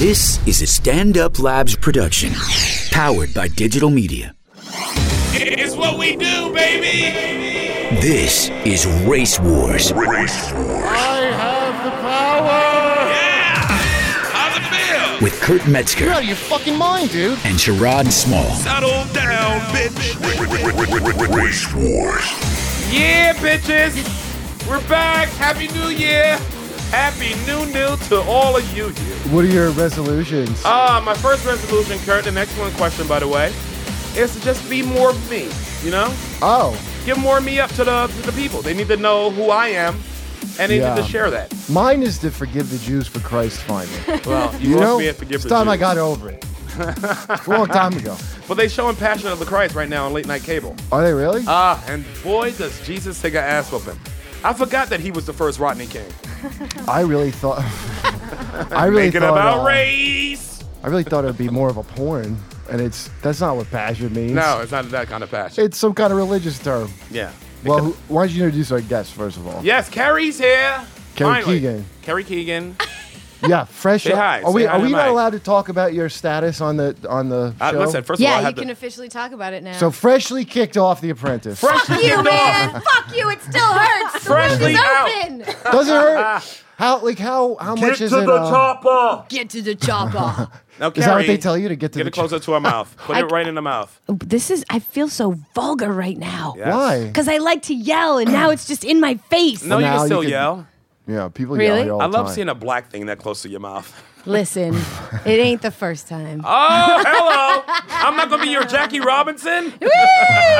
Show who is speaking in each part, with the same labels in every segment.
Speaker 1: This is a Stand Up Labs production, powered by digital media.
Speaker 2: It's what we do, baby.
Speaker 1: This is Race Wars
Speaker 2: Yeah. How's it feel?
Speaker 1: with Kurt Metzger
Speaker 3: You're out of your fucking mind, dude.
Speaker 1: and Sherrod Small.
Speaker 2: Settle down, bitch.
Speaker 4: Race Wars.
Speaker 2: Yeah, bitches. We're back. Happy New Year. Happy New New to all of you here.
Speaker 3: What are your resolutions?
Speaker 2: Uh, my first resolution, Kurt, an excellent question, by the way, is to just be more me, you know?
Speaker 3: oh,
Speaker 2: Give more me up to the, to the people. They need to know who I am, and they
Speaker 3: Yeah.
Speaker 2: need to share that.
Speaker 3: mine is to forgive the Jews for Christ's finding.
Speaker 2: Well, you,
Speaker 3: You
Speaker 2: lost
Speaker 3: know,
Speaker 2: me at forgiveness.
Speaker 3: it's time I
Speaker 2: Juice.
Speaker 3: got over it. It's a long time ago.
Speaker 2: But they showing Passion of the Christ right now on late night cable.
Speaker 3: Are they really?
Speaker 2: Ah, and boy, does Jesus take an ass whooping. I forgot that he was the first Rodney King.
Speaker 3: I really thought. I really
Speaker 2: Thinking
Speaker 3: thought.
Speaker 2: about
Speaker 3: uh,
Speaker 2: race.
Speaker 3: I really thought it'd be more of a porn, and it's that's not what passion means.
Speaker 2: No, it's not that kind of passion.
Speaker 3: it's some kind of religious term.
Speaker 2: yeah.
Speaker 3: Well, who, why don't you introduce our guest first of all?
Speaker 2: yes, Carrie's here.
Speaker 3: Carrie
Speaker 2: Finally.
Speaker 3: Keegan.
Speaker 2: Carrie Keegan.
Speaker 3: Yeah, fresh.
Speaker 2: Say hi.
Speaker 3: Are we
Speaker 2: Say hi
Speaker 3: are
Speaker 2: to
Speaker 3: we
Speaker 2: the
Speaker 3: not
Speaker 2: mic.
Speaker 3: allowed to talk about your status on the on the
Speaker 2: Uh,
Speaker 3: show?
Speaker 2: listen, first of all, I
Speaker 5: Yeah, you
Speaker 2: have
Speaker 5: can
Speaker 2: to.
Speaker 5: officially talk about it now.
Speaker 3: so freshly kicked off The Apprentice.
Speaker 5: fuck you, man. fuck you. It still hurts. The room
Speaker 2: Freshly
Speaker 5: is
Speaker 2: out.
Speaker 5: open.
Speaker 3: Does it hurt? How like how how much is it? uh,
Speaker 2: chopper.
Speaker 5: Get to the chopper.
Speaker 2: Now,
Speaker 3: Is that what
Speaker 2: Carrie,
Speaker 3: they tell you to get to
Speaker 2: Get
Speaker 3: the
Speaker 2: it closer to her mouth. Put
Speaker 5: I-
Speaker 2: it right in the mouth.
Speaker 5: this is. I feel so vulgar right now.
Speaker 2: Yes.
Speaker 3: Why?
Speaker 5: Because I like to yell, and now it's just in my face.
Speaker 2: No, you
Speaker 3: Now
Speaker 2: can
Speaker 3: you
Speaker 2: still
Speaker 3: can-
Speaker 2: yell.
Speaker 3: Yeah, people
Speaker 5: Really?
Speaker 3: yell at you all
Speaker 2: I
Speaker 3: the
Speaker 2: love
Speaker 3: time.
Speaker 2: seeing a black thing that close to your mouth.
Speaker 5: Listen, it ain't the first time.
Speaker 2: Oh, hello. I'm not going to be your Jackie Robinson.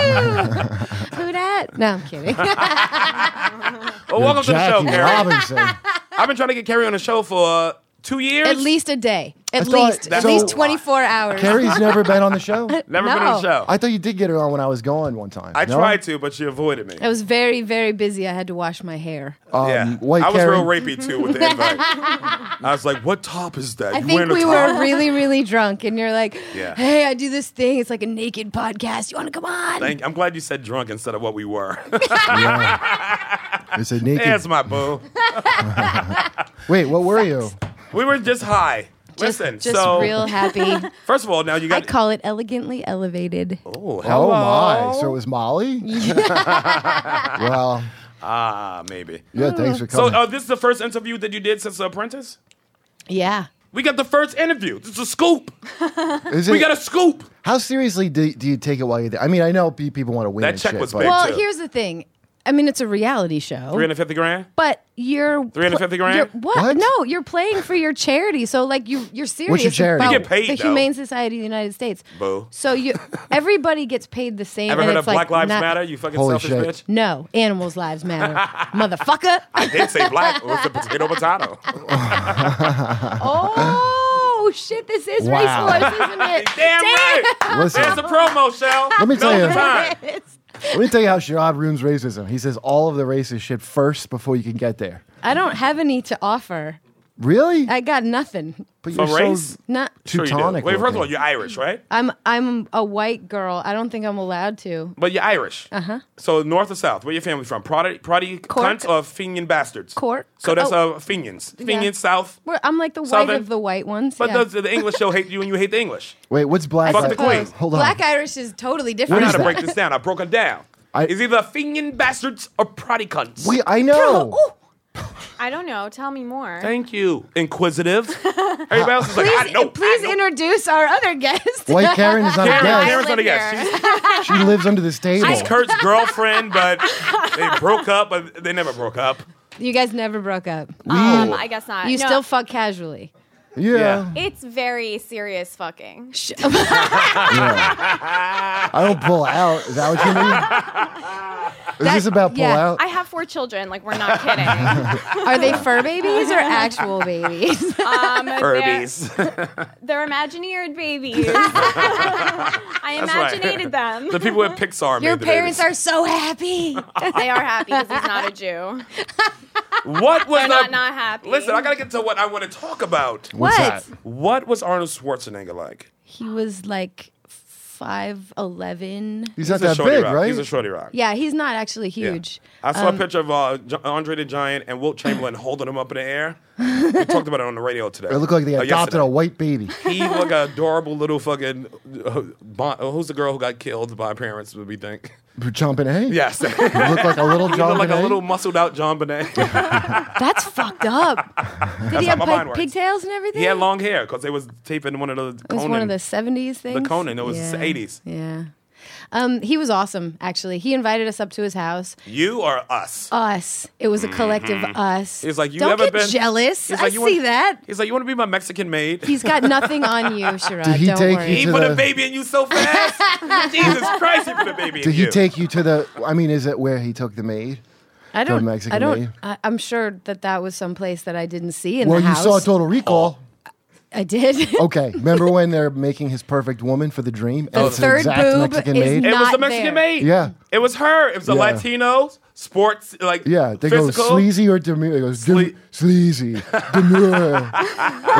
Speaker 5: Woo! Who that? No, I'm kidding.
Speaker 2: Well, welcome to the show,
Speaker 3: Jackie
Speaker 2: Carrie.
Speaker 3: Robinson.
Speaker 2: I've been trying to get Carrie on the show for uh, two years.
Speaker 5: At least a day. At
Speaker 3: thought-
Speaker 5: least. At
Speaker 3: so-
Speaker 5: least 24 hours.
Speaker 3: Carrie's never been on the show.
Speaker 2: Never been on the
Speaker 5: No.
Speaker 2: show. I,
Speaker 3: I thought you did get her on when I was gone one time. no?
Speaker 2: tried to, but she avoided me.
Speaker 5: I was very, very busy. I had to wash my hair.
Speaker 3: Um,
Speaker 2: yeah.
Speaker 3: White
Speaker 2: I was
Speaker 3: Carrie.
Speaker 2: real rapey too with the invite. I was like, what top is that?
Speaker 5: I
Speaker 2: You
Speaker 5: think
Speaker 2: wearing a
Speaker 5: we
Speaker 2: top?
Speaker 5: were really, really drunk, and you're like,
Speaker 2: Yeah.
Speaker 5: "Hey, I do this thing. It's like a naked podcast. You want to come on?"
Speaker 2: Thank- I'm glad you said drunk instead of what we were.
Speaker 3: It's a naked.
Speaker 2: That's my boo.
Speaker 3: Wait, what were you?
Speaker 2: We were just high.
Speaker 5: just,
Speaker 2: Listen,
Speaker 5: just
Speaker 2: so
Speaker 5: real happy.
Speaker 2: first of all, now you
Speaker 5: I
Speaker 2: got.
Speaker 5: call it elegantly elevated.
Speaker 2: oh,
Speaker 3: Oh
Speaker 2: hello.
Speaker 3: my! So it was Molly. well,
Speaker 2: ah, maybe.
Speaker 3: yeah. Thanks for
Speaker 2: So
Speaker 3: coming.
Speaker 2: uh, this is the first interview that you did since The Apprentice.
Speaker 5: Yeah,
Speaker 2: We got the first interview. It's a scoop.
Speaker 3: Is
Speaker 2: uh, We
Speaker 3: it-
Speaker 2: got a scoop.
Speaker 3: how seriously do, do you take it while you're there? I mean, I know pe- people want to win.
Speaker 2: That
Speaker 3: and
Speaker 2: check
Speaker 3: shit,
Speaker 2: was
Speaker 3: but-
Speaker 2: big.
Speaker 5: Well,
Speaker 2: too.
Speaker 5: here's the thing. I mean, it's a reality show.
Speaker 2: 350 grand.
Speaker 5: but you're
Speaker 2: 350 grand?
Speaker 5: you're- what?
Speaker 3: What?
Speaker 5: No, you're playing for your charity. So like you you're serious.
Speaker 3: charity?
Speaker 5: About
Speaker 3: You
Speaker 2: get paid,
Speaker 5: the
Speaker 2: though.
Speaker 5: Humane Society of the United States.
Speaker 2: Boo.
Speaker 5: So you everybody gets paid the same.
Speaker 2: Ever
Speaker 5: and
Speaker 2: heard of
Speaker 5: it's like
Speaker 2: Black Lives
Speaker 5: not-
Speaker 2: Matter? You fucking
Speaker 3: Holy
Speaker 2: selfish
Speaker 3: shit.
Speaker 2: bitch.
Speaker 5: No, animals' lives matter, motherfucker.
Speaker 2: I did say black. It was a potato potato.
Speaker 5: Oh shit! This is
Speaker 3: Wow.
Speaker 5: race wars, isn't it?
Speaker 2: Damn right.
Speaker 3: Listen,
Speaker 2: There's the promo, Shell.
Speaker 3: Let me tell you.
Speaker 2: The time.
Speaker 5: It's-
Speaker 3: let me tell you how Sherrod ruins racism. He says all of the racist shit first before you can get there.
Speaker 5: I don't have any to offer.
Speaker 3: Really?
Speaker 5: I got nothing.
Speaker 3: but
Speaker 2: For
Speaker 3: so
Speaker 2: race?
Speaker 5: Not.
Speaker 2: Sure you do.
Speaker 3: Teutonic
Speaker 2: Wait, first of
Speaker 3: looking.
Speaker 2: all, you're Irish, right?
Speaker 5: I'm I'm a white girl. I don't think I'm allowed to.
Speaker 2: But you're Irish. Uh huh. So north or south? Where your family from? Proddy, proddy
Speaker 5: Uh-huh. Cork.
Speaker 2: cunts or Fenian bastards?
Speaker 5: Cork.
Speaker 2: So that's
Speaker 5: Oh.
Speaker 2: uh, Fenians. Fenians south.
Speaker 5: We're, I'm like the
Speaker 2: Southern.
Speaker 5: white of the white ones.
Speaker 2: But
Speaker 5: yeah.
Speaker 2: the, the English show hate you and you hate the English.
Speaker 3: Wait, what's black?
Speaker 2: Fuck
Speaker 3: Li-
Speaker 2: the queen.
Speaker 3: Hold on.
Speaker 5: Black Irish is totally
Speaker 2: I
Speaker 5: different.
Speaker 2: know
Speaker 3: is
Speaker 2: how to
Speaker 3: that?
Speaker 2: break this down. I broke it down.
Speaker 3: I-
Speaker 2: it's either Fenian bastards or proddy cunts.
Speaker 3: We, I know.
Speaker 5: Oh,
Speaker 6: I don't know. Tell me more.
Speaker 2: Thank you. Inquisitive. Everybody else is like, I
Speaker 5: please,
Speaker 2: know.
Speaker 5: please
Speaker 2: I know.
Speaker 5: introduce our other guest.
Speaker 3: White Karen is not a
Speaker 2: Karen,
Speaker 3: guest.
Speaker 2: Karen's
Speaker 6: live
Speaker 2: not a guest.
Speaker 6: here.
Speaker 2: She's-
Speaker 3: She lives under this table.
Speaker 2: It's Kurt's girlfriend, but they broke up, but they never broke up.
Speaker 5: You guys never broke up.
Speaker 6: Um, I guess not.
Speaker 5: You
Speaker 6: No,
Speaker 5: still fuck casually.
Speaker 3: yeah.
Speaker 6: It's very serious fucking.
Speaker 5: Sh-
Speaker 3: I don't pull out. Is that what you mean? Is this about pull
Speaker 5: yeah.
Speaker 3: out?
Speaker 6: I have four children. Like we're not kidding.
Speaker 5: Are they fur babies or actual babies?
Speaker 6: Um, they're,
Speaker 2: Furbies.
Speaker 6: they're Imagineered babies. I
Speaker 2: right.
Speaker 6: imaginated them.
Speaker 2: the people at Pixar
Speaker 5: Your
Speaker 2: made the
Speaker 5: parents
Speaker 2: babies.
Speaker 5: are so happy.
Speaker 6: They are happy because he's not a Jew.
Speaker 2: What was
Speaker 6: They're
Speaker 2: the-
Speaker 6: not not happy.
Speaker 2: Listen, I gotta get to what I want to talk about.
Speaker 3: What's that?
Speaker 2: What was Arnold Schwarzenegger like?
Speaker 5: He was like f- five eleven.
Speaker 3: He's,
Speaker 2: He's
Speaker 3: not
Speaker 2: a
Speaker 3: that
Speaker 2: shorty
Speaker 3: big,
Speaker 2: rock.
Speaker 3: right?
Speaker 2: He's a shorty rock.
Speaker 5: Yeah, um, he's not actually huge.
Speaker 2: I saw a picture of uh, J- Andre the Giant and Wilt Chamberlain holding him up in the air. We talked about it on the radio today.
Speaker 3: It looked like they
Speaker 2: Uh,
Speaker 3: adopted
Speaker 2: yesterday.
Speaker 3: a white baby.
Speaker 2: He looked an adorable little fucking. Uh, bon- uh, who's the girl who got killed by her parents? Would we think?
Speaker 3: Chomping hay.
Speaker 2: Yes. he
Speaker 3: He looked like a little John.
Speaker 2: looked like a
Speaker 3: Bonet.
Speaker 2: little muscled out John Bonet.
Speaker 5: That's fucked up. Did
Speaker 2: how
Speaker 5: he have
Speaker 2: my mind
Speaker 5: like,
Speaker 2: works.
Speaker 5: pigtails and everything?
Speaker 2: he had long hair because they was taping one of the.
Speaker 5: It was one of the seventies things.
Speaker 2: Conan, it was the 80s.
Speaker 5: Yeah. Um, he was awesome, actually. He invited us up to his house.
Speaker 2: You or us?
Speaker 5: Us. It was a collective us.
Speaker 2: He's Mm-hmm. like, you
Speaker 5: Don't
Speaker 2: ever
Speaker 5: get
Speaker 2: been-
Speaker 5: jealous.
Speaker 2: He's
Speaker 5: I
Speaker 2: like,
Speaker 5: see
Speaker 2: you wanna-
Speaker 5: that.
Speaker 2: He's like, you want to be my Mexican maid?
Speaker 5: He's got nothing on you, Sharad.
Speaker 3: Did he
Speaker 5: Don't
Speaker 3: take
Speaker 5: worry.
Speaker 3: you
Speaker 2: He
Speaker 3: to
Speaker 2: put a
Speaker 3: the-
Speaker 2: baby in you so fast. Jesus Christ, he put a baby in
Speaker 3: Did
Speaker 2: you.
Speaker 3: he take you to the? I mean, is it where he took the maid?
Speaker 5: I don't.
Speaker 3: Mexican
Speaker 5: I
Speaker 3: maid?
Speaker 5: don't. I, I'm sure that that was someplace that I didn't see in
Speaker 3: Well,
Speaker 5: the
Speaker 3: you
Speaker 5: house.
Speaker 3: saw Oh. Total Recall.
Speaker 2: Oh.
Speaker 5: I did.
Speaker 3: Okay, remember when they're making his perfect woman for the dream?
Speaker 5: The
Speaker 3: it's an
Speaker 5: third
Speaker 3: exact
Speaker 5: boob
Speaker 3: Mexican
Speaker 5: is
Speaker 3: maid?
Speaker 2: It was
Speaker 5: Not
Speaker 2: the Mexican
Speaker 5: there.
Speaker 2: maid.
Speaker 3: Yeah.
Speaker 2: It was her. It was a
Speaker 3: Yeah.
Speaker 2: Latino sports like
Speaker 3: Yeah, they
Speaker 2: physical.
Speaker 3: go sleazy or demure. It goes
Speaker 2: Sle-
Speaker 3: dem- sleazy, demure.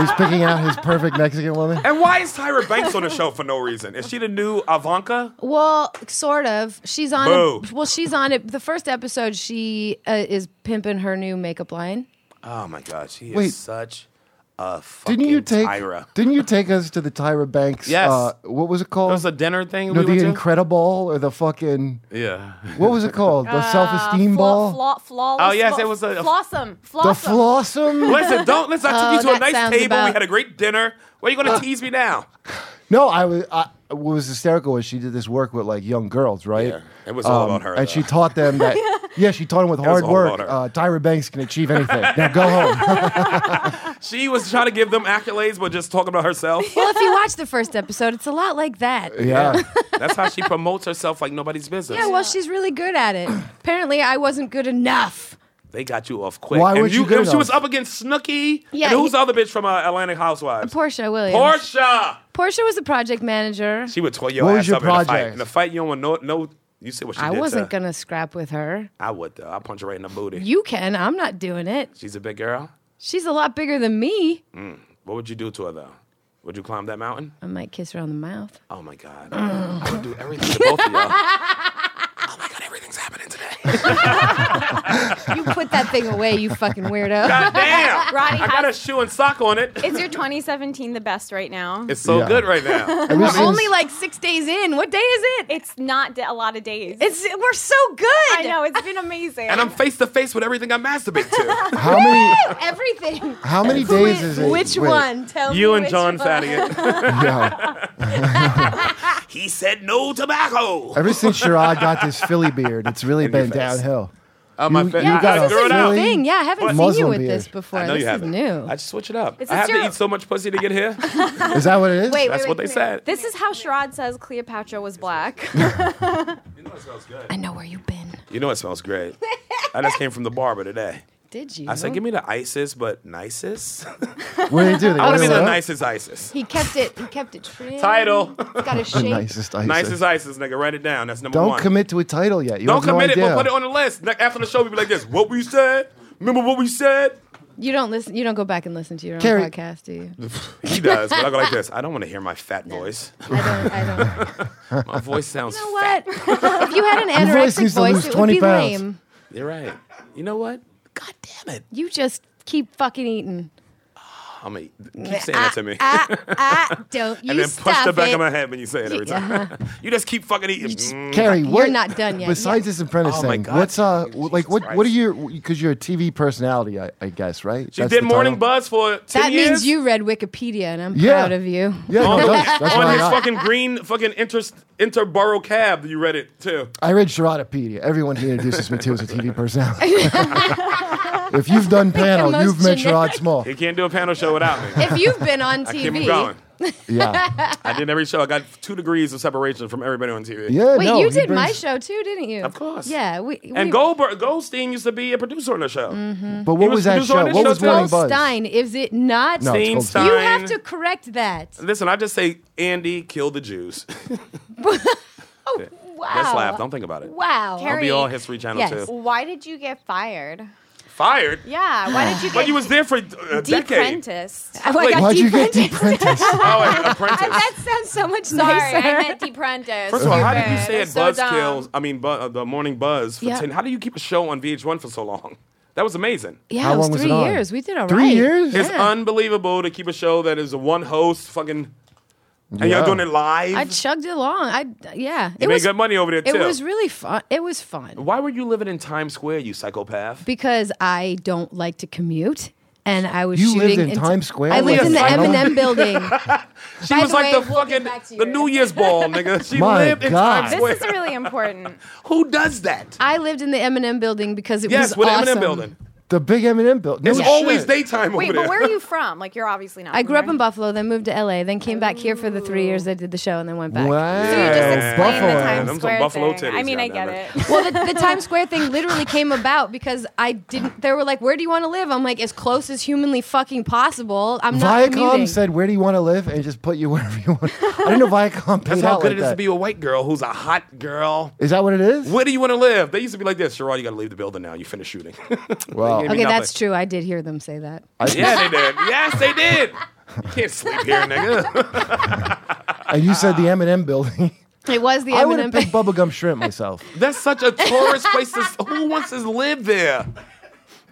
Speaker 3: He's picking out his perfect Mexican woman.
Speaker 2: And why is Tyra Banks on the show for no reason? Is she the new Ivanka?
Speaker 5: Well, sort of. She's on.
Speaker 2: Boo.
Speaker 5: It, well, she's on it. The first episode, she uh, is pimping her new makeup line.
Speaker 2: Oh my God, she
Speaker 3: Wait.
Speaker 2: is such a fucking
Speaker 3: Didn't you take?
Speaker 2: Tyra.
Speaker 3: Didn't you take us to the Tyra Banks?
Speaker 2: Yes.
Speaker 3: Uh, what was it called?
Speaker 2: It was a dinner thing.
Speaker 3: no,
Speaker 2: we
Speaker 3: the
Speaker 2: went to?
Speaker 3: Incredible or the fucking
Speaker 2: Yeah.
Speaker 3: what was it called? The
Speaker 5: Uh,
Speaker 3: self-esteem ball,
Speaker 6: Flaw, flawless.
Speaker 2: Oh, yes,
Speaker 6: flaw-
Speaker 2: it was a-
Speaker 6: flawsome.
Speaker 3: the
Speaker 6: Flawsome.
Speaker 3: flossom.
Speaker 2: Listen, don't listen. I
Speaker 5: Oh,
Speaker 2: took you to a
Speaker 5: that
Speaker 2: nice
Speaker 5: sounds
Speaker 2: table. We
Speaker 5: about- Oh.
Speaker 2: had a great dinner. Why are you going to tease me now?
Speaker 3: No, I was. I, what was hysterical was she did this work with like young girls, right? Um,
Speaker 2: Yeah, it was all about her,
Speaker 3: and she
Speaker 2: though.
Speaker 3: taught them that. yeah, she taught them with
Speaker 2: was
Speaker 3: hard
Speaker 2: all about
Speaker 3: work.
Speaker 2: her.
Speaker 3: Uh, Tyra Banks can achieve anything. now go home.
Speaker 2: She was trying to give them accolades, but just talking about herself.
Speaker 5: Well, if you watch the first episode, it's a lot like that.
Speaker 3: Uh, yeah,
Speaker 2: That's how she promotes herself like nobody's business.
Speaker 5: Yeah, well, she's really good at it. Apparently, I wasn't good enough.
Speaker 2: they got you off quick.
Speaker 3: Why
Speaker 2: and
Speaker 3: weren't you good
Speaker 2: and She
Speaker 3: enough?
Speaker 2: was up against Snooki.
Speaker 5: Yeah,
Speaker 2: And who's
Speaker 5: he-
Speaker 2: the other bitch from uh, Atlantic Housewives?
Speaker 5: Portia Williams.
Speaker 2: Portia.
Speaker 5: Portia was the project manager.
Speaker 2: She would twirl your
Speaker 3: What was
Speaker 2: ass
Speaker 3: your
Speaker 2: up in a fight.
Speaker 3: project?
Speaker 2: In a fight, you don't want no, no. You see what she
Speaker 5: I
Speaker 2: did.
Speaker 5: wasn't
Speaker 2: to, her.
Speaker 5: gonna scrap with her.
Speaker 2: I would though. I will punch her right in the booty.
Speaker 5: You can. I'm not doing it.
Speaker 2: She's a big girl.
Speaker 5: She's a lot bigger than me.
Speaker 2: What would you do to her though? Would you climb that mountain?
Speaker 5: I might kiss her on the mouth.
Speaker 2: Oh my god. I would do everything to both of y'all. Oh my god, everything's happening today.
Speaker 5: You put that thing away, you fucking weirdo.
Speaker 2: God damn.
Speaker 6: Roddy
Speaker 2: I got a
Speaker 6: has-
Speaker 2: shoe and sock on it.
Speaker 6: Is your 2017 the best right now?
Speaker 2: It's so
Speaker 3: Yeah.
Speaker 2: good right now.
Speaker 3: Ever
Speaker 5: We're
Speaker 3: since-
Speaker 5: only like six days in. What day is it?
Speaker 6: It's not d- a lot of days.
Speaker 5: It's we're so good.
Speaker 6: I know it's been amazing.
Speaker 2: And I'm face to face with everything I masturbate to.
Speaker 3: how many
Speaker 5: Everything.
Speaker 3: how many days is it?
Speaker 5: Which
Speaker 3: Wait.
Speaker 5: one? Tell
Speaker 2: You
Speaker 5: me
Speaker 2: and
Speaker 5: which
Speaker 2: John
Speaker 5: one.
Speaker 2: Fadigan.
Speaker 3: Yeah.
Speaker 2: he said no tobacco.
Speaker 3: Ever since Sherrod got this Philly beard, it's really
Speaker 2: your
Speaker 3: been
Speaker 2: face.
Speaker 3: downhill.
Speaker 2: Oh, my fa-
Speaker 5: Yeah,
Speaker 3: You got
Speaker 5: this
Speaker 3: a
Speaker 5: is
Speaker 3: girl
Speaker 5: a new
Speaker 3: out.
Speaker 5: thing. Yeah, I haven't
Speaker 2: What?
Speaker 5: seen
Speaker 3: Muslim
Speaker 5: you with
Speaker 3: beard.
Speaker 5: this before.
Speaker 2: I know
Speaker 5: this
Speaker 2: you
Speaker 5: is
Speaker 2: haven't.
Speaker 5: new.
Speaker 2: I just switch it up.
Speaker 6: This
Speaker 2: I
Speaker 6: is
Speaker 2: have
Speaker 6: your-
Speaker 2: to eat so much pussy to get here.
Speaker 3: Is that what it is?
Speaker 5: wait,
Speaker 2: That's
Speaker 5: wait,
Speaker 2: what
Speaker 5: wait,
Speaker 2: they
Speaker 5: wait.
Speaker 2: said.
Speaker 6: This is how Sherrod says Cleopatra was black.
Speaker 5: I know where you've been.
Speaker 2: You know it smells great. I just came from the barber today.
Speaker 5: Did you?
Speaker 2: I said, give me the ISIS, but nicest.
Speaker 3: What do they do? They
Speaker 2: I want to
Speaker 3: oil
Speaker 2: be
Speaker 3: it
Speaker 2: the
Speaker 3: up?
Speaker 2: nicest ISIS.
Speaker 5: He kept it. He kept it trim.
Speaker 2: Title.
Speaker 5: It's got a
Speaker 3: The
Speaker 5: shape.
Speaker 3: nicest ice.
Speaker 2: Nicest ISIS, nigga. Write it down. That's number
Speaker 3: Don't
Speaker 2: one.
Speaker 3: commit to a title yet. You
Speaker 2: Don't
Speaker 3: have no
Speaker 2: commit it,
Speaker 3: idea.
Speaker 2: but put it on the list. Ne- After the show, we be like this. What we said? Remember what we said?
Speaker 5: You don't listen. You don't go back and listen to your own
Speaker 3: Carrie-
Speaker 5: podcast, do you?
Speaker 2: He does, but I go like this. I don't want to hear my fat voice.
Speaker 5: I don't. I don't.
Speaker 2: My voice sounds
Speaker 5: You know
Speaker 2: fat.
Speaker 5: what? if you had an
Speaker 3: Your voice
Speaker 5: anorexic
Speaker 3: needs to lose
Speaker 5: voice, it would
Speaker 3: 20
Speaker 5: be
Speaker 3: pounds.
Speaker 5: lame.
Speaker 2: You're right. You know what? God damn it.
Speaker 5: You just keep fucking eating.
Speaker 2: I'm going to keep saying that to me.
Speaker 5: Ah, Don't you
Speaker 2: and then
Speaker 5: stop
Speaker 2: push the back
Speaker 5: it.
Speaker 2: of my head when you say it every time. you just keep fucking eating. Mm.
Speaker 3: Carrie,
Speaker 5: You're
Speaker 3: what,
Speaker 5: not done yet.
Speaker 3: Besides this apprentice
Speaker 2: Oh my
Speaker 3: thing,
Speaker 2: God.
Speaker 3: what's uh,
Speaker 2: Jesus
Speaker 3: like what? What are
Speaker 2: Christ.
Speaker 3: your? Because you're a TV personality, I, I guess, right?
Speaker 2: She did Morning
Speaker 3: buzz.
Speaker 2: Buzz for 10
Speaker 5: That
Speaker 2: years.
Speaker 5: means you read Wikipedia, and I'm
Speaker 3: Yeah.
Speaker 5: proud of you.
Speaker 3: Yeah,
Speaker 2: Oh,
Speaker 3: no, that's, that's
Speaker 2: on
Speaker 3: what I
Speaker 2: his
Speaker 3: got.
Speaker 2: fucking green fucking inter interborough cab. You read it too.
Speaker 3: I read Sherrodipedia. Everyone he introduces me to is a TV personality. if you've done panel,
Speaker 5: most
Speaker 3: you've met Sherrod
Speaker 5: generic-
Speaker 3: Small.
Speaker 2: You can't do a panel show without me.
Speaker 5: If you've been on
Speaker 2: I keep
Speaker 5: TV,
Speaker 2: 'em going.
Speaker 3: Yeah,
Speaker 2: I did every show. I got two degrees of separation from everybody on TV.
Speaker 3: yeah.
Speaker 5: wait,
Speaker 3: no,
Speaker 5: you
Speaker 3: he
Speaker 5: did my
Speaker 3: brings-
Speaker 5: show too, didn't you?
Speaker 2: Of course.
Speaker 5: Yeah, we, we
Speaker 2: And Goldberg, Goldstein used to be a producer on the show.
Speaker 5: Mm.
Speaker 3: But what
Speaker 2: was
Speaker 3: was, that
Speaker 2: produced on
Speaker 3: show?
Speaker 2: this
Speaker 3: What
Speaker 2: show
Speaker 3: was
Speaker 2: too.
Speaker 3: Morning Buzz?
Speaker 5: Goldstein, is it not?
Speaker 3: No, it's
Speaker 2: Stein,
Speaker 3: Goldstein.
Speaker 5: You
Speaker 2: Stein.
Speaker 5: have to correct that.
Speaker 2: Listen, I just say Andy killed the Jews.
Speaker 5: Oh, wow.
Speaker 2: Just laugh. Don't think about it.
Speaker 5: Wow.
Speaker 2: It'll
Speaker 6: Carrie-
Speaker 2: be all History Channel
Speaker 5: Yes.
Speaker 2: too.
Speaker 6: Why did you get fired?
Speaker 2: fired.
Speaker 6: Yeah. Why did you
Speaker 2: But
Speaker 6: get
Speaker 2: you was there for a decade.
Speaker 6: deprentice?
Speaker 5: Oh
Speaker 2: Wait,
Speaker 3: Why'd you get deprentice?
Speaker 2: Oh, an apprentice.
Speaker 6: that sounds so much
Speaker 5: Sorry, I
Speaker 6: nicer.
Speaker 5: meant
Speaker 6: deprentice.
Speaker 2: First of all, how did you stay at
Speaker 6: That's so dumb.
Speaker 2: Buzzkills? I mean, bu- uh, the Morning Buzz. For
Speaker 5: Yeah.
Speaker 2: 10, how do you keep a show on VH1 for so long? That was amazing.
Speaker 5: Yeah,
Speaker 3: How
Speaker 5: it was
Speaker 3: long was it
Speaker 5: three
Speaker 3: on?
Speaker 5: years. We did all right.
Speaker 3: Three years?
Speaker 2: It's
Speaker 5: Yeah.
Speaker 2: unbelievable to keep a show that is a one host fucking, and
Speaker 3: Yeah.
Speaker 2: y'all doing it live.
Speaker 5: I chugged it along. I yeah.
Speaker 2: you
Speaker 5: it
Speaker 2: made
Speaker 5: was
Speaker 2: good money over there
Speaker 5: it
Speaker 2: too.
Speaker 5: was really fun. It was fun
Speaker 2: Why were you living in Times Square, you psychopath?
Speaker 5: because I don't like to commute, and I was
Speaker 3: You
Speaker 5: shooting
Speaker 3: lived in
Speaker 5: into-
Speaker 3: Times Square?
Speaker 5: I lived in the
Speaker 2: Like
Speaker 5: M
Speaker 2: a
Speaker 5: and M building.
Speaker 2: She
Speaker 5: By
Speaker 2: was
Speaker 5: the
Speaker 2: like
Speaker 5: way,
Speaker 2: the
Speaker 5: we'll
Speaker 2: fucking
Speaker 5: get back to
Speaker 2: the
Speaker 5: you.
Speaker 2: New Year's ball, nigga. She
Speaker 3: My
Speaker 2: lived in
Speaker 3: God.
Speaker 2: Times Square.
Speaker 6: This is really important.
Speaker 2: Who does that?
Speaker 5: I lived in the M and M building because it
Speaker 2: yes,
Speaker 5: was
Speaker 2: with
Speaker 5: awesome.
Speaker 2: Eminem building.
Speaker 3: the big Eminem building. No
Speaker 2: It's
Speaker 3: shit.
Speaker 2: always daytime
Speaker 6: Wait,
Speaker 2: over there.
Speaker 6: but where are you from? Like, you're obviously not.
Speaker 5: I grew up in
Speaker 6: Buffalo.
Speaker 5: Buffalo, then moved to LA, then came back here for the three years I did the show, and then went back.
Speaker 3: Wow.
Speaker 6: You just
Speaker 2: Yeah.
Speaker 6: explained the
Speaker 2: Buffalo.
Speaker 6: Times
Speaker 2: Them some
Speaker 6: Square
Speaker 2: Buffalo
Speaker 6: thing.
Speaker 2: titties,
Speaker 6: I mean, I get
Speaker 2: goddamn
Speaker 6: it.
Speaker 5: Well, the, the Times Square thing literally came about because I didn't. They were like, "Where do you want to live?" I'm like, "As close as humanly fucking possible." I'm not
Speaker 3: Viacom
Speaker 5: commuting.
Speaker 3: said, "Where do you want to live?" and just put you wherever you want. I didn't know Viacom paid
Speaker 2: That's
Speaker 3: out
Speaker 2: how good
Speaker 3: like
Speaker 2: it is
Speaker 3: that.
Speaker 2: to be a white girl who's a hot girl.
Speaker 3: Is that what it is?
Speaker 2: Where do you want to live? They used to be like this. Sherrod, you got to leave the building now. You finished shooting.
Speaker 3: Wow.
Speaker 2: They gave me
Speaker 5: okay, that's
Speaker 2: nothing.
Speaker 5: true. I did hear them say that.
Speaker 2: Yeah, they did. Yes, they did. You can't sleep here, nigga.
Speaker 3: and you said the
Speaker 2: Ah.
Speaker 3: Eminem building.
Speaker 5: It was the
Speaker 3: I would have
Speaker 5: M&M.
Speaker 3: picked bubblegum shrimp myself.
Speaker 2: That's such a tourist place. To, who wants to live there?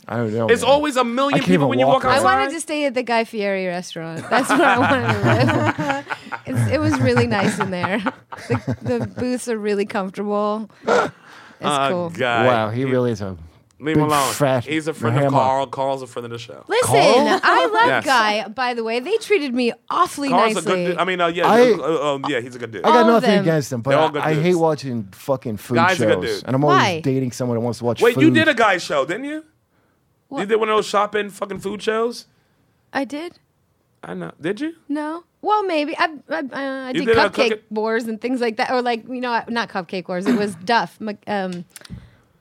Speaker 3: I don't know.
Speaker 2: It's
Speaker 3: man.
Speaker 2: always a
Speaker 3: I
Speaker 2: million
Speaker 3: can't
Speaker 2: people
Speaker 3: even
Speaker 2: when you
Speaker 3: walk
Speaker 2: walk
Speaker 3: there.
Speaker 5: I
Speaker 2: outside.
Speaker 5: wanted to stay at the Guy Fieri restaurant. That's where I wanted to live. It's, it was really nice in there. The, the booths are really comfortable. It's
Speaker 2: Oh,
Speaker 5: cool.
Speaker 2: God.
Speaker 3: Wow, he really is a.
Speaker 2: Leave him
Speaker 3: big
Speaker 2: alone.
Speaker 3: fat
Speaker 2: He's a friend
Speaker 3: hammer.
Speaker 2: of Carl. Carl's a friend of the show.
Speaker 5: Listen,
Speaker 3: Carl?
Speaker 5: I love
Speaker 2: Yes.
Speaker 5: Guy. By the way, they treated me awfully
Speaker 2: Carl's a
Speaker 5: nicely.
Speaker 2: good dude. I mean, uh, yeah,
Speaker 3: I-
Speaker 2: uh, um, yeah, he's a good dude.
Speaker 3: I got
Speaker 5: All of
Speaker 3: nothing
Speaker 5: them.
Speaker 3: against him, but
Speaker 2: They're all good
Speaker 3: I, I
Speaker 2: dudes.
Speaker 3: hate watching fucking food
Speaker 2: Guy's a
Speaker 3: shows.
Speaker 2: good dude.
Speaker 3: And I'm always
Speaker 5: Why?
Speaker 3: dating someone that wants to watch
Speaker 2: Wait,
Speaker 3: food.
Speaker 2: you did a guy show, didn't you? You did one of those shopping fucking food shows?
Speaker 5: I did.
Speaker 2: I know. Did you?
Speaker 5: No. Well, maybe I I, uh, I
Speaker 2: You
Speaker 5: did,
Speaker 2: did a
Speaker 5: cupcake
Speaker 2: cookie-
Speaker 5: wars and things like that, or like you know, not cupcake wars. It was Duff. Mc- Um,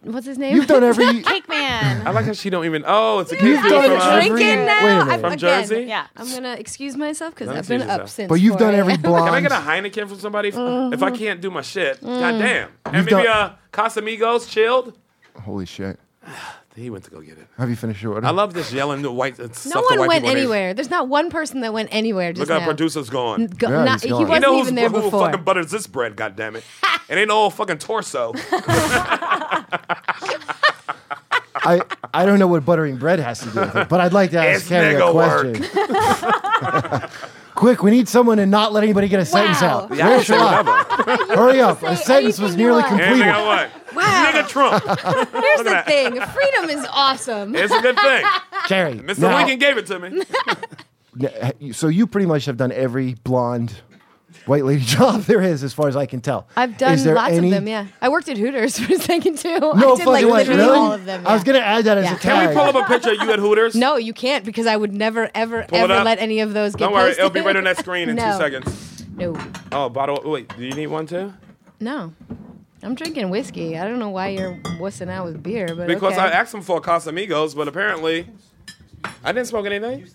Speaker 5: what's his name?
Speaker 3: You've done every.
Speaker 6: Cake man.
Speaker 2: I like how she don't even. Oh, it's a kid
Speaker 3: You've
Speaker 2: from,
Speaker 3: done
Speaker 2: uh,
Speaker 3: every-
Speaker 5: drinking now.
Speaker 3: Wait a minute.
Speaker 5: I'm-
Speaker 2: from
Speaker 5: again,
Speaker 2: Jersey.
Speaker 6: Yeah.
Speaker 5: I'm gonna excuse myself because
Speaker 2: Don't
Speaker 5: I've been
Speaker 2: excuse
Speaker 5: up
Speaker 2: yourself.
Speaker 5: since.
Speaker 3: But you've
Speaker 5: 4
Speaker 3: done every
Speaker 5: a.m.
Speaker 3: blonde.
Speaker 2: Can I get a Heineken from somebody if, if
Speaker 5: Mm.
Speaker 2: I can't do my shit? Goddamn. And
Speaker 3: You've
Speaker 2: maybe
Speaker 3: done-
Speaker 2: uh, Casamigos chilled.
Speaker 3: Holy shit.
Speaker 2: He went to go get it.
Speaker 3: Have you finished your order?
Speaker 2: I love this yelling to white. No
Speaker 5: No
Speaker 2: to
Speaker 5: one
Speaker 2: white
Speaker 5: went
Speaker 2: people. They-
Speaker 5: anywhere. There's not one person that went anywhere. Just
Speaker 2: Look, our
Speaker 5: now.
Speaker 2: producer's gone.
Speaker 5: Go-
Speaker 3: Yeah,
Speaker 5: not-
Speaker 3: he's
Speaker 5: he
Speaker 3: gone. You
Speaker 5: wasn't
Speaker 2: You know who's,
Speaker 5: even there
Speaker 2: who
Speaker 5: before.
Speaker 2: fucking butters this bread? Goddamn it! it ain't all fucking torso.
Speaker 3: I, I don't know what buttering bread has to do with it, but I'd like to ask
Speaker 2: It's
Speaker 3: Carrie a
Speaker 2: nigga
Speaker 3: question. Quick, we need someone and not let anybody get a sentence
Speaker 5: Wow.
Speaker 3: out. Where's
Speaker 2: sure
Speaker 3: Sherlock? Hurry up. A
Speaker 5: say
Speaker 3: sentence was
Speaker 5: anything you
Speaker 3: nearly
Speaker 5: want.
Speaker 2: and
Speaker 3: completed.
Speaker 2: nigga what?
Speaker 5: Wow.
Speaker 2: Nigga Trump.
Speaker 5: Here's the
Speaker 2: at that.
Speaker 5: thing: freedom is awesome.
Speaker 2: It's a good thing.
Speaker 3: Carrie.
Speaker 2: Mr.
Speaker 3: now-
Speaker 2: Lincoln gave it to me.
Speaker 3: n- so you pretty much have done every blonde white lady job there is, as far as I can tell.
Speaker 5: I've
Speaker 3: Is
Speaker 5: done
Speaker 3: there
Speaker 5: lots
Speaker 3: any-
Speaker 5: of them. Yeah, I worked at Hooters for a second too.
Speaker 3: No
Speaker 5: I did
Speaker 3: fucking
Speaker 5: like
Speaker 3: way.
Speaker 5: literally
Speaker 3: really?
Speaker 5: all of them.
Speaker 3: I was
Speaker 5: yeah.
Speaker 3: gonna add that as
Speaker 5: Yeah.
Speaker 3: a
Speaker 5: Can
Speaker 3: tag.
Speaker 2: Can we pull up a picture of you at Hooters?
Speaker 5: No, you can't because I would never, ever,
Speaker 2: Pull it
Speaker 5: ever
Speaker 2: up.
Speaker 5: let any of those get
Speaker 2: Don't worry,
Speaker 5: posted.
Speaker 2: it'll be right on that screen in two
Speaker 5: No.
Speaker 2: seconds.
Speaker 5: No,
Speaker 2: Oh, bottle. Wait, do you need one too?
Speaker 5: no. I'm drinking whiskey. I don't know why you're wussing out with beer, but
Speaker 2: Because
Speaker 5: okay.
Speaker 2: I asked him for a Casamigos, but apparently I didn't smoke anything.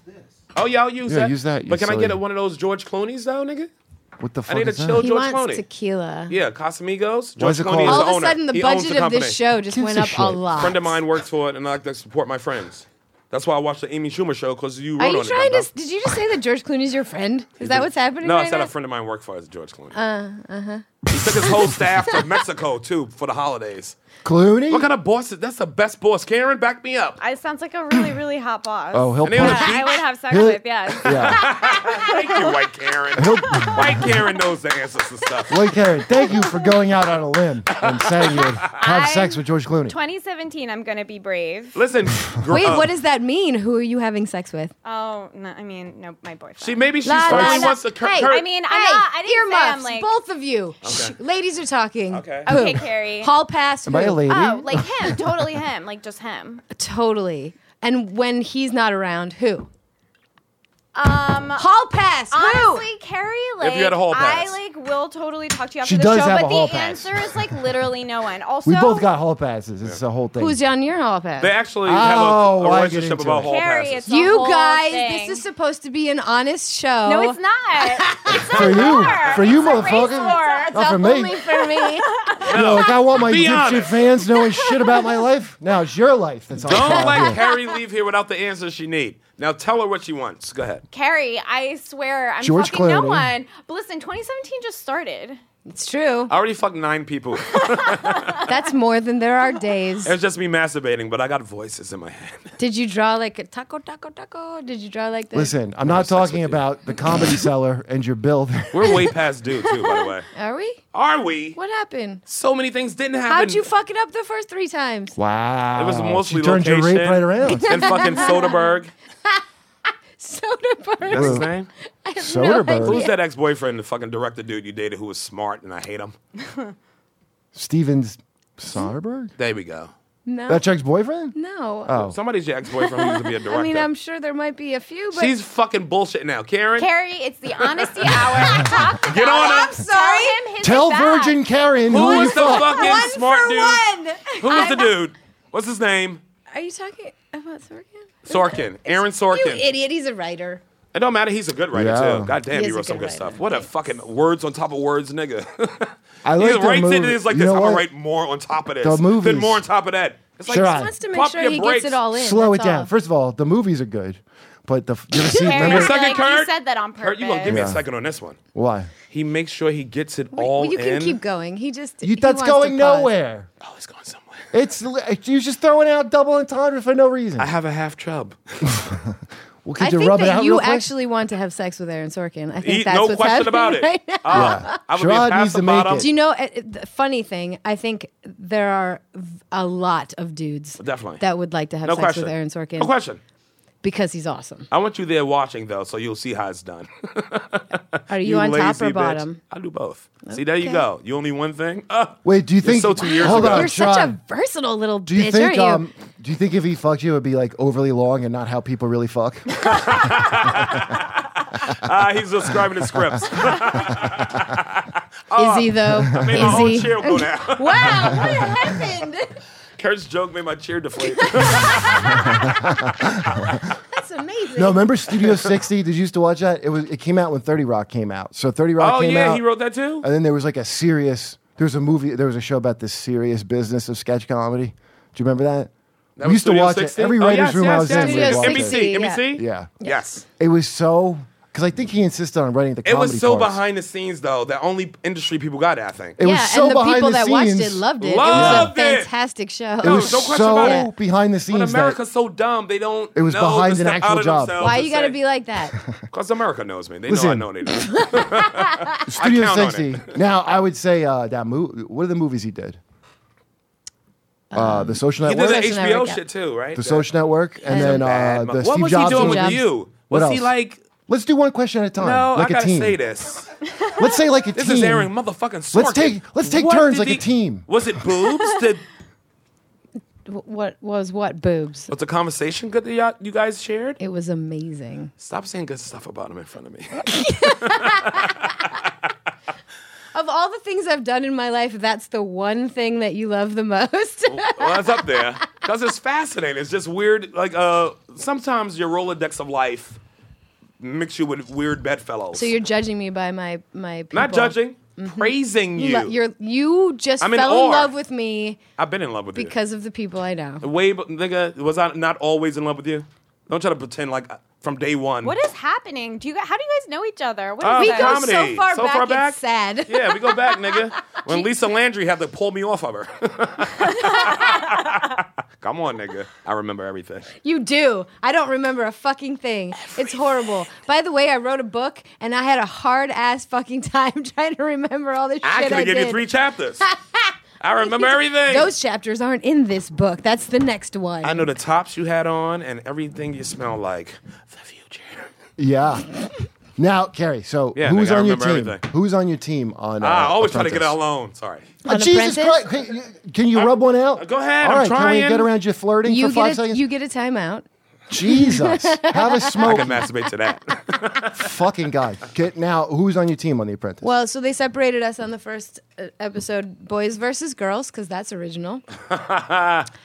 Speaker 2: Oh yeah, I'll use
Speaker 3: Yeah,
Speaker 2: that.
Speaker 3: use that, you
Speaker 2: But can I
Speaker 3: silly-
Speaker 2: get a, one of those George Clooney's though, nigga?
Speaker 3: What the fuck
Speaker 2: I need a
Speaker 3: is that?
Speaker 2: chill
Speaker 5: he
Speaker 2: George
Speaker 5: wants
Speaker 2: Clooney.
Speaker 5: tequila.
Speaker 2: Yeah, Casamigos.
Speaker 3: Why is
Speaker 2: George
Speaker 3: it
Speaker 2: Clooney is
Speaker 3: called-
Speaker 5: All
Speaker 2: the
Speaker 5: of a
Speaker 2: owner.
Speaker 5: sudden, the
Speaker 2: He owns
Speaker 5: budget
Speaker 2: the
Speaker 5: of
Speaker 2: company.
Speaker 5: this show just
Speaker 3: Gives
Speaker 5: went
Speaker 3: a
Speaker 5: up a
Speaker 3: shit.
Speaker 5: lot.
Speaker 2: friend of mine works for it, and I like to support my friends. That's why I watch the Amy Schumer show because you wrote
Speaker 5: Are you
Speaker 2: on
Speaker 5: trying
Speaker 2: it.
Speaker 5: to?
Speaker 2: Brenda.
Speaker 5: s- Did you just say that George Clooney's your friend? Is that what's happening?
Speaker 2: no,
Speaker 5: right
Speaker 2: I said
Speaker 5: now?
Speaker 2: a friend of mine worked for as George Clooney. Uh, uh
Speaker 5: uh-huh.
Speaker 2: huh. He took his whole staff to Mexico too for the holidays.
Speaker 3: Clooney?
Speaker 2: What kind of boss is that's the best boss? Karen, back me up.
Speaker 6: I sounds like a really, really hot boss.
Speaker 3: oh, he'll
Speaker 2: And they were
Speaker 3: punch.
Speaker 2: cheap.
Speaker 6: I would have sex
Speaker 3: He'll-
Speaker 6: with. Yes.
Speaker 3: yeah.
Speaker 2: Thank you, White Karen. White Karen knows the answers to stuff.
Speaker 3: Well, Karen, thank you for going out on a limb and saying you'd have sex with George Clooney.
Speaker 6: 2017. I'm gonna be brave.
Speaker 2: Listen, gr-
Speaker 5: Wait,
Speaker 2: uh,
Speaker 5: what does that mean? Who are you having sex with?
Speaker 6: Oh, no, I mean, no, my boyfriend.
Speaker 2: she maybe she's
Speaker 5: La, la,
Speaker 2: finally
Speaker 5: la.
Speaker 2: wants to cur-
Speaker 5: Hey,
Speaker 2: cur-
Speaker 6: I mean, I'm
Speaker 5: hey,
Speaker 6: not, I didn't say I'm
Speaker 5: earmuffs,
Speaker 6: like.
Speaker 5: both of you. Shh, ladies are talking.
Speaker 2: Okay.
Speaker 5: Who?
Speaker 6: Okay, Carrie.
Speaker 5: Hall pass.
Speaker 3: Am I
Speaker 5: who? Uh,
Speaker 3: a lady?
Speaker 6: Oh, like him, totally him, like just him.
Speaker 5: Totally. And when he's not around, who?
Speaker 6: Um,
Speaker 5: Hall pass.
Speaker 7: Yes, who?
Speaker 6: Honestly, Carrie, like
Speaker 2: If you had a hall
Speaker 6: I
Speaker 2: pass.
Speaker 6: like will totally talk to you after
Speaker 3: She
Speaker 6: the
Speaker 3: does
Speaker 6: show,
Speaker 3: have
Speaker 6: but
Speaker 3: a hall
Speaker 6: the
Speaker 3: pass.
Speaker 6: answer is like literally no one. Also,
Speaker 3: We both got hall passes. It's a whole thing.
Speaker 5: Who's on your hall pass?
Speaker 2: They actually
Speaker 3: Oh,
Speaker 2: have a,
Speaker 3: why
Speaker 2: a
Speaker 3: get
Speaker 2: relationship
Speaker 3: into
Speaker 2: about
Speaker 3: it?
Speaker 2: hall
Speaker 6: Carrie,
Speaker 2: passes.
Speaker 6: it's a
Speaker 5: you
Speaker 6: whole
Speaker 5: guys,
Speaker 6: thing.
Speaker 5: this is supposed to be an honest show.
Speaker 6: no, it's not. It's
Speaker 3: for you,
Speaker 6: not.
Speaker 3: for you,
Speaker 6: It's a
Speaker 3: motherfucker.
Speaker 6: race war.
Speaker 3: Not for
Speaker 5: only
Speaker 3: me.
Speaker 5: for me.
Speaker 3: No, like I want my
Speaker 2: Be
Speaker 3: dipshit
Speaker 2: honest.
Speaker 3: fans knowing shit about my life. Now it's your life. That's all.
Speaker 2: Don't let
Speaker 3: like
Speaker 2: Carrie leave here without the answer she need. Now tell her what she wants. Go ahead.
Speaker 6: Carrie, I swear, I'm
Speaker 3: George
Speaker 6: fucking no
Speaker 3: Clooney.
Speaker 6: one. But listen, 2017 just started.
Speaker 5: It's true.
Speaker 2: I already fucked nine people.
Speaker 5: That's more than there are days.
Speaker 2: It's just me masturbating, but I got voices in my head.
Speaker 5: Did you draw like a taco, taco, taco? Did you draw like this?
Speaker 3: Listen, I'm not
Speaker 2: sex with
Speaker 3: talking
Speaker 2: you.
Speaker 3: about the comedy seller and your bill. there.
Speaker 2: We're way past due too, by the way.
Speaker 5: Are we?
Speaker 2: Are we?
Speaker 5: What happened?
Speaker 2: So many things didn't happen.
Speaker 5: How'd you fuck it up the first three times?
Speaker 3: Wow.
Speaker 2: It was mostly
Speaker 3: she turned
Speaker 2: location.
Speaker 3: your rape right around.
Speaker 2: and fucking Soderbergh. That's
Speaker 5: Soderbergh.
Speaker 2: his name.
Speaker 3: Soderbergh.
Speaker 2: Who's that ex-boyfriend, the fucking director dude you dated who was smart and I hate him?
Speaker 3: Stevens Soderbergh?
Speaker 2: There we go.
Speaker 5: No.
Speaker 3: That chick's boyfriend?
Speaker 5: no.
Speaker 2: Oh, Somebody's your ex-boyfriend who used to be a director.
Speaker 5: I mean, I'm sure there might be a few, but
Speaker 2: She's fucking bullshit now, Karen.
Speaker 6: Carrie, it's the honesty hour. Talk to
Speaker 2: Get on
Speaker 6: I'm
Speaker 2: it.
Speaker 6: sorry. Tell him his
Speaker 3: Tell
Speaker 6: back.
Speaker 3: Virgin Karen
Speaker 2: Who
Speaker 3: who you
Speaker 2: was the
Speaker 3: fuck.
Speaker 2: fucking
Speaker 7: one
Speaker 2: smart
Speaker 7: for
Speaker 2: dude?
Speaker 7: one.
Speaker 2: Who was the dude? What's his name?
Speaker 5: are you talking about Sorkin?
Speaker 2: Sorkin. Aaron
Speaker 5: You
Speaker 2: Sorkin.
Speaker 5: idiot! He's a writer.
Speaker 2: It don't matter. He's a good writer
Speaker 3: Yeah.
Speaker 2: too. God damn,
Speaker 5: He
Speaker 2: he,
Speaker 5: is a
Speaker 2: wrote some
Speaker 5: good
Speaker 2: good
Speaker 5: writer.
Speaker 2: stuff. What a fucking words on top of words, nigga.
Speaker 3: I
Speaker 2: he
Speaker 3: like the
Speaker 2: writes
Speaker 3: movie.
Speaker 2: it and it's like
Speaker 3: You
Speaker 2: this.
Speaker 3: know
Speaker 2: I'm gonna
Speaker 3: what?
Speaker 2: write more on top of this.
Speaker 3: The movies.
Speaker 2: Then more on top of that. It's like
Speaker 3: Sure
Speaker 5: He
Speaker 3: on.
Speaker 5: wants to make
Speaker 2: Pump
Speaker 5: sure
Speaker 2: your
Speaker 5: he
Speaker 2: brakes.
Speaker 5: gets it all in.
Speaker 3: Slow it
Speaker 5: that's
Speaker 3: down.
Speaker 5: all.
Speaker 3: First of all, the movies are good, but the you ever see?
Speaker 6: Carrie,
Speaker 3: remember,
Speaker 2: Second
Speaker 6: like, you
Speaker 2: card?
Speaker 6: said that on purpose.
Speaker 2: Kurt, you gonna give me a
Speaker 3: Yeah.
Speaker 2: second on this one?
Speaker 3: why?
Speaker 2: He makes sure he gets it
Speaker 5: Well,
Speaker 2: all
Speaker 5: you can
Speaker 2: in.
Speaker 5: keep going. He just
Speaker 3: You,
Speaker 5: he
Speaker 3: that's
Speaker 5: wants to
Speaker 3: going
Speaker 5: pause.
Speaker 3: nowhere.
Speaker 2: Oh, it's going somewhere.
Speaker 3: It's li- you're just throwing out double entendre for no reason.
Speaker 2: I have a half chub.
Speaker 3: Well, could
Speaker 5: I
Speaker 3: you
Speaker 5: think
Speaker 3: rub it
Speaker 5: that
Speaker 3: out
Speaker 5: you
Speaker 3: real quick?
Speaker 5: actually want to have sex with Aaron Sorkin. I think
Speaker 2: Eat,
Speaker 5: that's
Speaker 2: E- no
Speaker 5: what's
Speaker 2: question
Speaker 5: happening
Speaker 2: about it.
Speaker 5: right now.
Speaker 2: Ah, I would be
Speaker 3: Sherrod
Speaker 2: a pass
Speaker 3: needs
Speaker 2: the
Speaker 3: to make
Speaker 2: bottom.
Speaker 3: it.
Speaker 5: Do you know? uh, uh, the funny thing. I think there are v- a lot of dudes
Speaker 2: Definitely.
Speaker 5: that would like to have
Speaker 2: No
Speaker 5: sex
Speaker 2: question.
Speaker 5: with Aaron Sorkin
Speaker 2: No question.
Speaker 5: because he's awesome.
Speaker 2: I want you there watching though, so you'll see how it's done.
Speaker 5: Are you, on top
Speaker 2: lazy
Speaker 5: or
Speaker 2: bitch.
Speaker 5: bottom?
Speaker 2: I do both. See, there you
Speaker 5: Okay.
Speaker 2: go. You only one thing. Ah,
Speaker 3: Wait, do you think?
Speaker 2: so two years
Speaker 3: hold
Speaker 2: ago.
Speaker 3: on,
Speaker 5: You're such
Speaker 3: Sean.
Speaker 5: a versatile little
Speaker 3: Do you
Speaker 5: bitch,
Speaker 3: think?
Speaker 5: aren't you?
Speaker 3: Um, do you think if he fucked you, it'd be like overly long and not how people really fuck?
Speaker 2: ah, he's describing the scripts.
Speaker 5: Is
Speaker 2: Uh,
Speaker 5: he though?
Speaker 2: Made my own
Speaker 5: Is he?
Speaker 2: cheer go down.
Speaker 7: Wow, what happened?
Speaker 2: Kurt's joke made my cheer deflate.
Speaker 5: That's amazing.
Speaker 3: no, remember Studio 60? Did you used to watch that? It was. It came out when 30 Rock came out. So 30 Rock
Speaker 2: oh
Speaker 3: came
Speaker 2: yeah,
Speaker 3: out,
Speaker 2: he wrote that too.
Speaker 3: and then there was like a serious. There was a movie. There was a show about this serious business of sketch comedy. Do you remember that?
Speaker 2: That was
Speaker 3: we used to
Speaker 2: Studio
Speaker 3: watch
Speaker 2: 60?
Speaker 3: it. Every
Speaker 2: Oh,
Speaker 3: writer's
Speaker 2: yes,
Speaker 3: room I
Speaker 2: yes,
Speaker 3: was
Speaker 2: yes,
Speaker 3: in.
Speaker 5: Studio
Speaker 3: we'd watch it.
Speaker 5: 60.
Speaker 2: NBC,
Speaker 5: yeah.
Speaker 2: NBC.
Speaker 3: Yeah.
Speaker 2: Yes.
Speaker 3: It was so because I think he insisted on writing the
Speaker 2: It
Speaker 3: comedy.
Speaker 2: was so
Speaker 3: parts.
Speaker 2: behind the scenes though that only industry people got. it, I think.
Speaker 3: It
Speaker 5: yeah,
Speaker 3: was so
Speaker 5: and the
Speaker 3: behind
Speaker 5: people
Speaker 3: the
Speaker 5: that watched it
Speaker 3: scenes.
Speaker 5: loved it.
Speaker 2: Loved
Speaker 5: it was a
Speaker 2: it.
Speaker 5: fantastic show.
Speaker 3: It was
Speaker 2: no question
Speaker 3: so
Speaker 2: about it.
Speaker 3: behind the scenes.
Speaker 2: but
Speaker 3: that-
Speaker 2: America's so dumb they don't.
Speaker 3: It was
Speaker 2: know
Speaker 3: behind
Speaker 2: to
Speaker 3: an
Speaker 2: step
Speaker 3: actual
Speaker 2: out of
Speaker 3: job.
Speaker 2: themselves
Speaker 5: Why
Speaker 2: and
Speaker 5: you got to
Speaker 2: say-
Speaker 5: be like that?
Speaker 2: Because America knows me. They
Speaker 3: Listen.
Speaker 2: know I know they do.
Speaker 3: Studio
Speaker 2: count on
Speaker 3: 60. Now, I would say uh, that movie. What are the movies he did?
Speaker 5: Um,
Speaker 3: Uh, the Social
Speaker 2: He did
Speaker 3: Network.
Speaker 2: that
Speaker 5: Doesn't
Speaker 2: HBO
Speaker 5: ever count.
Speaker 2: shit too, right?
Speaker 3: the Social Network, and then uh,
Speaker 2: Bad mo-
Speaker 3: the
Speaker 2: What
Speaker 3: Steve
Speaker 2: was
Speaker 3: Jobs.
Speaker 2: he doing with
Speaker 3: one.
Speaker 5: Jobs.
Speaker 2: you?
Speaker 3: What
Speaker 2: Was he
Speaker 3: else?
Speaker 2: like?
Speaker 3: Let's do one question at a time,
Speaker 2: No, I
Speaker 3: like a
Speaker 2: gotta
Speaker 3: team.
Speaker 2: say this.
Speaker 3: Let's say like a
Speaker 2: This
Speaker 3: team.
Speaker 2: is airing motherfucking Sorkin.
Speaker 3: Let's take- let's take
Speaker 2: What
Speaker 3: turns
Speaker 2: did
Speaker 3: like a
Speaker 2: he-
Speaker 3: team.
Speaker 2: Was it boobs? Did
Speaker 5: W- What was what boobs?
Speaker 2: was the conversation good that y'all- you guys shared?
Speaker 5: It was amazing.
Speaker 2: Stop saying good stuff about him in front of me.
Speaker 5: Of all the things I've done in my life, that's the one thing that you love the most.
Speaker 2: well, that's up there because it's fascinating. It's just weird. Like uh, sometimes your Rolodex of life mix you with weird bedfellows.
Speaker 5: so you're judging me by my my people.
Speaker 2: not
Speaker 5: Mm-hmm.
Speaker 2: judging, praising you.
Speaker 5: Lo- You're you just
Speaker 2: I'm in
Speaker 5: fell in
Speaker 2: awe.
Speaker 5: love with me
Speaker 2: I've been in love with you.
Speaker 5: because of the people I know.
Speaker 2: Way, b- nigga, was I not always in love with you? Don't try to pretend like uh, from day one.
Speaker 6: What is happening? Do you guys, how do you guys know each other? What is
Speaker 2: Oh,
Speaker 5: We
Speaker 6: that?
Speaker 5: go
Speaker 2: comedy.
Speaker 5: so far
Speaker 2: So
Speaker 5: back,
Speaker 2: far back?
Speaker 5: it's sad.
Speaker 2: Yeah, we go back, nigga. When Lisa Landry had to pull me off of her. Come on, nigga. I remember everything.
Speaker 5: You do. I don't remember a fucking thing. It's horrible. By the way, I wrote a book and I had a hard ass fucking time trying to remember all this shit.
Speaker 2: I could
Speaker 5: I
Speaker 2: have given
Speaker 5: did.
Speaker 2: you three chapters. I remember everything.
Speaker 5: Those chapters aren't in this book. That's the next one.
Speaker 2: I know the tops you had on and everything you smell like. The future.
Speaker 3: yeah. Now, Carrie. So,
Speaker 2: Yeah,
Speaker 3: who's
Speaker 2: nigga, I
Speaker 3: on your team?
Speaker 2: remember everything.
Speaker 3: Who's on your team on? Uh,
Speaker 2: Ah, I always try to get
Speaker 3: Apprentice?
Speaker 2: out alone. Sorry.
Speaker 3: Oh,
Speaker 5: On
Speaker 3: Jesus
Speaker 5: Apprentice?
Speaker 3: Christ! Can you, can you rub one out?
Speaker 2: go ahead,
Speaker 3: All
Speaker 2: I'm
Speaker 3: right, Can
Speaker 2: trying.
Speaker 3: we get around you flirting
Speaker 5: you
Speaker 3: for five
Speaker 5: get a,
Speaker 3: seconds?
Speaker 5: you get a timeout.
Speaker 3: Jesus, have a
Speaker 2: I
Speaker 3: smoke.
Speaker 2: can masturbate to that.
Speaker 3: fucking guy. Get now. Who's on your team on The Apprentice?
Speaker 5: Well, so they separated us on the first uh, episode, boys versus girls, because that's original.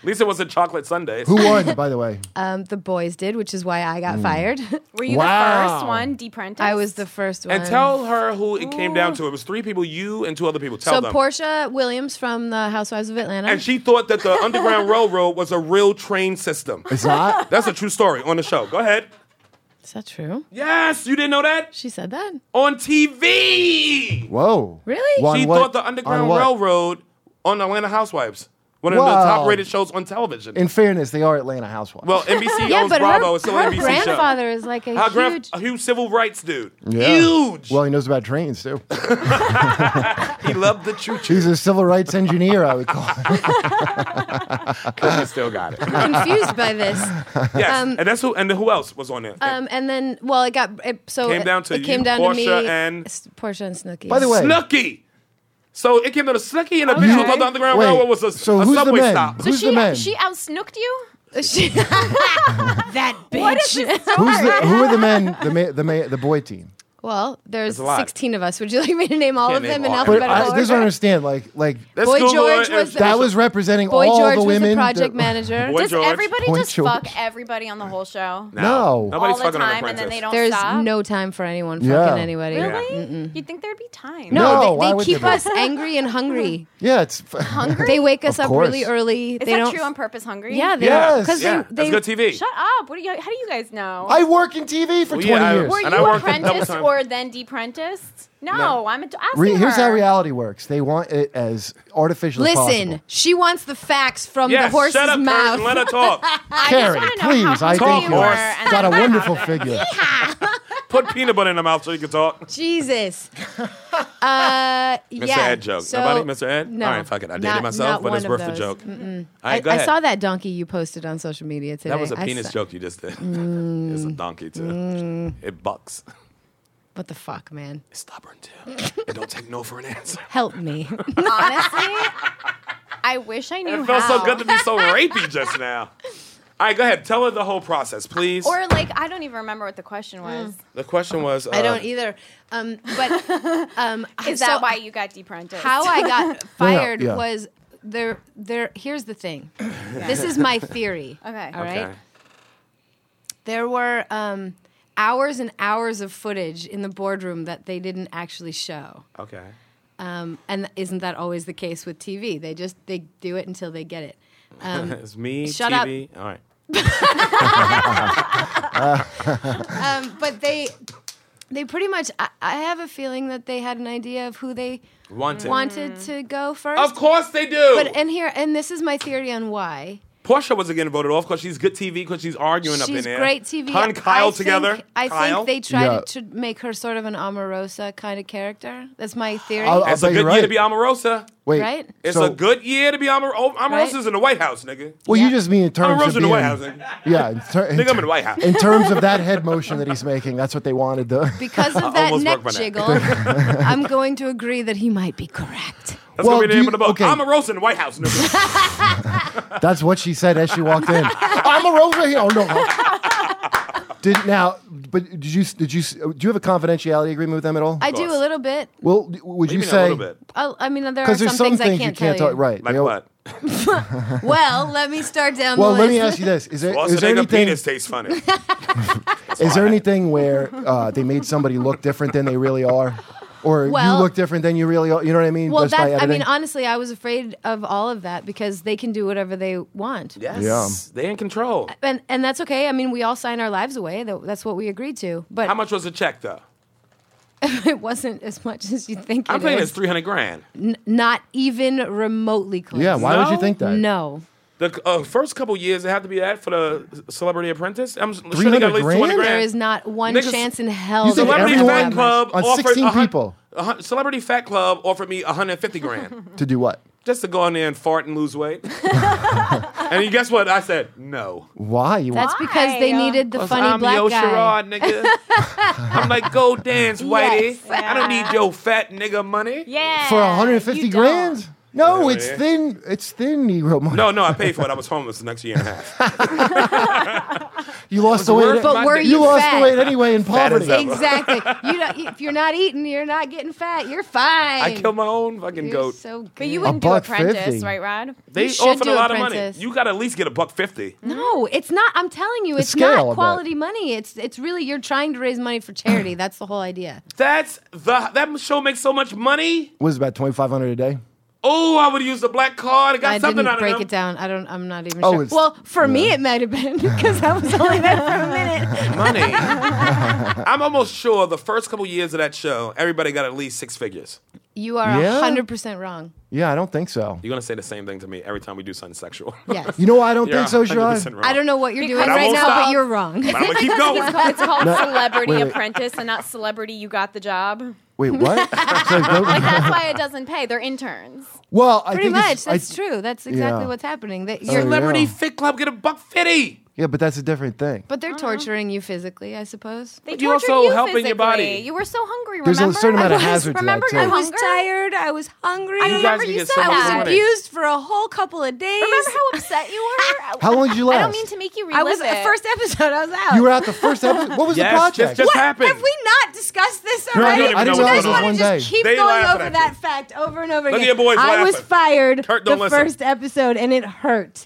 Speaker 2: Lisa was at Chocolate Sundays.
Speaker 3: Who won, by the way?
Speaker 5: Um, the boys did, which is why I
Speaker 2: Hmm.
Speaker 5: got fired.
Speaker 6: Were you the
Speaker 3: Wow.
Speaker 6: first one, De Prentice?
Speaker 5: I was the first one.
Speaker 2: And tell her who it came down to. It was three people, you and two other people. Tell
Speaker 5: so
Speaker 2: them.
Speaker 5: Portia Williams from the Housewives of Atlanta.
Speaker 2: and she thought that the Underground Railroad was a real train system.
Speaker 3: It's not.
Speaker 2: That's a true story on the show. Go ahead.
Speaker 5: is that true?
Speaker 2: Yes, you didn't know that?
Speaker 5: She said that.
Speaker 2: On TV.
Speaker 3: Whoa.
Speaker 5: Really?
Speaker 3: Won
Speaker 2: she
Speaker 3: what-
Speaker 2: thought the
Speaker 3: on
Speaker 2: Underground
Speaker 3: what?
Speaker 2: Railroad on Atlanta Housewives. One of the
Speaker 3: Wow.
Speaker 2: top rated shows on television.
Speaker 3: In fairness, they are Atlanta housewives.
Speaker 2: well, NBC
Speaker 5: Yeah,
Speaker 2: owns
Speaker 5: but
Speaker 2: Bravo.
Speaker 5: her,
Speaker 2: it's still
Speaker 5: her
Speaker 2: an NBC
Speaker 5: grandfather is like a
Speaker 2: show. Her grand-
Speaker 5: huge.
Speaker 2: a huge civil rights dude.
Speaker 3: Yeah.
Speaker 2: Huge.
Speaker 3: Well, he knows about trains too.
Speaker 2: he loved the choo choo.
Speaker 3: He's a civil rights engineer, I would call him.
Speaker 2: He still got it.
Speaker 5: confused by this.
Speaker 2: Yes. and that's who. And who else was on there?
Speaker 5: Um, and then, well, it got it, so
Speaker 2: Came
Speaker 5: it,
Speaker 2: down to
Speaker 5: it came
Speaker 2: you,
Speaker 5: down to
Speaker 2: Portia,
Speaker 5: me,
Speaker 2: and-
Speaker 5: S- Portia and Snooki.
Speaker 3: By the way,
Speaker 2: Snooki. So it came down to Snooki and the people
Speaker 5: Oh, Okay.
Speaker 2: thought the Underground
Speaker 3: Wait,
Speaker 2: Railroad was a,
Speaker 3: so
Speaker 2: a
Speaker 3: who's the
Speaker 2: subway
Speaker 3: men?
Speaker 2: stop.
Speaker 6: So
Speaker 3: Who's
Speaker 6: she
Speaker 3: the man?
Speaker 6: she outsnooked you.
Speaker 5: She-
Speaker 7: That bitch.
Speaker 6: What is this
Speaker 3: who's the, who are the men? The ma- the ma- the boy team.
Speaker 5: well, there's
Speaker 2: There's a lot.
Speaker 5: 16 of us. Would you like me to name all
Speaker 2: Can't
Speaker 5: of them
Speaker 2: name
Speaker 5: in
Speaker 2: all.
Speaker 3: But
Speaker 5: alphabetical
Speaker 3: I,
Speaker 5: order?
Speaker 3: this is what I understand. Like like
Speaker 2: Let's
Speaker 5: Boy
Speaker 2: Google
Speaker 5: George
Speaker 2: it.
Speaker 5: was the-
Speaker 3: that was representing
Speaker 5: Boy
Speaker 3: all
Speaker 5: George
Speaker 3: the
Speaker 5: was
Speaker 3: women.
Speaker 5: the
Speaker 3: that-
Speaker 5: project manager.
Speaker 2: Boy
Speaker 6: Does
Speaker 2: George.
Speaker 6: everybody
Speaker 3: Boy
Speaker 6: just
Speaker 3: George.
Speaker 6: fuck everybody on the whole show?
Speaker 3: No.
Speaker 2: Nobody's
Speaker 6: All the
Speaker 2: fucking on
Speaker 6: time, and then
Speaker 2: Apprentice.
Speaker 6: they don't
Speaker 5: There's
Speaker 6: stop.
Speaker 5: no time for anyone fucking
Speaker 3: Yeah.
Speaker 5: anybody.
Speaker 6: really. You'd think there'd be time.
Speaker 5: No,
Speaker 3: No,
Speaker 5: they,
Speaker 3: why
Speaker 5: they
Speaker 3: would
Speaker 5: keep
Speaker 3: there be?
Speaker 5: us angry and hungry.
Speaker 3: Yeah, it's
Speaker 5: They wake us
Speaker 3: Of
Speaker 5: up
Speaker 3: course.
Speaker 5: really early.
Speaker 6: is
Speaker 5: they
Speaker 6: that
Speaker 5: don't,
Speaker 6: true on purpose? Hungry?
Speaker 5: Yeah, they
Speaker 3: Yes.
Speaker 5: because
Speaker 2: Yeah,
Speaker 5: they,
Speaker 2: that's
Speaker 5: they
Speaker 2: good TV.
Speaker 6: Shut up! What do you? How do you guys know?
Speaker 3: I work in TV for
Speaker 2: Well,
Speaker 3: 20
Speaker 2: yeah, I-
Speaker 3: years.
Speaker 6: Were
Speaker 2: And I
Speaker 6: you
Speaker 2: worked at Double
Speaker 6: apprenticed
Speaker 2: Time.
Speaker 6: or then deprenticed? No, I'm a, asking
Speaker 3: Re- here's
Speaker 6: her.
Speaker 3: how reality works. They want it as artificial as
Speaker 5: listen.
Speaker 3: possible.
Speaker 5: She wants the facts from
Speaker 2: Yes,
Speaker 5: the horse's
Speaker 2: shut up, Kurt,
Speaker 5: mouth.
Speaker 2: and let her talk.
Speaker 6: I
Speaker 3: Carrie,
Speaker 6: just wanna know
Speaker 3: please,
Speaker 6: how
Speaker 3: I
Speaker 6: hungry
Speaker 2: Talk,
Speaker 6: you
Speaker 3: think you
Speaker 6: were
Speaker 2: horse.
Speaker 6: and
Speaker 3: got a
Speaker 6: then what
Speaker 3: wonderful
Speaker 6: happened.
Speaker 3: figure.
Speaker 2: Put peanut butter in her mouth so you can talk.
Speaker 5: Jesus. Uh,
Speaker 2: Mr.
Speaker 5: yeah.
Speaker 2: Ed joke.
Speaker 5: So,
Speaker 2: Nobody, Mr. Ed?
Speaker 5: No.
Speaker 2: All right, fuck it. I did
Speaker 5: Not-
Speaker 2: it myself,
Speaker 5: not
Speaker 2: but
Speaker 5: one
Speaker 2: it's
Speaker 5: of
Speaker 2: worth the
Speaker 5: those. Mm,
Speaker 2: joke. All
Speaker 5: I,
Speaker 2: right, go
Speaker 5: I
Speaker 2: ahead.
Speaker 5: saw that donkey you posted on social media today.
Speaker 2: That was a
Speaker 5: I
Speaker 2: penis
Speaker 5: saw- Mm.
Speaker 2: joke you just did. it's a donkey, too. It bucks.
Speaker 5: What the fuck, man?
Speaker 2: It's stubborn, too. it don't take no for an answer.
Speaker 5: Help me.
Speaker 6: Honestly, I wish I knew
Speaker 2: It felt
Speaker 6: how.
Speaker 2: so good to be so rapey just now. All right, go ahead. Tell her the whole process, please.
Speaker 6: or like I don't even remember what the question
Speaker 5: Mm.
Speaker 6: was.
Speaker 2: the question was uh,
Speaker 5: I don't either. Um, but um,
Speaker 6: Is that
Speaker 5: so
Speaker 6: why you got deprenticed?
Speaker 5: how I got fired
Speaker 3: yeah.
Speaker 5: was there. There. Here's the thing. This is my theory.
Speaker 6: Okay.
Speaker 5: All right.
Speaker 2: Okay.
Speaker 5: There were um, hours and hours of footage in the boardroom that they didn't actually show.
Speaker 2: Okay.
Speaker 5: Um, and isn't that always the case with TV? They just they do it until they get it.
Speaker 2: It's me,
Speaker 5: Um, Shut up.
Speaker 2: TV. All right.
Speaker 5: Um, but they they pretty much. I, I have a feeling that they had an idea of who they
Speaker 2: Wanted.
Speaker 5: wanted to go first.
Speaker 2: Of course they do.
Speaker 5: But and here and this is my theory on why
Speaker 2: Portia was again voted off because she's good TV because she's arguing up in
Speaker 5: she's
Speaker 2: there.
Speaker 5: great TV.
Speaker 2: Her and Kyle
Speaker 5: I think-
Speaker 2: together.
Speaker 5: I
Speaker 2: Kyle.
Speaker 5: think they tried
Speaker 3: Yeah.
Speaker 5: to make her sort of an Amorosa kind of character. That's my theory,
Speaker 3: I'll- I'll-
Speaker 2: It's a
Speaker 3: bet you're
Speaker 2: good year to
Speaker 3: right.
Speaker 2: be Omarosa.
Speaker 3: Wait,
Speaker 5: right?
Speaker 2: It's
Speaker 3: so-
Speaker 2: a good year to be Amar- oh, Omarosa's
Speaker 5: Right.
Speaker 2: in the White House, nigga.
Speaker 3: Well,
Speaker 5: Yeah.
Speaker 3: you just mean in terms
Speaker 2: Omarosa
Speaker 3: of
Speaker 2: in the
Speaker 3: being,
Speaker 2: White House. Nigga.
Speaker 3: Yeah, in, ter- in,
Speaker 2: Nigga, I'm in
Speaker 3: ter-
Speaker 2: the White House.
Speaker 3: in terms of that head motion that he's making, that's what they wanted. To,
Speaker 5: Because of that
Speaker 2: almost
Speaker 5: neck
Speaker 2: broke my neck.
Speaker 5: jiggle, I'm going to agree that he might be correct.
Speaker 2: That's
Speaker 3: Well,
Speaker 2: gonna be the
Speaker 3: do
Speaker 2: name
Speaker 3: you-
Speaker 2: of the book.
Speaker 3: okay.
Speaker 2: Omarosa in the White House, nigga.
Speaker 3: that's what she said as she walked in. I'm a Rosa here. Oh no. Did now? But did you did you do you have a confidentiality agreement with them at all?
Speaker 5: I do
Speaker 2: course.
Speaker 5: a little bit.
Speaker 3: well, d- would you
Speaker 2: Even
Speaker 3: say
Speaker 2: a little bit.
Speaker 5: I'll- I mean, there are
Speaker 3: because
Speaker 5: some,
Speaker 3: there's some
Speaker 5: things,
Speaker 3: things,
Speaker 5: I
Speaker 3: you
Speaker 5: can't,
Speaker 3: can't
Speaker 5: tell
Speaker 3: talk right?
Speaker 2: Like
Speaker 3: They al-
Speaker 2: what?
Speaker 5: Well, let me start down
Speaker 3: Well,
Speaker 5: the
Speaker 3: let
Speaker 5: list.
Speaker 3: me ask you this: Is there
Speaker 2: Well,
Speaker 3: is there
Speaker 2: nigga
Speaker 3: anything
Speaker 2: penis tastes funny.
Speaker 3: Is there anything where uh, they made somebody look different than they really are, or
Speaker 5: Well-
Speaker 3: you look different than you really are? You know what I mean?
Speaker 5: well,
Speaker 3: Just by
Speaker 5: that's, I mean,
Speaker 3: editing?
Speaker 5: honestly, I was afraid of all of that because they can do whatever they want.
Speaker 2: yes.
Speaker 3: Yeah.
Speaker 2: They in control.
Speaker 5: And, and that's okay. I mean, we all sign our lives away. Tha- That's what we agreed to. But
Speaker 2: How much was the check though?
Speaker 5: it wasn't as much as you think
Speaker 2: I'm
Speaker 5: it
Speaker 2: thinking
Speaker 5: is.
Speaker 2: it's three hundred grand.
Speaker 5: Not even remotely close.
Speaker 3: yeah. Why would you
Speaker 2: No?
Speaker 3: think that?
Speaker 5: No.
Speaker 2: The uh, first couple years it had to be that for the Celebrity Apprentice. I'm sure they got at least twenty
Speaker 3: 300 grand?
Speaker 2: grand.
Speaker 5: There is not one
Speaker 2: Niggas-
Speaker 5: chance in hell
Speaker 3: You think
Speaker 5: that
Speaker 2: Celebrity
Speaker 5: it's
Speaker 3: everyone
Speaker 2: Fat
Speaker 5: that much.
Speaker 2: Club
Speaker 3: on
Speaker 2: offered
Speaker 3: 16
Speaker 2: a hun-
Speaker 3: people
Speaker 2: a hun- Celebrity Fat Club offered me 150 grand
Speaker 3: to do what?
Speaker 2: just to go in there and fart and lose weight. and you guess what? I said no.
Speaker 3: Why? You
Speaker 5: That's because they
Speaker 6: Why?
Speaker 5: needed the
Speaker 2: 'Cause
Speaker 5: funny
Speaker 2: I'm
Speaker 5: black
Speaker 2: yo
Speaker 5: guy.
Speaker 2: Sherrod, nigga. I'm like, go dance, whitey.
Speaker 5: Yes.
Speaker 2: I don't need your fat nigga money.
Speaker 6: Yeah.
Speaker 3: for
Speaker 6: you
Speaker 3: 150
Speaker 6: don't.
Speaker 3: grand? No, it's thin. It's thin Negro money.
Speaker 2: No, no, I paid for it. I was homeless the next year and a half.
Speaker 3: you lost the weight.
Speaker 2: worth
Speaker 5: But
Speaker 2: my
Speaker 5: were
Speaker 2: dick.
Speaker 5: you,
Speaker 3: lost
Speaker 5: fat?
Speaker 3: the weight anyway in
Speaker 2: is
Speaker 3: poverty.
Speaker 2: up.
Speaker 5: Exactly. You don't, if you're not eating, you're not getting fat. You're fine.
Speaker 2: I killed my own fucking
Speaker 5: You're
Speaker 2: goat.
Speaker 5: so good.
Speaker 6: But you wouldn't do
Speaker 3: buck
Speaker 6: apprentice,
Speaker 3: 50.
Speaker 6: right, Rod?
Speaker 2: they
Speaker 5: You should
Speaker 2: offered a
Speaker 5: do
Speaker 2: lot
Speaker 5: Apprentice.
Speaker 2: of money. You got to at least get a buck fifty.
Speaker 5: no, it's not. I'm telling you, it's
Speaker 3: scale, I
Speaker 5: not
Speaker 3: bet.
Speaker 5: quality money. It's it's really you're trying to raise money for charity. That's the whole idea.
Speaker 2: That's the that show makes so much money.
Speaker 3: Was about twenty five hundred a day.
Speaker 2: Oh, I would have used the black card. I got
Speaker 5: I
Speaker 2: something
Speaker 5: didn't
Speaker 2: out
Speaker 5: break
Speaker 2: of
Speaker 5: it
Speaker 2: them.
Speaker 5: down. I don't. I'm not even
Speaker 3: Oh,
Speaker 5: sure.
Speaker 3: it's-
Speaker 5: Well, for me, it might have been because I was only there for a minute.
Speaker 2: Money. I'm almost sure the first couple years of that show, everybody got at least six figures.
Speaker 5: You are
Speaker 3: Yeah?
Speaker 5: hundred percent wrong.
Speaker 3: Yeah, I don't think so.
Speaker 2: You're gonna say the same thing to me every time we do something sexual.
Speaker 5: Yes.
Speaker 3: You know why I don't
Speaker 2: You're
Speaker 3: think so,
Speaker 2: 100%
Speaker 3: Sherrod?
Speaker 2: wrong.
Speaker 5: I don't know what you're doing
Speaker 6: Because-
Speaker 2: I
Speaker 5: right
Speaker 2: won't
Speaker 5: now, but
Speaker 2: stop.
Speaker 5: you're wrong.
Speaker 2: But I'm gonna keep going.
Speaker 6: It's called Celebrity
Speaker 3: wait, wait.
Speaker 6: Apprentice and not Celebrity You Got the Job.
Speaker 3: Wait, what? So,
Speaker 6: Like,
Speaker 3: no-
Speaker 6: that's why it doesn't pay. They're interns.
Speaker 3: well, I
Speaker 5: Pretty
Speaker 3: think it's-
Speaker 5: much. That's
Speaker 3: I-
Speaker 5: true. That's exactly
Speaker 3: Yeah.
Speaker 5: what's happening. That
Speaker 3: yeah.
Speaker 5: you're
Speaker 2: Celebrity Fit Club get a buck fifty.
Speaker 3: Yeah, but that's a different thing.
Speaker 5: But they're torturing you physically, I suppose.
Speaker 6: They
Speaker 2: But you
Speaker 6: tortured
Speaker 2: also
Speaker 6: you
Speaker 2: helping your body.
Speaker 6: physically. You were so hungry.
Speaker 3: There's a
Speaker 6: remember?
Speaker 3: certain amount
Speaker 6: I
Speaker 3: of
Speaker 6: was-
Speaker 3: hazard to that,
Speaker 6: Remember,
Speaker 3: too.
Speaker 6: your
Speaker 5: I was
Speaker 6: hunger?
Speaker 5: tired. I was hungry.
Speaker 6: I
Speaker 2: You
Speaker 6: remember
Speaker 2: guys can
Speaker 6: you
Speaker 2: get
Speaker 6: said
Speaker 2: so
Speaker 5: I
Speaker 2: much
Speaker 6: that.
Speaker 5: was
Speaker 2: money.
Speaker 5: abused for a whole couple of days.
Speaker 6: Remember how upset you were?
Speaker 3: How long did you
Speaker 6: I don't
Speaker 3: last?
Speaker 6: mean to make you relive
Speaker 5: I was
Speaker 6: it.
Speaker 5: the first episode. I was out.
Speaker 3: you were out the first episode. What was
Speaker 2: Yes,
Speaker 3: the
Speaker 2: just-
Speaker 3: project?
Speaker 2: just-
Speaker 5: what
Speaker 2: happened.
Speaker 5: have we not discussed
Speaker 3: No,
Speaker 5: this
Speaker 3: I
Speaker 5: already?
Speaker 3: don't even
Speaker 5: Do
Speaker 3: know
Speaker 5: you
Speaker 3: what's
Speaker 5: guys
Speaker 3: going
Speaker 5: want
Speaker 3: on.
Speaker 5: to just keep
Speaker 2: They
Speaker 5: going
Speaker 2: laughing
Speaker 5: over
Speaker 2: at
Speaker 5: that
Speaker 2: you.
Speaker 5: fact over and over
Speaker 2: Look at
Speaker 5: again?
Speaker 2: your boys
Speaker 5: I
Speaker 2: laughing.
Speaker 5: was fired
Speaker 2: Kurt,
Speaker 5: the
Speaker 2: don't listen.
Speaker 5: first episode, and it hurt.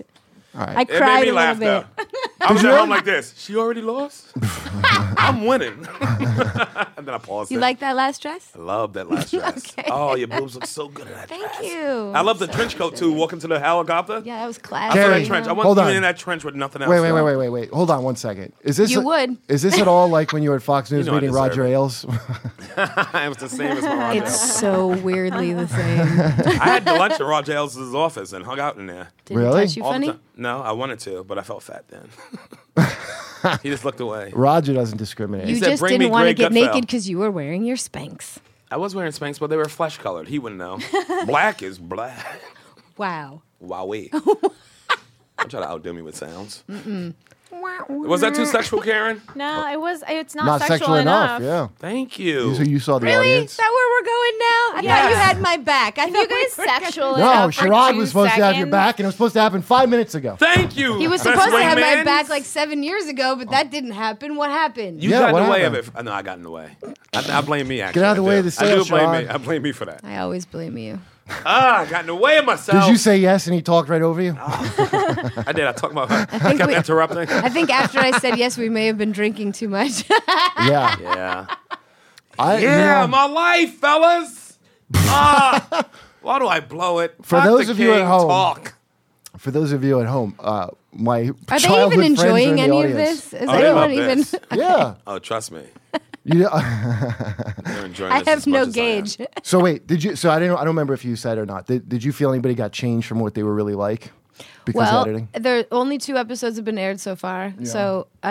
Speaker 3: All right.
Speaker 5: I
Speaker 2: It made me
Speaker 5: cried a little
Speaker 2: laugh
Speaker 5: bit.
Speaker 2: though. I was at home like this. She already lost. I'm winning. and then I paused.
Speaker 5: You
Speaker 2: it.
Speaker 5: like that last dress?
Speaker 2: I love that last dress.
Speaker 5: Okay.
Speaker 2: Oh, your boobs look so good in that dress.
Speaker 5: Thank you.
Speaker 2: I love the trench coat too. Walking to the helicopter.
Speaker 5: Yeah, that was
Speaker 2: I saw
Speaker 5: classy.
Speaker 2: that
Speaker 3: Jerry,
Speaker 2: trench. I want
Speaker 3: hold
Speaker 2: you
Speaker 3: on.
Speaker 2: in that trench with nothing else.
Speaker 3: Wait, wait,
Speaker 2: on.
Speaker 3: wait, wait, wait, wait. Hold on one second. Is this
Speaker 5: You
Speaker 3: a-
Speaker 5: would.
Speaker 3: Is this at all like when you were at Fox News
Speaker 2: know I
Speaker 3: meeting
Speaker 2: deserve
Speaker 3: Roger
Speaker 2: it.
Speaker 3: Ailes?
Speaker 2: it was the same as my Roger.
Speaker 5: It's
Speaker 2: Ailes.
Speaker 5: so weirdly the same.
Speaker 2: I had to lunch at Roger Ailes' office and hung out in there.
Speaker 5: Did it
Speaker 3: Really?
Speaker 5: touch you
Speaker 2: all the
Speaker 5: funny?
Speaker 2: time. No, I wanted to, but I felt fat then. he just looked away.
Speaker 3: Roger doesn't discriminate.
Speaker 5: You
Speaker 2: said,
Speaker 5: just
Speaker 2: "Bring me
Speaker 5: didn't want to
Speaker 2: Greg
Speaker 5: get
Speaker 2: Gutfeld."
Speaker 5: naked because you were wearing your Spanx.
Speaker 2: I was wearing Spanx, but they were flesh colored. He wouldn't know. black is black.
Speaker 5: Wow.
Speaker 2: Wowee. Don't try to outdo me with sounds. Was that too sexual, Karen?
Speaker 6: No, it was. It's not,
Speaker 3: Not
Speaker 6: sexual,
Speaker 3: sexual
Speaker 6: enough.
Speaker 3: enough. Yeah.
Speaker 2: Thank you.
Speaker 3: So you saw the
Speaker 5: Really?
Speaker 3: audience.
Speaker 5: Is that where we're going now? I thought you had my back. I
Speaker 6: You
Speaker 5: thought
Speaker 6: guys
Speaker 5: we were gonna-
Speaker 6: sexual
Speaker 3: No,
Speaker 6: enough. for
Speaker 3: Sherrod
Speaker 6: two
Speaker 3: was supposed to have your
Speaker 6: seconds?
Speaker 3: back, and it was supposed to happen five minutes ago.
Speaker 2: Thank you.
Speaker 5: He was
Speaker 2: best
Speaker 5: supposed to have my
Speaker 2: wingmans.
Speaker 5: back like seven years ago, but that didn't happen. What happened?
Speaker 2: You
Speaker 3: Yeah,
Speaker 2: got in
Speaker 3: what
Speaker 2: the way of
Speaker 3: happened?
Speaker 2: it. I know I got in the way. I, I blame me. Actually,
Speaker 3: out of
Speaker 2: I
Speaker 3: the way
Speaker 2: do.
Speaker 3: of the
Speaker 2: I do
Speaker 3: sales,
Speaker 2: blame me.
Speaker 3: Sean.
Speaker 2: I blame me for that.
Speaker 5: I always blame you.
Speaker 2: Ah, I got in the way of myself.
Speaker 3: Did you say yes, and he talked right over you?
Speaker 2: I did. I talked about. I
Speaker 5: think
Speaker 2: kept
Speaker 5: we-
Speaker 2: interrupting.
Speaker 5: I think after I said yes, we may have been drinking too much.
Speaker 3: yeah.
Speaker 2: yeah.
Speaker 3: I, you
Speaker 2: Yeah,
Speaker 3: know,
Speaker 2: my life, fellas. Ah, why do I blow it?
Speaker 3: For
Speaker 2: Fuck
Speaker 3: those
Speaker 2: the
Speaker 3: of you at
Speaker 2: king
Speaker 3: home-
Speaker 2: talk.
Speaker 3: for those of you at home, uh, my
Speaker 5: Are they
Speaker 3: childhood
Speaker 5: even
Speaker 3: friends are in
Speaker 5: enjoying
Speaker 3: the
Speaker 5: any of
Speaker 3: audience.
Speaker 5: this? Is
Speaker 2: Oh, they
Speaker 5: anyone
Speaker 2: love
Speaker 5: even?
Speaker 2: this.
Speaker 3: Yeah.
Speaker 2: Oh, trust me.
Speaker 3: You,
Speaker 2: They're enjoying
Speaker 5: I
Speaker 2: this
Speaker 5: have
Speaker 2: as much
Speaker 5: no
Speaker 2: as I am.
Speaker 5: gauge.
Speaker 3: so wait, did you? So I didn't. I don't remember if you said or not. Did, did you feel anybody got changed from what they were really like because of
Speaker 5: Well,
Speaker 3: editing?
Speaker 5: there only two episodes have been aired so far. So, um,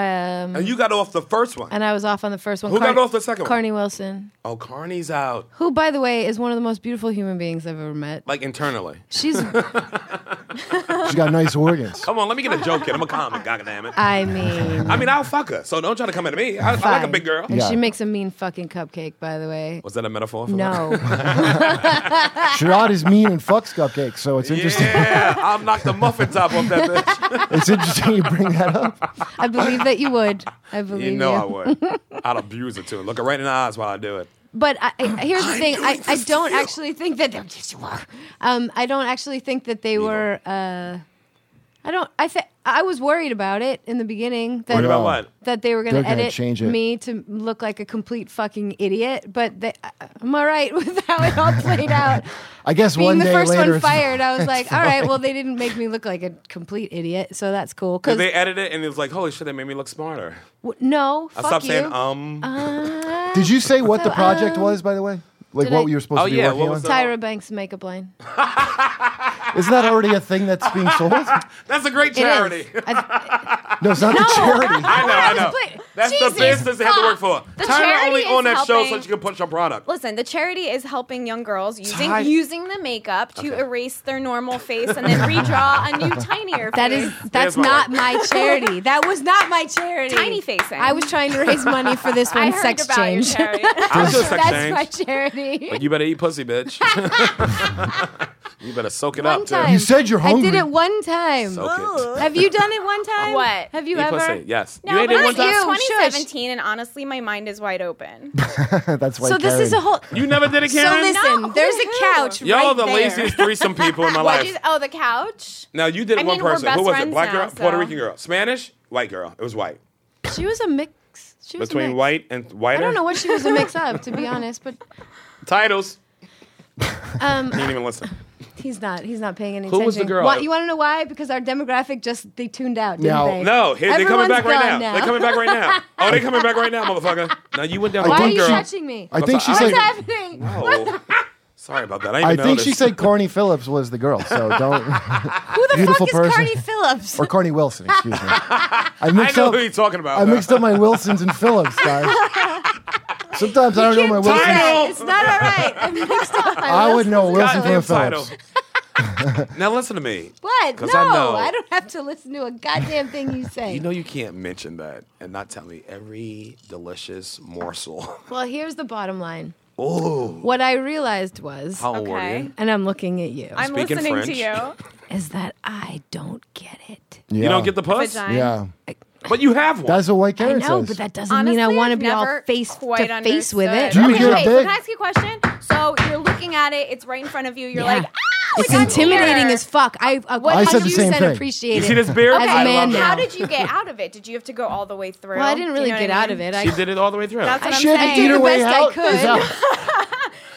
Speaker 2: And you got off the first one.
Speaker 5: and I was off on the first one.
Speaker 2: Who got off the second one?
Speaker 5: Carney Wilson,
Speaker 2: oh, Carney's out.
Speaker 5: who, by the way, is one of the most beautiful human beings I've ever met.
Speaker 2: Like internally.
Speaker 5: She's,
Speaker 3: She got nice organs.
Speaker 2: Come on, let me get a joke in. I'm a comic. God damn it.
Speaker 5: I mean,
Speaker 2: I mean, I'll fuck her. So don't try to come at me. I, I like a
Speaker 5: fine.
Speaker 2: big girl.
Speaker 5: And
Speaker 3: Yeah.
Speaker 5: she makes a mean fucking cupcake, by the way.
Speaker 2: Was that a metaphor? For that?
Speaker 5: No.
Speaker 3: Sherrod is mean and fucks cupcakes, so it's interesting.
Speaker 2: Yeah, I'll knock the muffin top off that bitch.
Speaker 3: It's interesting you bring that up.
Speaker 5: I believe that you would. I
Speaker 2: You
Speaker 5: believe
Speaker 2: know I would. I'd abuse it too. Look her right in the eyes while I do it.
Speaker 5: But I, I, here's the thing: I, I don't actually think that they're yes, you are. Um, I don't actually think that they were. Uh, I don't. I think I was worried about it in the beginning. That,
Speaker 2: Worried about
Speaker 3: Yeah.
Speaker 2: what?
Speaker 5: That they were going
Speaker 3: They're
Speaker 5: to
Speaker 3: gonna
Speaker 5: edit
Speaker 3: change it.
Speaker 5: me to look like a complete fucking idiot. But they, I- I'm all right with how it all played out.
Speaker 3: I guess
Speaker 5: Being
Speaker 3: one
Speaker 5: the
Speaker 3: day
Speaker 5: first
Speaker 3: later,
Speaker 5: one
Speaker 3: it's-
Speaker 5: fired, I was like, all right, well, they didn't make me look like a complete idiot, so that's cool.
Speaker 2: Did
Speaker 5: Because
Speaker 2: they edit it and it was like, holy shit, they made me look smarter.
Speaker 5: no,
Speaker 2: I
Speaker 5: fuck
Speaker 2: stopped
Speaker 5: you.
Speaker 2: saying um.
Speaker 5: Uh,
Speaker 3: Did you say what the project
Speaker 5: um,
Speaker 3: was, by the way? Like
Speaker 5: did I-
Speaker 3: what you were supposed
Speaker 2: Oh,
Speaker 3: to be
Speaker 2: yeah,
Speaker 3: working
Speaker 2: what was
Speaker 3: on?
Speaker 2: that?
Speaker 5: Tyra Banks makeup line.
Speaker 3: Isn't that already a thing that's being sold?
Speaker 2: That's a great
Speaker 5: It is.
Speaker 2: charity.
Speaker 5: I-
Speaker 3: No, it's not the charity.
Speaker 2: I know, I
Speaker 5: I
Speaker 2: know.
Speaker 5: was playing-
Speaker 2: That's the
Speaker 5: Jesus
Speaker 2: business they have to work for.
Speaker 6: fuck. The
Speaker 2: Tyler
Speaker 6: charity
Speaker 2: only
Speaker 6: is
Speaker 2: on that show so
Speaker 6: helping.
Speaker 2: she can push her product.
Speaker 6: Listen, the charity is helping young girls using
Speaker 2: Ty-
Speaker 6: using the makeup to erase their normal face and then redraw a new tinier face.
Speaker 5: That is
Speaker 2: There's
Speaker 5: that's
Speaker 2: my
Speaker 5: not my charity. That was not my charity.
Speaker 6: Tiny facing.
Speaker 5: I was trying to raise money for this
Speaker 6: I
Speaker 5: one
Speaker 6: heard
Speaker 5: sex
Speaker 6: about
Speaker 5: change.
Speaker 6: your charity.
Speaker 2: I'm just sex
Speaker 5: that's my
Speaker 2: change.
Speaker 5: charity.
Speaker 2: But you better eat pussy, bitch. you better soak it
Speaker 5: One
Speaker 2: up,
Speaker 5: time.
Speaker 3: You said you're
Speaker 5: I
Speaker 3: hungry.
Speaker 5: did it one time.
Speaker 2: too. Soak
Speaker 5: Have you done it one time?
Speaker 6: What?
Speaker 5: Have
Speaker 2: it.
Speaker 5: you
Speaker 2: eat
Speaker 5: ever?
Speaker 2: pussy, yes.
Speaker 6: No,
Speaker 2: you ate
Speaker 6: but
Speaker 2: it
Speaker 6: it
Speaker 2: one
Speaker 6: was
Speaker 2: time?
Speaker 5: you.
Speaker 6: 2017, and honestly, my mind is wide open.
Speaker 3: That's why.
Speaker 5: So this
Speaker 3: Karen-
Speaker 5: is a whole.
Speaker 2: You never did it,
Speaker 5: So
Speaker 2: Karen?
Speaker 5: listen,
Speaker 6: No, who
Speaker 5: there's
Speaker 6: who?
Speaker 5: a couch.
Speaker 2: Y'all
Speaker 5: right
Speaker 2: are the
Speaker 5: there.
Speaker 2: laziest threesome people in my
Speaker 6: What
Speaker 2: life.
Speaker 6: did you- oh, the couch.
Speaker 2: now, you did it
Speaker 6: I
Speaker 2: one
Speaker 6: mean, we're
Speaker 2: person.
Speaker 6: best
Speaker 2: Who was it?
Speaker 6: friends
Speaker 2: Black
Speaker 6: now,
Speaker 2: girl? Puerto
Speaker 6: so-
Speaker 2: Rican girl. Spanish? White girl. It was white.
Speaker 5: She was a mix. She was a
Speaker 2: Between
Speaker 5: mix.
Speaker 2: white and white.
Speaker 5: I don't know what she was a mix of, to be honest. But
Speaker 2: Titles.
Speaker 5: um,
Speaker 2: Didn't even listen.
Speaker 5: he's not. He's not paying any attention.
Speaker 2: Who was the girl?
Speaker 5: Why, you want to know why? Because our demographic just they tuned out. Didn't
Speaker 3: No.
Speaker 5: they?
Speaker 2: No, here, they're coming
Speaker 5: Everyone's
Speaker 2: back right now.
Speaker 5: gone
Speaker 2: They're coming back right now. Oh, they're coming back right now, motherfucker. Now, you went down
Speaker 3: I
Speaker 5: Why are
Speaker 2: one
Speaker 5: you
Speaker 2: girl.
Speaker 3: think she-
Speaker 5: touching me?
Speaker 3: I think she's
Speaker 2: What's
Speaker 3: like.
Speaker 5: What's happening?
Speaker 2: Oh, sorry about that. I, didn't
Speaker 3: I
Speaker 2: even
Speaker 3: think she
Speaker 2: notice.
Speaker 3: said Carney Phillips was the girl. So don't.
Speaker 5: Who the
Speaker 3: Beautiful
Speaker 5: fuck
Speaker 3: person.
Speaker 5: is Carney Phillips?
Speaker 3: or Carney Wilson. Excuse me. I
Speaker 2: I
Speaker 3: mixed
Speaker 2: know
Speaker 3: up.
Speaker 2: who you're talking about.
Speaker 3: I mixed up my Wilsons and Phillips, guys. Sometimes I don't know my
Speaker 5: Can't
Speaker 3: Wilsons.
Speaker 5: do that.
Speaker 2: Title.
Speaker 5: It's not all right. I mixed up my
Speaker 3: I wouldn't know a Wilson from a
Speaker 2: Goddamn title.
Speaker 3: Phillips.
Speaker 2: now listen to me.
Speaker 5: What?
Speaker 2: 'Cause
Speaker 5: No,
Speaker 2: I know.
Speaker 5: I don't have to listen to a goddamn thing you say.
Speaker 2: You know you can't mention that and not tell me every delicious morsel.
Speaker 5: well, here's the bottom line. Oh. What I realized was,
Speaker 2: How old were
Speaker 6: Okay.
Speaker 2: you?
Speaker 5: and I'm looking at you,
Speaker 6: I'm
Speaker 2: Speaking
Speaker 6: listening
Speaker 2: French.
Speaker 6: to you.
Speaker 5: is that I don't get it.
Speaker 3: Yeah.
Speaker 2: You don't get the puss,
Speaker 6: Vagina.
Speaker 3: Yeah,
Speaker 2: but you have one.
Speaker 3: that's what White
Speaker 5: I
Speaker 3: Karen
Speaker 5: know,
Speaker 3: says.
Speaker 5: but that doesn't
Speaker 6: Honestly,
Speaker 5: mean I want to
Speaker 6: I've
Speaker 5: be all
Speaker 6: never
Speaker 5: face to
Speaker 6: quite
Speaker 5: face with it.
Speaker 6: understood.
Speaker 3: Do you
Speaker 6: okay,
Speaker 3: get a
Speaker 6: wait,
Speaker 3: big-
Speaker 6: So can I ask you a question? So you're looking at it, it's right in front of you. You're
Speaker 5: Yeah.
Speaker 6: like, ah,
Speaker 5: it's
Speaker 6: like, I'm
Speaker 5: intimidating
Speaker 6: here.
Speaker 5: as fuck. I, I
Speaker 6: I said
Speaker 5: 100%
Speaker 6: the
Speaker 3: same thing.
Speaker 5: appreciate
Speaker 2: you
Speaker 5: it.
Speaker 2: see this beard?
Speaker 5: As a
Speaker 2: I
Speaker 5: man
Speaker 2: love
Speaker 5: now.
Speaker 6: How did you get out of it? Did you have to go all the way through?
Speaker 5: Well, I didn't
Speaker 6: Do you
Speaker 5: really
Speaker 6: know
Speaker 5: get
Speaker 6: what I
Speaker 5: out of
Speaker 6: mean?
Speaker 5: it.
Speaker 2: that.
Speaker 5: I,
Speaker 2: She did it all the way through.
Speaker 6: That's what
Speaker 5: She
Speaker 3: had
Speaker 6: I'm
Speaker 3: to
Speaker 6: saying.
Speaker 3: eat
Speaker 5: did
Speaker 3: her
Speaker 5: the
Speaker 3: way
Speaker 5: best
Speaker 3: out
Speaker 5: I could.
Speaker 3: is out.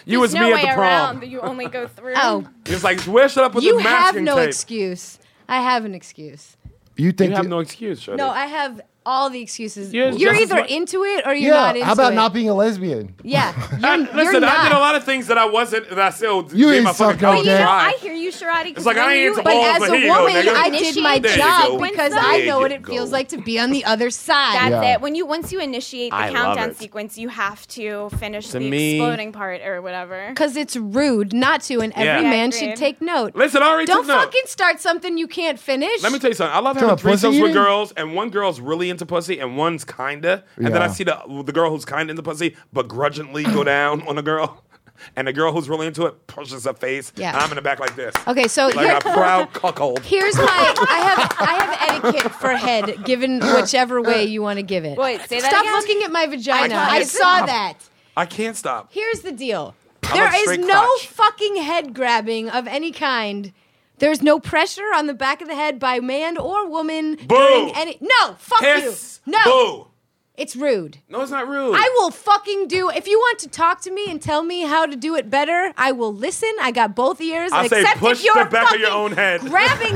Speaker 2: you was
Speaker 6: There's no
Speaker 2: me
Speaker 6: way
Speaker 2: at the
Speaker 6: around.
Speaker 2: prom.
Speaker 6: You only go through.
Speaker 5: oh,
Speaker 2: It's like where should I put
Speaker 5: you
Speaker 2: the
Speaker 5: have
Speaker 2: masking
Speaker 5: no
Speaker 2: tape?
Speaker 5: excuse. I have an excuse.
Speaker 3: You think?
Speaker 2: You have
Speaker 3: you-
Speaker 2: no excuse, Shirley.
Speaker 5: No, I have all the excuses.
Speaker 2: You're
Speaker 5: You're,
Speaker 2: just
Speaker 5: either
Speaker 2: like-
Speaker 5: into it or you're
Speaker 3: yeah.
Speaker 5: not into it.
Speaker 3: How about not being a lesbian?
Speaker 5: Yeah.
Speaker 2: I-
Speaker 5: You're,
Speaker 2: listen,
Speaker 5: you're not.
Speaker 2: I did a lot of things that I wasn't, and I still
Speaker 3: You
Speaker 2: gave
Speaker 3: ain't
Speaker 2: my fucking
Speaker 3: suck no
Speaker 2: college
Speaker 6: You
Speaker 3: dick.
Speaker 6: know,
Speaker 2: try.
Speaker 6: I hear you, Sharadi. 'cause
Speaker 2: It's like,
Speaker 6: when
Speaker 2: I ain't
Speaker 6: you-
Speaker 2: into
Speaker 5: But
Speaker 2: balls,
Speaker 5: as
Speaker 2: but
Speaker 5: a
Speaker 2: here
Speaker 5: woman,
Speaker 2: you go, nigga.
Speaker 5: I did my
Speaker 2: There you
Speaker 5: job
Speaker 2: go.
Speaker 5: because
Speaker 6: There
Speaker 5: I
Speaker 2: you
Speaker 5: know what it
Speaker 2: go.
Speaker 5: feels like to be on the other side.
Speaker 6: That's
Speaker 3: Yeah.
Speaker 6: it. When you once you initiate the
Speaker 2: I love
Speaker 6: countdown
Speaker 2: it.
Speaker 6: sequence, you have to finish the
Speaker 2: me-
Speaker 6: exploding part or whatever.
Speaker 5: Because it's rude not to, and every
Speaker 2: Yeah. Yeah,
Speaker 5: man
Speaker 6: agreed.
Speaker 5: should take note.
Speaker 2: Listen, I already
Speaker 5: Don't
Speaker 2: took note.
Speaker 5: fucking start something you can't finish.
Speaker 2: Let me tell you something. I love
Speaker 3: Talking
Speaker 2: having
Speaker 3: about pussy
Speaker 2: threesomes with
Speaker 3: eating?
Speaker 2: girls, and one girl's really into pussy, and one's kinda. And then I
Speaker 3: Yeah.
Speaker 2: see the the girl who's kinda into pussy, begrudgingly go down on a girl, and the girl who's really into it pushes her face.
Speaker 5: Yeah.
Speaker 2: And I'm in the back like this,
Speaker 5: okay, so here-
Speaker 2: like a proud cuckold.
Speaker 5: here's my I have I have etiquette for head, given whichever way you want to give it.
Speaker 6: Wait, say that
Speaker 5: Stop
Speaker 6: again?
Speaker 5: looking at my vagina.
Speaker 2: I
Speaker 5: I,
Speaker 2: can't
Speaker 5: saw
Speaker 2: stop.
Speaker 5: that.
Speaker 2: I can't stop.
Speaker 5: Here's the deal.
Speaker 2: I
Speaker 5: There
Speaker 2: love
Speaker 5: is
Speaker 2: straight
Speaker 5: no
Speaker 2: crotch.
Speaker 5: fucking head grabbing of any kind. There's no pressure on the back of the head by man or woman
Speaker 2: Boo.
Speaker 5: during any. No, fuck
Speaker 2: Hiss.
Speaker 5: you. No,
Speaker 2: Boo.
Speaker 5: it's rude.
Speaker 2: No, it's not rude.
Speaker 5: I will fucking do. If you want to talk to me and tell me how to do it better, I will listen. I got both ears.
Speaker 2: I say
Speaker 5: except
Speaker 2: push
Speaker 5: if you're
Speaker 2: the back of your
Speaker 5: fucking
Speaker 2: own head.
Speaker 5: Grabbing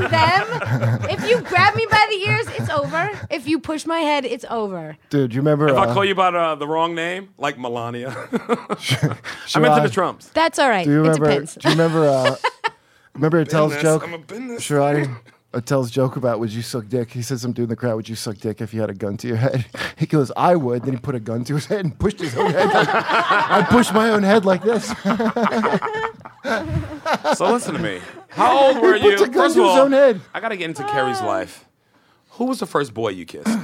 Speaker 5: them. if you grab me by the ears, it's over. If you push my head, it's over.
Speaker 3: Dude, you remember?
Speaker 2: If I
Speaker 3: uh,
Speaker 2: call you by the, the wrong name, like Melania, I'm into
Speaker 3: Shirai?
Speaker 2: the Trumps.
Speaker 5: That's all right.
Speaker 3: Do you
Speaker 5: it
Speaker 3: remember?
Speaker 5: depends.
Speaker 3: Do you remember? Uh, remember Attell's
Speaker 2: Business.
Speaker 3: joke?
Speaker 2: I'm a business.
Speaker 3: Sharadi. Attell's joke about would you suck dick? He said something in the crowd. Would you suck dick if you had a gun to your head? He goes, I would. Then he put a gun to his head and pushed his own head. I pushed my own head like this.
Speaker 2: So listen to me. How old were you?
Speaker 3: puts a gun
Speaker 2: First
Speaker 3: to
Speaker 2: of
Speaker 3: his
Speaker 2: all,
Speaker 3: own head.
Speaker 2: I gotta get into Carrie's
Speaker 5: Uh.
Speaker 2: life. Who was the first boy you kissed?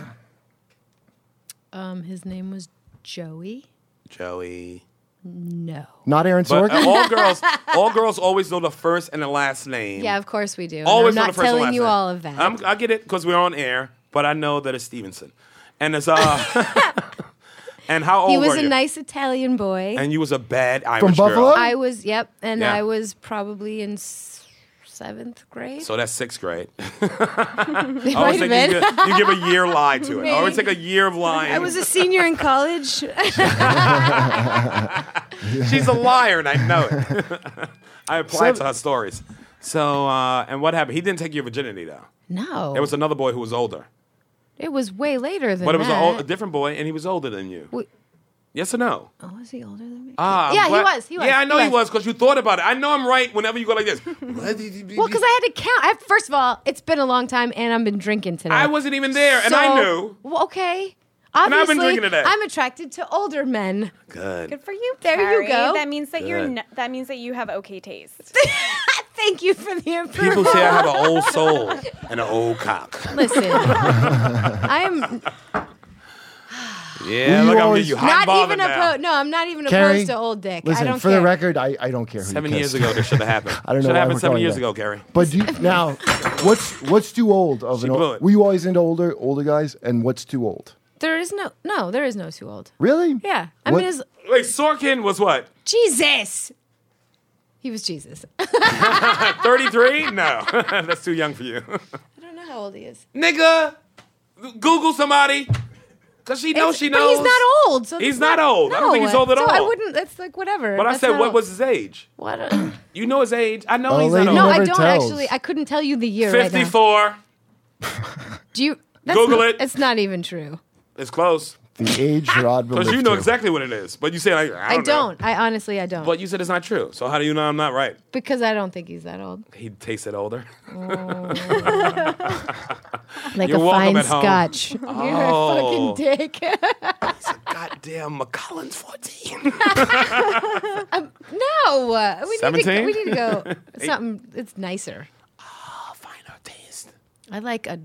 Speaker 5: Um, his name was Joey.
Speaker 2: Joey.
Speaker 5: No.
Speaker 3: Not Aaron
Speaker 2: But
Speaker 3: Sorkin.
Speaker 2: uh, all girls, all girls always know the first and the last name.
Speaker 5: Yeah, of course we do. And
Speaker 2: always know
Speaker 5: I'm not
Speaker 2: the first and
Speaker 5: telling
Speaker 2: last
Speaker 5: you
Speaker 2: name.
Speaker 5: all of that.
Speaker 2: I'm, I get it because we're on air, but I know that it's Stevenson, and it's uh, and how old
Speaker 5: he was
Speaker 2: were
Speaker 5: a
Speaker 2: you?
Speaker 5: nice Italian boy.
Speaker 2: and you was a bad Irish girl.
Speaker 3: Buffalo?
Speaker 5: I was, yep, and
Speaker 2: Yeah.
Speaker 5: I was probably in s- seventh grade.
Speaker 2: So that's sixth grade.
Speaker 5: It
Speaker 2: I always
Speaker 5: might have
Speaker 2: think you
Speaker 5: been.
Speaker 2: give, you give a year lie to it. I always
Speaker 5: Maybe.
Speaker 2: take a year of lying.
Speaker 5: I was a senior in college.
Speaker 2: She's a liar, and I know it. I applied
Speaker 3: So-
Speaker 2: to her stories. So, uh, and what happened? He didn't take your virginity, though.
Speaker 5: no,
Speaker 2: There was another boy who was older,
Speaker 5: it was way later than
Speaker 2: but it was a,
Speaker 5: that.
Speaker 2: old, a different boy, and he was older than you.
Speaker 5: Wait.
Speaker 2: Yes or no?
Speaker 5: oh, was he older than me?
Speaker 2: Ah, I'm
Speaker 5: Yeah, he
Speaker 2: glad-
Speaker 5: was, he was,
Speaker 2: Yeah, I know
Speaker 5: he
Speaker 2: he was
Speaker 5: was.
Speaker 2: because you thought about it. I know I'm right whenever you go like this.
Speaker 5: well, because I had to count. I, first of all, it's been a long time, and I've been drinking today.
Speaker 2: I wasn't even there, and I
Speaker 5: So-
Speaker 2: knew.
Speaker 5: Well, okay. Obviously,
Speaker 2: I've been drinking today.
Speaker 5: I'm attracted to older men.
Speaker 2: Good.
Speaker 6: Good for you.
Speaker 5: There you
Speaker 6: Carrie.
Speaker 5: go.
Speaker 6: That means that you're.
Speaker 2: Good.
Speaker 6: N- that means that you have okay taste.
Speaker 5: Thank you for the information.
Speaker 2: People say I have an old soul and an old cock.
Speaker 5: Listen, I'm
Speaker 2: Yeah,
Speaker 3: You
Speaker 2: look, I'm
Speaker 3: are-
Speaker 2: getting you hot
Speaker 5: not even
Speaker 2: now.
Speaker 5: opposed. No, I'm not even
Speaker 3: Carrie,
Speaker 5: opposed to old dick.
Speaker 3: Listen,
Speaker 5: I don't
Speaker 3: for
Speaker 5: care.
Speaker 3: the record, I, I don't care. who you
Speaker 2: Seven years
Speaker 3: kissed.
Speaker 2: ago, this should have happened.
Speaker 3: I don't know
Speaker 2: Should
Speaker 3: why
Speaker 2: have
Speaker 3: we're
Speaker 2: happened seven
Speaker 3: calling
Speaker 2: years
Speaker 3: that.
Speaker 2: ago, Gary.
Speaker 3: But do you, now, what's what's too old of
Speaker 2: She
Speaker 3: an
Speaker 2: blew
Speaker 3: old?
Speaker 2: it.
Speaker 3: Were you always into older older guys? And what's too old?
Speaker 5: There is no, no, there is no too old.
Speaker 3: Really?
Speaker 5: Yeah, I
Speaker 3: What-
Speaker 5: mean, it's,
Speaker 2: Wait, Sorkin was what?
Speaker 7: Jesus.
Speaker 5: he was Jesus.
Speaker 2: 33? No, that's too young for you.
Speaker 5: I don't know how old he is.
Speaker 2: Nigga, Google somebody. Cause she knows
Speaker 5: It's-
Speaker 2: Oh, she
Speaker 5: but
Speaker 2: knows.
Speaker 5: he's not old. So
Speaker 2: He's
Speaker 5: that's
Speaker 2: not old. I don't think
Speaker 5: no,
Speaker 2: he's old at
Speaker 5: so I
Speaker 2: all.
Speaker 5: wouldn't. That's like whatever.
Speaker 2: But I
Speaker 5: that's
Speaker 2: said,
Speaker 5: not
Speaker 2: what
Speaker 5: old.
Speaker 2: was his age?
Speaker 5: what? a-
Speaker 2: You know his age. I know
Speaker 3: Oh,
Speaker 2: he's
Speaker 3: lady.
Speaker 2: not
Speaker 5: no,
Speaker 2: old.
Speaker 5: I
Speaker 3: never
Speaker 5: don't
Speaker 3: tells.
Speaker 5: actually. I couldn't tell you the year right now.
Speaker 2: 54.
Speaker 5: Do you that's
Speaker 2: Google
Speaker 5: not-
Speaker 2: it. Oh,
Speaker 5: It's not even true.
Speaker 2: It's close.
Speaker 3: The age Rod will
Speaker 2: Cause you
Speaker 3: live
Speaker 2: know
Speaker 3: to.
Speaker 2: exactly what it is. But you say like, I
Speaker 5: I
Speaker 2: don't. know.
Speaker 5: don't. I honestly, I don't.
Speaker 2: But you said it's not true. So how do you know I'm not right?
Speaker 5: because I don't think he's that old.
Speaker 2: He tasted older.
Speaker 5: Like
Speaker 2: You're
Speaker 5: a
Speaker 2: welcome
Speaker 5: fine
Speaker 2: at home.
Speaker 5: scotch.
Speaker 2: Oh.
Speaker 5: You're a fucking dick.
Speaker 2: Goddamn, McCollin's 14.
Speaker 5: no, uh, we need to.
Speaker 2: 17?
Speaker 5: We need to go something. It's nicer.
Speaker 2: Finer taste.
Speaker 5: I like a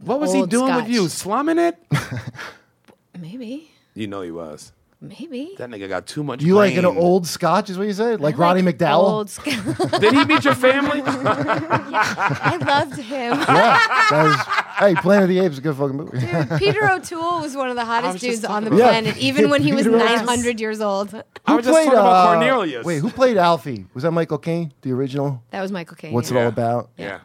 Speaker 2: What was he
Speaker 5: Old
Speaker 2: doing
Speaker 5: scotch.
Speaker 2: with you? Slumming it?
Speaker 5: maybe,
Speaker 2: you know he was.
Speaker 5: maybe.
Speaker 2: That nigga got too much.
Speaker 3: You like an
Speaker 2: brain.
Speaker 3: old Scotch, is what you say? Like, Roddy
Speaker 5: Like
Speaker 3: McDowell?
Speaker 5: Old sc-
Speaker 2: Did he meet your family?
Speaker 5: I loved him.
Speaker 3: Yeah. That was, hey, Planet of the Apes is a good fucking movie.
Speaker 5: Peter O'Toole was one of the hottest
Speaker 2: was just
Speaker 5: dudes on the
Speaker 2: talking
Speaker 3: about-
Speaker 5: planet, even when he was
Speaker 3: Peter O'Toole.
Speaker 5: 900 years old.
Speaker 2: I was just talking about
Speaker 3: uh,
Speaker 2: Cornelius.
Speaker 3: Wait, who played Alfie? Was that Michael Caine, the original?
Speaker 5: That was Michael Caine.
Speaker 3: What's
Speaker 5: yeah.
Speaker 3: it all about?
Speaker 2: Yeah.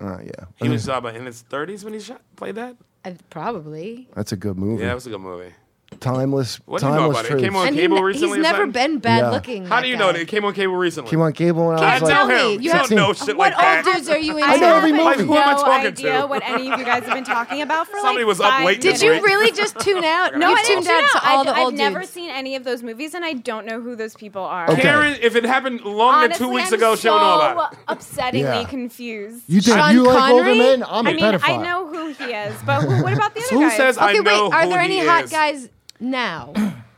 Speaker 3: Uh, yeah.
Speaker 2: He was uh, in his 30s when he shot, played that?
Speaker 5: Uh, probably.
Speaker 3: That's a good movie.
Speaker 2: Yeah, that was a good movie.
Speaker 3: timeless.
Speaker 2: What do you know
Speaker 3: timeless
Speaker 2: about it? It came
Speaker 3: truth.
Speaker 2: on-
Speaker 5: And he
Speaker 2: Cable
Speaker 5: ne-
Speaker 2: recently
Speaker 5: he's
Speaker 2: or
Speaker 5: never
Speaker 2: something?
Speaker 5: been bad
Speaker 3: Yeah.
Speaker 5: looking.
Speaker 2: How
Speaker 5: that
Speaker 2: do you know
Speaker 5: guy.
Speaker 2: that? It came on cable recently.
Speaker 3: Came on cable when I
Speaker 2: I
Speaker 3: was
Speaker 2: tell
Speaker 3: like,
Speaker 5: me,
Speaker 2: him.
Speaker 5: you
Speaker 2: You
Speaker 5: have-
Speaker 2: don't know shit
Speaker 5: What
Speaker 2: like that.
Speaker 5: old dudes are you into?
Speaker 3: I know every
Speaker 6: have
Speaker 3: movie.
Speaker 2: Who am I
Speaker 6: no
Speaker 2: talking to?
Speaker 6: idea what any of you guys have been talking about for
Speaker 2: Somebody
Speaker 6: like
Speaker 2: was up
Speaker 6: five
Speaker 2: late
Speaker 5: Did
Speaker 2: this
Speaker 5: you
Speaker 2: Right.
Speaker 5: really just tune out?
Speaker 6: No,
Speaker 5: you
Speaker 6: I didn't
Speaker 5: tuned out
Speaker 6: know.
Speaker 5: to all
Speaker 6: I've,
Speaker 5: the old
Speaker 6: I've never
Speaker 5: dudes.
Speaker 6: seen any of those movies, and I don't know who those people are.
Speaker 3: Okay.
Speaker 2: Karen, if it happened longer
Speaker 6: Honestly,
Speaker 2: than two weeks
Speaker 6: I'm
Speaker 2: ago, she
Speaker 6: so
Speaker 2: don't know about it.
Speaker 6: upsettingly
Speaker 3: Yeah.
Speaker 6: confused.
Speaker 3: You think
Speaker 5: Sean
Speaker 3: you like older
Speaker 5: Connery?
Speaker 3: men? I'm a
Speaker 6: I mean,
Speaker 3: pedophile.
Speaker 6: I know who he is, but who, what about the other
Speaker 2: Who
Speaker 6: guys?
Speaker 2: says I
Speaker 5: Okay, wait.
Speaker 2: know
Speaker 5: Are
Speaker 2: who
Speaker 5: there any
Speaker 2: he
Speaker 5: hot
Speaker 2: is?
Speaker 5: guys now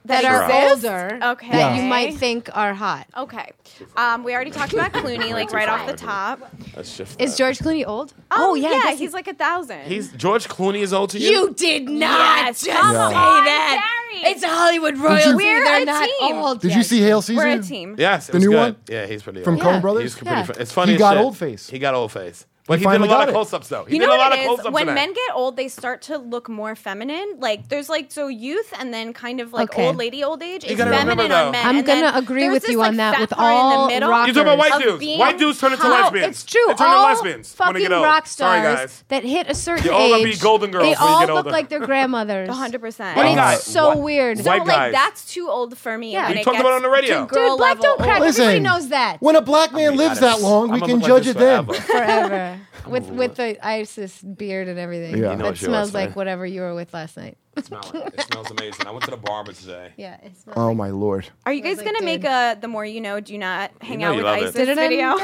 Speaker 5: that are
Speaker 6: exist?
Speaker 5: older
Speaker 6: Okay.
Speaker 5: that you
Speaker 6: Yeah. Oh.
Speaker 5: might think are hot?
Speaker 6: Okay, um, we already talked about Clooney, like right off the top.
Speaker 2: Let's shift
Speaker 5: Is
Speaker 2: that.
Speaker 5: George Clooney old?
Speaker 6: Oh,
Speaker 5: yeah, I
Speaker 6: yeah,
Speaker 5: guess
Speaker 6: he's like a thousand.
Speaker 2: He's George Clooney is old to you?
Speaker 7: You did not
Speaker 6: Yes,
Speaker 7: just
Speaker 6: come
Speaker 7: say
Speaker 6: on,
Speaker 7: that.
Speaker 6: Gary.
Speaker 7: It's Hollywood royalty.
Speaker 3: you-
Speaker 5: We're
Speaker 6: They're
Speaker 5: a
Speaker 6: not
Speaker 5: team.
Speaker 6: old
Speaker 3: Did you see Hail Caesar?
Speaker 6: We're a team.
Speaker 2: Yes, it
Speaker 3: The
Speaker 2: was
Speaker 3: new
Speaker 2: good.
Speaker 3: one?
Speaker 2: Yeah, he's pretty
Speaker 3: From
Speaker 2: old.
Speaker 3: Coen
Speaker 5: Yeah.
Speaker 3: Brothers?
Speaker 2: He's pretty
Speaker 5: Yeah.
Speaker 2: fu- It's funny.
Speaker 3: He
Speaker 2: as
Speaker 3: got
Speaker 2: shit.
Speaker 3: old face.
Speaker 2: He got old face. But he, did a
Speaker 3: finally
Speaker 2: lot
Speaker 3: got
Speaker 2: of
Speaker 3: it.
Speaker 2: close ups though. He
Speaker 6: You
Speaker 2: did
Speaker 6: know
Speaker 2: a lot
Speaker 6: what
Speaker 2: of
Speaker 6: it
Speaker 2: close
Speaker 6: is?
Speaker 2: ups.
Speaker 6: When men get old, they start to look more feminine. Like there's like so youth, and then kind of like
Speaker 5: Okay.
Speaker 6: old lady old age. It's
Speaker 2: gotta
Speaker 6: feminine
Speaker 2: remember, though-
Speaker 6: on men.
Speaker 5: I'm
Speaker 6: and then
Speaker 5: gonna agree
Speaker 6: there's
Speaker 5: with
Speaker 6: this,
Speaker 5: you
Speaker 6: like,
Speaker 5: on that
Speaker 6: fat
Speaker 5: with
Speaker 6: part in the
Speaker 5: all
Speaker 6: middle.
Speaker 5: rock-
Speaker 2: you talking about white
Speaker 6: of
Speaker 2: dudes.
Speaker 6: being
Speaker 2: White dudes turn into
Speaker 6: hot.
Speaker 2: lesbians.
Speaker 5: It's true.
Speaker 2: They turn into
Speaker 5: all
Speaker 2: lesbians when they
Speaker 5: fucking
Speaker 2: get old.
Speaker 5: rock
Speaker 2: Sorry,
Speaker 5: stars
Speaker 2: guys.
Speaker 5: that hit a certain
Speaker 2: You're all
Speaker 5: age,
Speaker 2: gonna be golden girls
Speaker 5: they
Speaker 2: when you
Speaker 5: all
Speaker 2: get
Speaker 5: look
Speaker 2: older.
Speaker 5: like their grandmothers.
Speaker 6: 100%.
Speaker 5: And
Speaker 2: White
Speaker 5: it's
Speaker 2: guys.
Speaker 5: so
Speaker 2: Whi-
Speaker 5: weird.
Speaker 6: So
Speaker 2: White guys.
Speaker 6: like that's too old for me.
Speaker 5: Yeah.
Speaker 6: when
Speaker 5: We
Speaker 6: it
Speaker 2: talked
Speaker 6: gets
Speaker 2: about it on the radio.
Speaker 6: to
Speaker 2: Dude,
Speaker 6: girl
Speaker 5: Dude, black
Speaker 6: level
Speaker 5: don't crack.
Speaker 6: old.
Speaker 3: Listen,
Speaker 5: Everybody knows that.
Speaker 3: When a black man lives that long, we
Speaker 2: I'ma
Speaker 3: can
Speaker 2: look
Speaker 3: judge
Speaker 2: like
Speaker 3: it
Speaker 2: this
Speaker 3: then.
Speaker 2: forever.
Speaker 5: forever with with the ISIS beard and everything.
Speaker 3: Yeah. You know
Speaker 5: that
Speaker 2: it's yours,
Speaker 5: smells like
Speaker 2: man.
Speaker 5: whatever you were with last night.
Speaker 2: Smell it. It smells amazing. I went to the barber today.
Speaker 5: Yeah, it smells.
Speaker 3: Oh
Speaker 5: like
Speaker 3: my lord!
Speaker 6: Are you guys
Speaker 5: like,
Speaker 6: gonna make
Speaker 5: dude.
Speaker 6: a the more you know? Do not hang
Speaker 2: know
Speaker 6: out
Speaker 2: you
Speaker 6: with
Speaker 2: love it.
Speaker 6: ISIS video.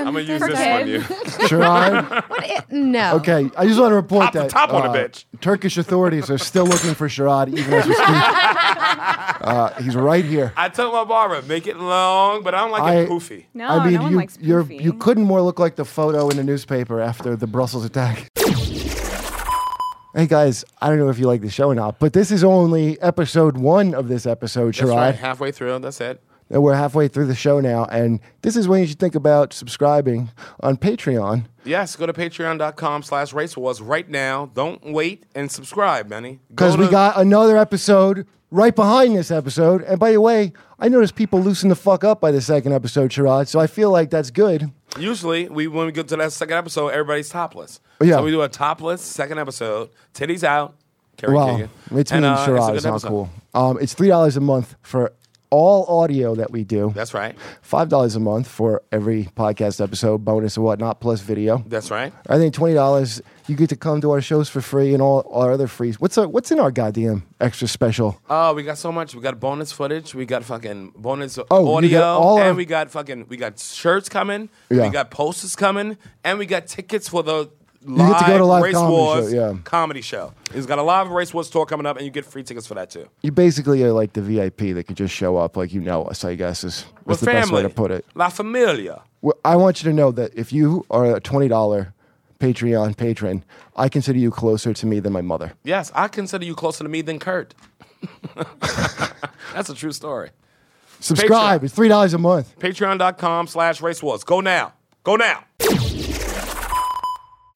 Speaker 2: I'm gonna use this
Speaker 6: Okay.
Speaker 2: on you.
Speaker 3: Sure, I.
Speaker 5: It- no.
Speaker 3: Okay, I just want to report
Speaker 2: Pop the
Speaker 3: that uh,
Speaker 2: top on a bitch.
Speaker 3: Turkish authorities are still looking for Sharad, even as we speak. uh, he's right here.
Speaker 2: I told my barber, make it long, but I don't like
Speaker 3: I-
Speaker 2: it poofy.
Speaker 6: No,
Speaker 3: I mean,
Speaker 6: no one
Speaker 3: you,
Speaker 6: likes
Speaker 3: you're,
Speaker 6: poofy.
Speaker 3: you couldn't more look like the photo in the newspaper after the Brussels attack. Hey guys, I don't know if you like the show or not, but this is only episode one of this episode,
Speaker 2: That's
Speaker 3: Sharad.
Speaker 2: right. Halfway through, that's it.
Speaker 3: And we're halfway through the show now, and this is when you should think about subscribing on Patreon.
Speaker 2: Yes, go to patreon.com slash race wars right now. Don't wait and subscribe, Benny. Go
Speaker 3: Because we
Speaker 2: to-
Speaker 3: got another episode right behind this episode. And by the way, I noticed people loosen the fuck up by the second episode, Sherrod. So I feel like that's good.
Speaker 2: Usually, we when we get to that second episode, everybody's topless.
Speaker 3: Yeah.
Speaker 2: So we do a topless second episode. Titties out. Carrie
Speaker 3: Wow.
Speaker 2: Keegan.
Speaker 3: It's me
Speaker 2: And,
Speaker 3: and
Speaker 2: uh, a
Speaker 3: Sherrod.
Speaker 2: good
Speaker 3: It's not
Speaker 2: episode.
Speaker 3: cool. Um, it's $3 a month for all audio that we do,
Speaker 2: That's right.
Speaker 3: $5 a month for every podcast episode, bonus and whatnot, plus video.
Speaker 2: That's right.
Speaker 3: I think twenty dollars, you get to come to our shows for free and all our other free. What's our, what's in our goddamn extra special?
Speaker 2: Oh, we got so much. We got bonus footage. We got fucking bonus
Speaker 3: Oh, you
Speaker 2: audio,
Speaker 3: got all
Speaker 2: and
Speaker 3: our-
Speaker 2: we got fucking we got shirts coming.
Speaker 3: Yeah.
Speaker 2: We got posters coming, and we got tickets for the live
Speaker 3: get to go to live
Speaker 2: race
Speaker 3: comedy
Speaker 2: wars
Speaker 3: show, yeah.
Speaker 2: comedy show. He's got a live race wars tour coming up, and you get free tickets for that too.
Speaker 3: You basically are like the VIP that can just show up, like you know us. I guess is
Speaker 2: We're
Speaker 3: was the best way to
Speaker 2: family.
Speaker 3: put it.
Speaker 2: La familia.
Speaker 3: Well, I want you to know that if you are a twenty dollar Patreon patron, I consider you closer to me than my mother.
Speaker 2: Yes, I consider you closer to me than Kurt. That's a true story.
Speaker 3: Subscribe. It's three dollars a month.
Speaker 2: Patreon.com slash race wars. Go now. Go now.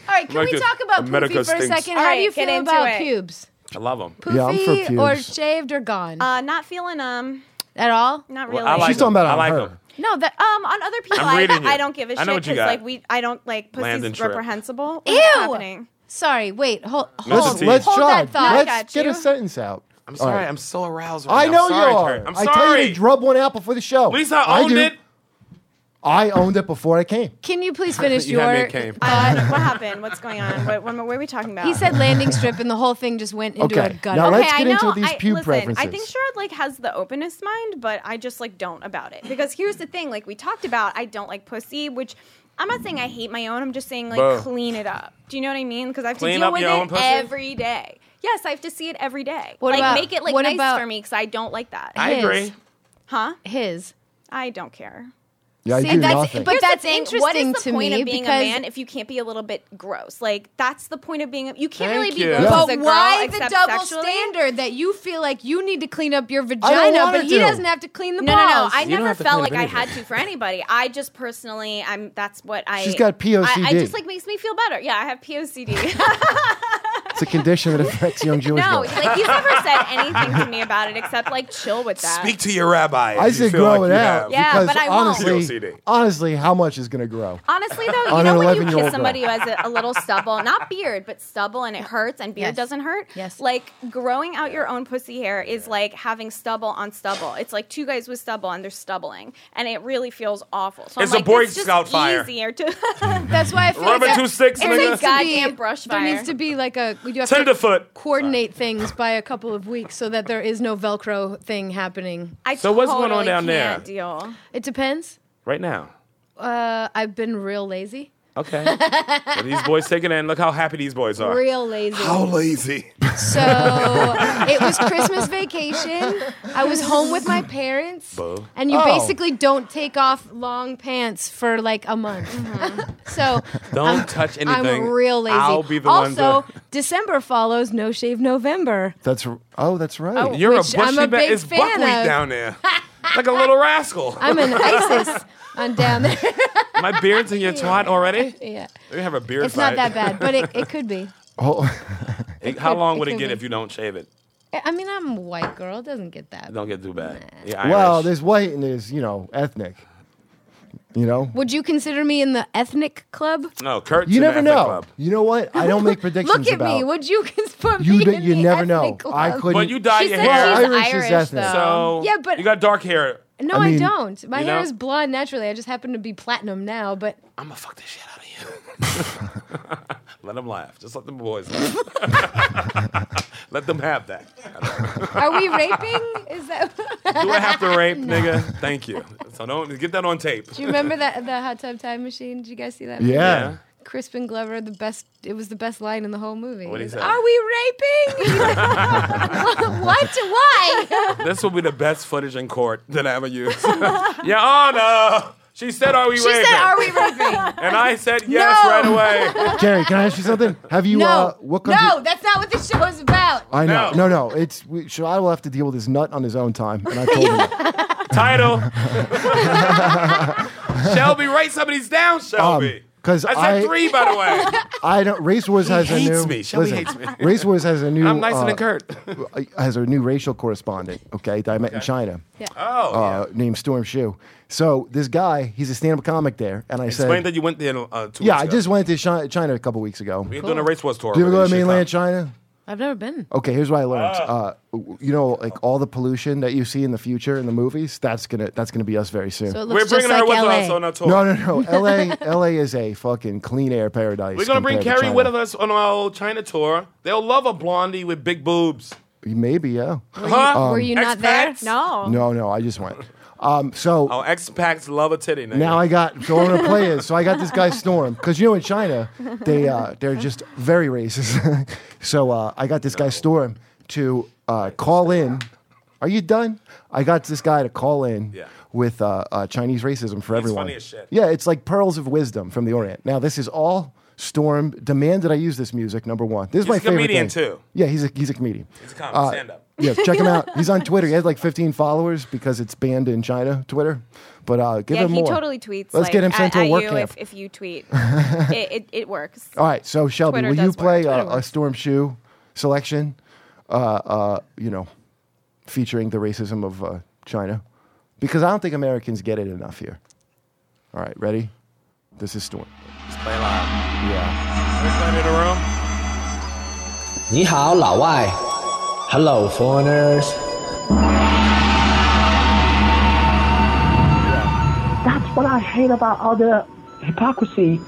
Speaker 5: All right, can we
Speaker 2: America-
Speaker 5: talk about
Speaker 2: America
Speaker 5: poofy for a
Speaker 2: stinks.
Speaker 5: second?
Speaker 6: All
Speaker 5: How do you
Speaker 6: right, get
Speaker 5: feel
Speaker 6: into
Speaker 5: about
Speaker 6: it.
Speaker 5: pubes?
Speaker 2: I love him.
Speaker 5: Poofy
Speaker 3: Yeah, I'm for
Speaker 5: or
Speaker 3: pubes.
Speaker 5: shaved or gone
Speaker 6: Uh, not feeling um,
Speaker 5: at all?
Speaker 6: not really.
Speaker 2: I like
Speaker 3: She's
Speaker 2: him.
Speaker 3: talking about
Speaker 2: I
Speaker 3: on
Speaker 2: like
Speaker 3: her.
Speaker 2: him.
Speaker 5: No, that uh,
Speaker 6: um, on other people,
Speaker 2: I'm
Speaker 6: I,
Speaker 2: reading you.
Speaker 6: I don't give a
Speaker 2: I know
Speaker 6: shit
Speaker 2: what you got.
Speaker 6: like we, I don't like
Speaker 2: Landon
Speaker 6: pussy's
Speaker 2: Tripp.
Speaker 6: reprehensible. What's
Speaker 5: ew.
Speaker 6: happening?
Speaker 5: Sorry, wait, hold,
Speaker 2: Listen
Speaker 5: hold,
Speaker 2: to you.
Speaker 3: Let's
Speaker 5: hold
Speaker 3: try.
Speaker 5: that thought.
Speaker 3: Let's
Speaker 6: got
Speaker 3: get a
Speaker 6: you.
Speaker 3: sentence out.
Speaker 2: I'm
Speaker 3: All
Speaker 2: sorry.
Speaker 3: right.
Speaker 2: I'm so aroused. Right
Speaker 3: I
Speaker 2: now.
Speaker 3: know
Speaker 2: I'm sorry,
Speaker 3: you are.
Speaker 2: Kurt. I'm
Speaker 3: I
Speaker 2: sorry.
Speaker 3: tell you to drub one out before the show.
Speaker 2: Lisa owned
Speaker 3: do.
Speaker 2: it.
Speaker 3: I owned it before I came.
Speaker 5: Can you please finish
Speaker 2: You had me
Speaker 5: your?
Speaker 2: at camp.
Speaker 6: I don't know. Uh, What happened? What's going on? What, what, what are we talking about?
Speaker 5: He said landing strip, and the whole thing just went into
Speaker 3: Okay,
Speaker 5: a gut.
Speaker 3: now
Speaker 5: Okay,
Speaker 3: let's
Speaker 6: I
Speaker 3: get
Speaker 6: know,
Speaker 3: into these
Speaker 6: I,
Speaker 3: pew
Speaker 6: listen, I think
Speaker 3: preferences.
Speaker 6: Sherrod like has the openest mind, but I just like don't about it because here's the thing: like we talked about, I don't like pussy, which. I'm not saying I hate my own. I'm just saying like
Speaker 2: Bro.
Speaker 6: clean it up. Do you know what I mean? Because I have
Speaker 2: Clean
Speaker 6: to deal
Speaker 2: up
Speaker 6: with
Speaker 2: your own
Speaker 6: it
Speaker 2: pussy?
Speaker 6: every day. Yes, I have to see it every day.
Speaker 5: What
Speaker 6: like
Speaker 5: about-
Speaker 6: make it like
Speaker 5: what
Speaker 6: nice
Speaker 5: about-
Speaker 6: for me because I don't like that.
Speaker 2: I
Speaker 5: His.
Speaker 2: agree.
Speaker 6: huh?
Speaker 5: his.
Speaker 6: I don't care.
Speaker 3: Yeah,
Speaker 5: See,
Speaker 3: I do
Speaker 5: that's-
Speaker 3: nothing.
Speaker 5: but-
Speaker 6: Here's the
Speaker 5: that's
Speaker 6: thing, What is
Speaker 5: interesting
Speaker 6: the
Speaker 5: to
Speaker 6: point
Speaker 5: me
Speaker 6: of being
Speaker 5: because-
Speaker 6: a man if you can't be a little bit gross? Like that's the point of being. A, you can't
Speaker 2: Thank
Speaker 6: really be
Speaker 2: you.
Speaker 6: gross.
Speaker 3: Yeah.
Speaker 6: as
Speaker 5: But
Speaker 6: a girl,
Speaker 5: why the
Speaker 6: except
Speaker 5: double
Speaker 6: sexually.
Speaker 5: standard that you feel like you need to clean up your
Speaker 3: don't
Speaker 5: vagina,
Speaker 3: wanna
Speaker 5: but he
Speaker 3: do.
Speaker 5: doesn't have to clean the
Speaker 6: No, no,
Speaker 5: balls?
Speaker 6: no. I
Speaker 2: You don't
Speaker 6: never
Speaker 2: have to
Speaker 6: felt
Speaker 2: clean
Speaker 6: like
Speaker 2: up
Speaker 6: I
Speaker 2: anything.
Speaker 6: had to for anybody. I just personally, I'm. That's what I.
Speaker 3: She's got POCD.
Speaker 6: I, I just like makes me feel better. Yeah, I have POCD.
Speaker 3: it's a condition that affects young Jewish
Speaker 6: no,
Speaker 3: girls.
Speaker 6: like he's never said anything to me about it except like chill with that.
Speaker 2: Speak to your rabbi. if
Speaker 3: I
Speaker 2: you
Speaker 3: said
Speaker 2: feel
Speaker 3: grow
Speaker 2: like
Speaker 3: it
Speaker 2: you
Speaker 3: out
Speaker 2: have.
Speaker 6: Yeah,
Speaker 3: because
Speaker 6: but I won't.
Speaker 3: honestly,
Speaker 2: POCD.
Speaker 3: honestly, how much is going to grow?
Speaker 6: Honestly, though, you
Speaker 3: On an
Speaker 6: know when you
Speaker 3: 11-year-old girl.
Speaker 6: kiss somebody who has a, a little stubble, not beard, but stubble, and it hurts, and beard
Speaker 5: Yes.
Speaker 6: doesn't hurt.
Speaker 5: Yes.
Speaker 6: Like growing out your own pussy hair is like having stubble on stubble. It's like two guys with stubble and they're stubbling, and it really feels awful. So
Speaker 2: It's
Speaker 6: I'm
Speaker 2: a
Speaker 6: like,
Speaker 2: Boy
Speaker 6: it's just
Speaker 2: Scout fire.
Speaker 6: Easier to
Speaker 5: That's why I feel
Speaker 2: Rubber
Speaker 5: like
Speaker 2: two sticks,
Speaker 5: there
Speaker 2: nigga.
Speaker 5: needs to be-
Speaker 6: Goddamn brush
Speaker 5: There
Speaker 6: fire.
Speaker 5: needs to be like a you have
Speaker 2: Tenderfoot.
Speaker 5: to coordinate things by a couple of weeks so that there is no Velcro thing happening.
Speaker 6: I
Speaker 2: So what's going on
Speaker 6: totally
Speaker 2: down there?
Speaker 6: can't Deal.
Speaker 5: It depends.
Speaker 2: Right now.
Speaker 5: Uh, I've been real lazy,
Speaker 2: Okay. Well, these boys taking it in. Look how happy these boys are.
Speaker 5: real lazy.
Speaker 2: lazy.
Speaker 5: So it was Christmas vacation. I was home with my parents, and you
Speaker 3: Oh.
Speaker 5: basically don't take off long pants for like a month. so
Speaker 2: Don't touch anything.
Speaker 5: I'm real lazy.
Speaker 2: Mm-hmm. I'll be the one
Speaker 5: also,
Speaker 2: to-
Speaker 5: December follows No Shave November.
Speaker 3: That's r- oh, that's right.
Speaker 2: You're a
Speaker 5: which
Speaker 2: bushy
Speaker 5: I'm a
Speaker 2: ba-
Speaker 5: big
Speaker 2: It's
Speaker 5: fan
Speaker 2: buckwheat
Speaker 5: of.
Speaker 2: down there. like a little rascal.
Speaker 5: I'm an ISIS. I'm down there.
Speaker 2: My beard's in your twat already?
Speaker 5: yeah.
Speaker 2: We have a beard
Speaker 5: It's not
Speaker 2: fight.
Speaker 5: that bad, but it, it could be.
Speaker 6: Oh.
Speaker 2: It- how long
Speaker 5: it
Speaker 2: would it,
Speaker 5: could
Speaker 2: get
Speaker 5: be.
Speaker 2: if you don't shave it?
Speaker 5: I I mean, I'm a white girl. It doesn't get that.
Speaker 2: It don't get too bad. Yeah,
Speaker 3: well,
Speaker 2: Irish.
Speaker 3: there's white and there's you know ethnic. You know,
Speaker 5: Would you consider me in the ethnic club?
Speaker 2: no Kurt's
Speaker 3: you
Speaker 2: in the
Speaker 3: never
Speaker 2: Athletic
Speaker 3: know.
Speaker 2: Club.
Speaker 3: You know what? I don't make predictions
Speaker 5: Look at
Speaker 3: about.
Speaker 5: me. Would you consider me
Speaker 3: you d-
Speaker 5: in
Speaker 3: you
Speaker 5: the
Speaker 3: never
Speaker 5: ethnic
Speaker 3: know.
Speaker 5: club?
Speaker 3: I couldn't.
Speaker 2: But you dye
Speaker 6: She
Speaker 2: your
Speaker 6: said
Speaker 2: hair.
Speaker 3: Well,
Speaker 6: she's
Speaker 3: Irish
Speaker 6: Irish,
Speaker 3: is ethnic.
Speaker 6: though.
Speaker 2: so
Speaker 5: Yeah, but-
Speaker 2: you got dark hair.
Speaker 5: No,
Speaker 3: I
Speaker 5: I,
Speaker 3: mean-
Speaker 5: don't. My
Speaker 2: You
Speaker 5: hair
Speaker 2: know?
Speaker 5: is blonde naturally. I just happen to be platinum now, but
Speaker 2: I'm gonna fuck this shit out of you. let them laugh. Just let them boys laugh. let them have that.
Speaker 5: are we raping? Is that
Speaker 2: Do I have to rape, nigga? Thank you. So don't get that on tape.
Speaker 5: Do you remember that the hot tub time machine? Did you guys see that?
Speaker 3: yeah.
Speaker 2: Yeah.
Speaker 5: Crispin Glover, the best it was the best line in the whole movie.
Speaker 2: What'd he
Speaker 5: He's,
Speaker 2: say?
Speaker 5: Are we raping? He's like, what? Why?
Speaker 2: This will be the best footage in court that I ever used. Your Honor, she said, "Are we
Speaker 5: She
Speaker 2: raping?"
Speaker 5: said, Are we raping?
Speaker 2: and I said, "Yes,"
Speaker 5: No.
Speaker 2: right away.
Speaker 3: Jerry, can I ask you something? Have you? Uh,
Speaker 5: No.
Speaker 3: what country-
Speaker 5: no, that's not what the show is about.
Speaker 3: I know.
Speaker 2: No.
Speaker 3: No, no. It's we, so I will have to deal with his nut on his own time, and I told him.
Speaker 2: Title. Shelby, write some of these down, Shelby.
Speaker 3: Um, 'cause
Speaker 2: I said
Speaker 3: I-
Speaker 2: three, by the way.
Speaker 3: I don't. Race Wars has
Speaker 2: hates
Speaker 3: a new.
Speaker 2: me. Shelby
Speaker 3: listen,
Speaker 2: hates me.
Speaker 3: Race Wars has a new.
Speaker 2: I'm nice
Speaker 3: uh,
Speaker 2: and Kurt.
Speaker 5: Oh,
Speaker 3: Has a new racial correspondent. Okay, that I met in China. Yeah.
Speaker 2: Oh, yeah.
Speaker 3: Uh, named Storm Shu. So this guy, he's a stand-up comic there, and I
Speaker 2: Explain
Speaker 3: said,
Speaker 2: that you went there uh, two
Speaker 3: "Yeah,
Speaker 2: weeks
Speaker 3: I
Speaker 2: ago.
Speaker 3: just went to Chi- China a couple weeks ago.
Speaker 2: We
Speaker 3: Do
Speaker 2: ain't doing a race wars tour.
Speaker 3: you ever
Speaker 2: but
Speaker 3: go
Speaker 2: this
Speaker 3: to
Speaker 2: shit
Speaker 3: mainland
Speaker 2: time.
Speaker 3: China?
Speaker 5: I've never been.
Speaker 3: Okay, here's what I learned.
Speaker 2: Ah.
Speaker 3: Uh, w- you know, like all the pollution that you see in the future in the movies, that's gonna that's gonna be us very soon.
Speaker 5: So it
Speaker 2: We're
Speaker 5: looks
Speaker 2: bringing
Speaker 5: just
Speaker 2: her
Speaker 5: like
Speaker 2: with
Speaker 5: LA.
Speaker 2: us on our tour.
Speaker 3: no, no, no. L.A. L.A. is a fucking clean air paradise.
Speaker 2: We're gonna bring
Speaker 3: compared to
Speaker 2: Carrie
Speaker 3: China.
Speaker 2: with us on our old China tour. They'll love a blondie with big boobs.
Speaker 3: Maybe, yeah.
Speaker 2: Huh?
Speaker 3: Uh,
Speaker 5: Were you not there?
Speaker 2: Expats?
Speaker 6: No.
Speaker 3: No, no, I just went. Um, so
Speaker 2: Oh, expats love a titty. Nigga.
Speaker 3: now I got so I'm gonna play it. So I got this guy Snorm because you know in China they uh, they're just very racist. so uh, I got this guy Storm to uh, call in. Are you done? I got this guy to call in
Speaker 2: Yeah.
Speaker 3: with uh, uh, Chinese racism for everyone.
Speaker 2: funny as shit.
Speaker 3: Yeah, it's like pearls of wisdom from the Orient. Now this is all. Storm demanded I use this music. Number one, this is
Speaker 2: He's
Speaker 3: my
Speaker 2: a
Speaker 3: favorite
Speaker 2: comedian,
Speaker 3: thing.
Speaker 2: too.
Speaker 3: Yeah, he's a he's a comedian. Uh,
Speaker 2: It's a comedy, stand up.
Speaker 3: Yeah, check him out. He's on Twitter. He has like 15 followers because it's banned in China, Twitter. But uh, give
Speaker 6: yeah,
Speaker 3: him
Speaker 6: he
Speaker 3: more.
Speaker 6: totally tweets.
Speaker 3: Let's
Speaker 6: like,
Speaker 3: get him sent to
Speaker 6: at,
Speaker 3: a
Speaker 6: at
Speaker 3: work
Speaker 6: you
Speaker 3: camp.
Speaker 6: If, if you tweet, it, it, it works.
Speaker 3: All right, so Shelby,
Speaker 6: Twitter
Speaker 3: will you
Speaker 6: does
Speaker 3: play uh,
Speaker 6: work. Twitter
Speaker 3: a, a
Speaker 6: works.
Speaker 3: Storm Shoe selection? Uh, uh, you know, featuring the racism of uh, China, because I don't think Americans get it enough here. All right, ready? This is Storm.
Speaker 2: Play live.
Speaker 3: Yeah.
Speaker 2: Everybody in the room.
Speaker 8: 你好，老外。Hello, foreigners.
Speaker 9: that's what I hate about all the hypocrisy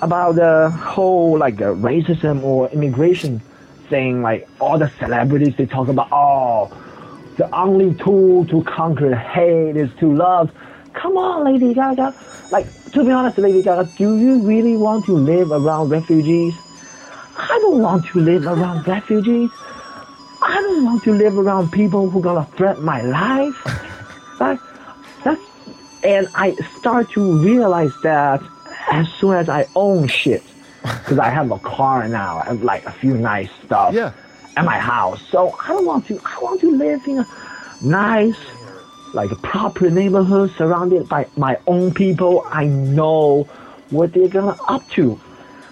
Speaker 9: about the whole like uh, racism or immigration thing. Like all the celebrities, they talk about oh, the only tool to conquer hate is to love. Come on, Lady Gaga. Like to be honest, Lady Gaga, do you really want to live around refugees? I don't want to live around refugees. I don't want to live around people who gonna threaten my life. Like that's and I start to realize that as soon as I own shit, because I have a car now, I have like a few nice stuff
Speaker 3: Yeah.
Speaker 9: at my house. So I don't want to. I want to live in a nice, like a proper neighborhood, surrounded by my own people. I know what they're gonna up to,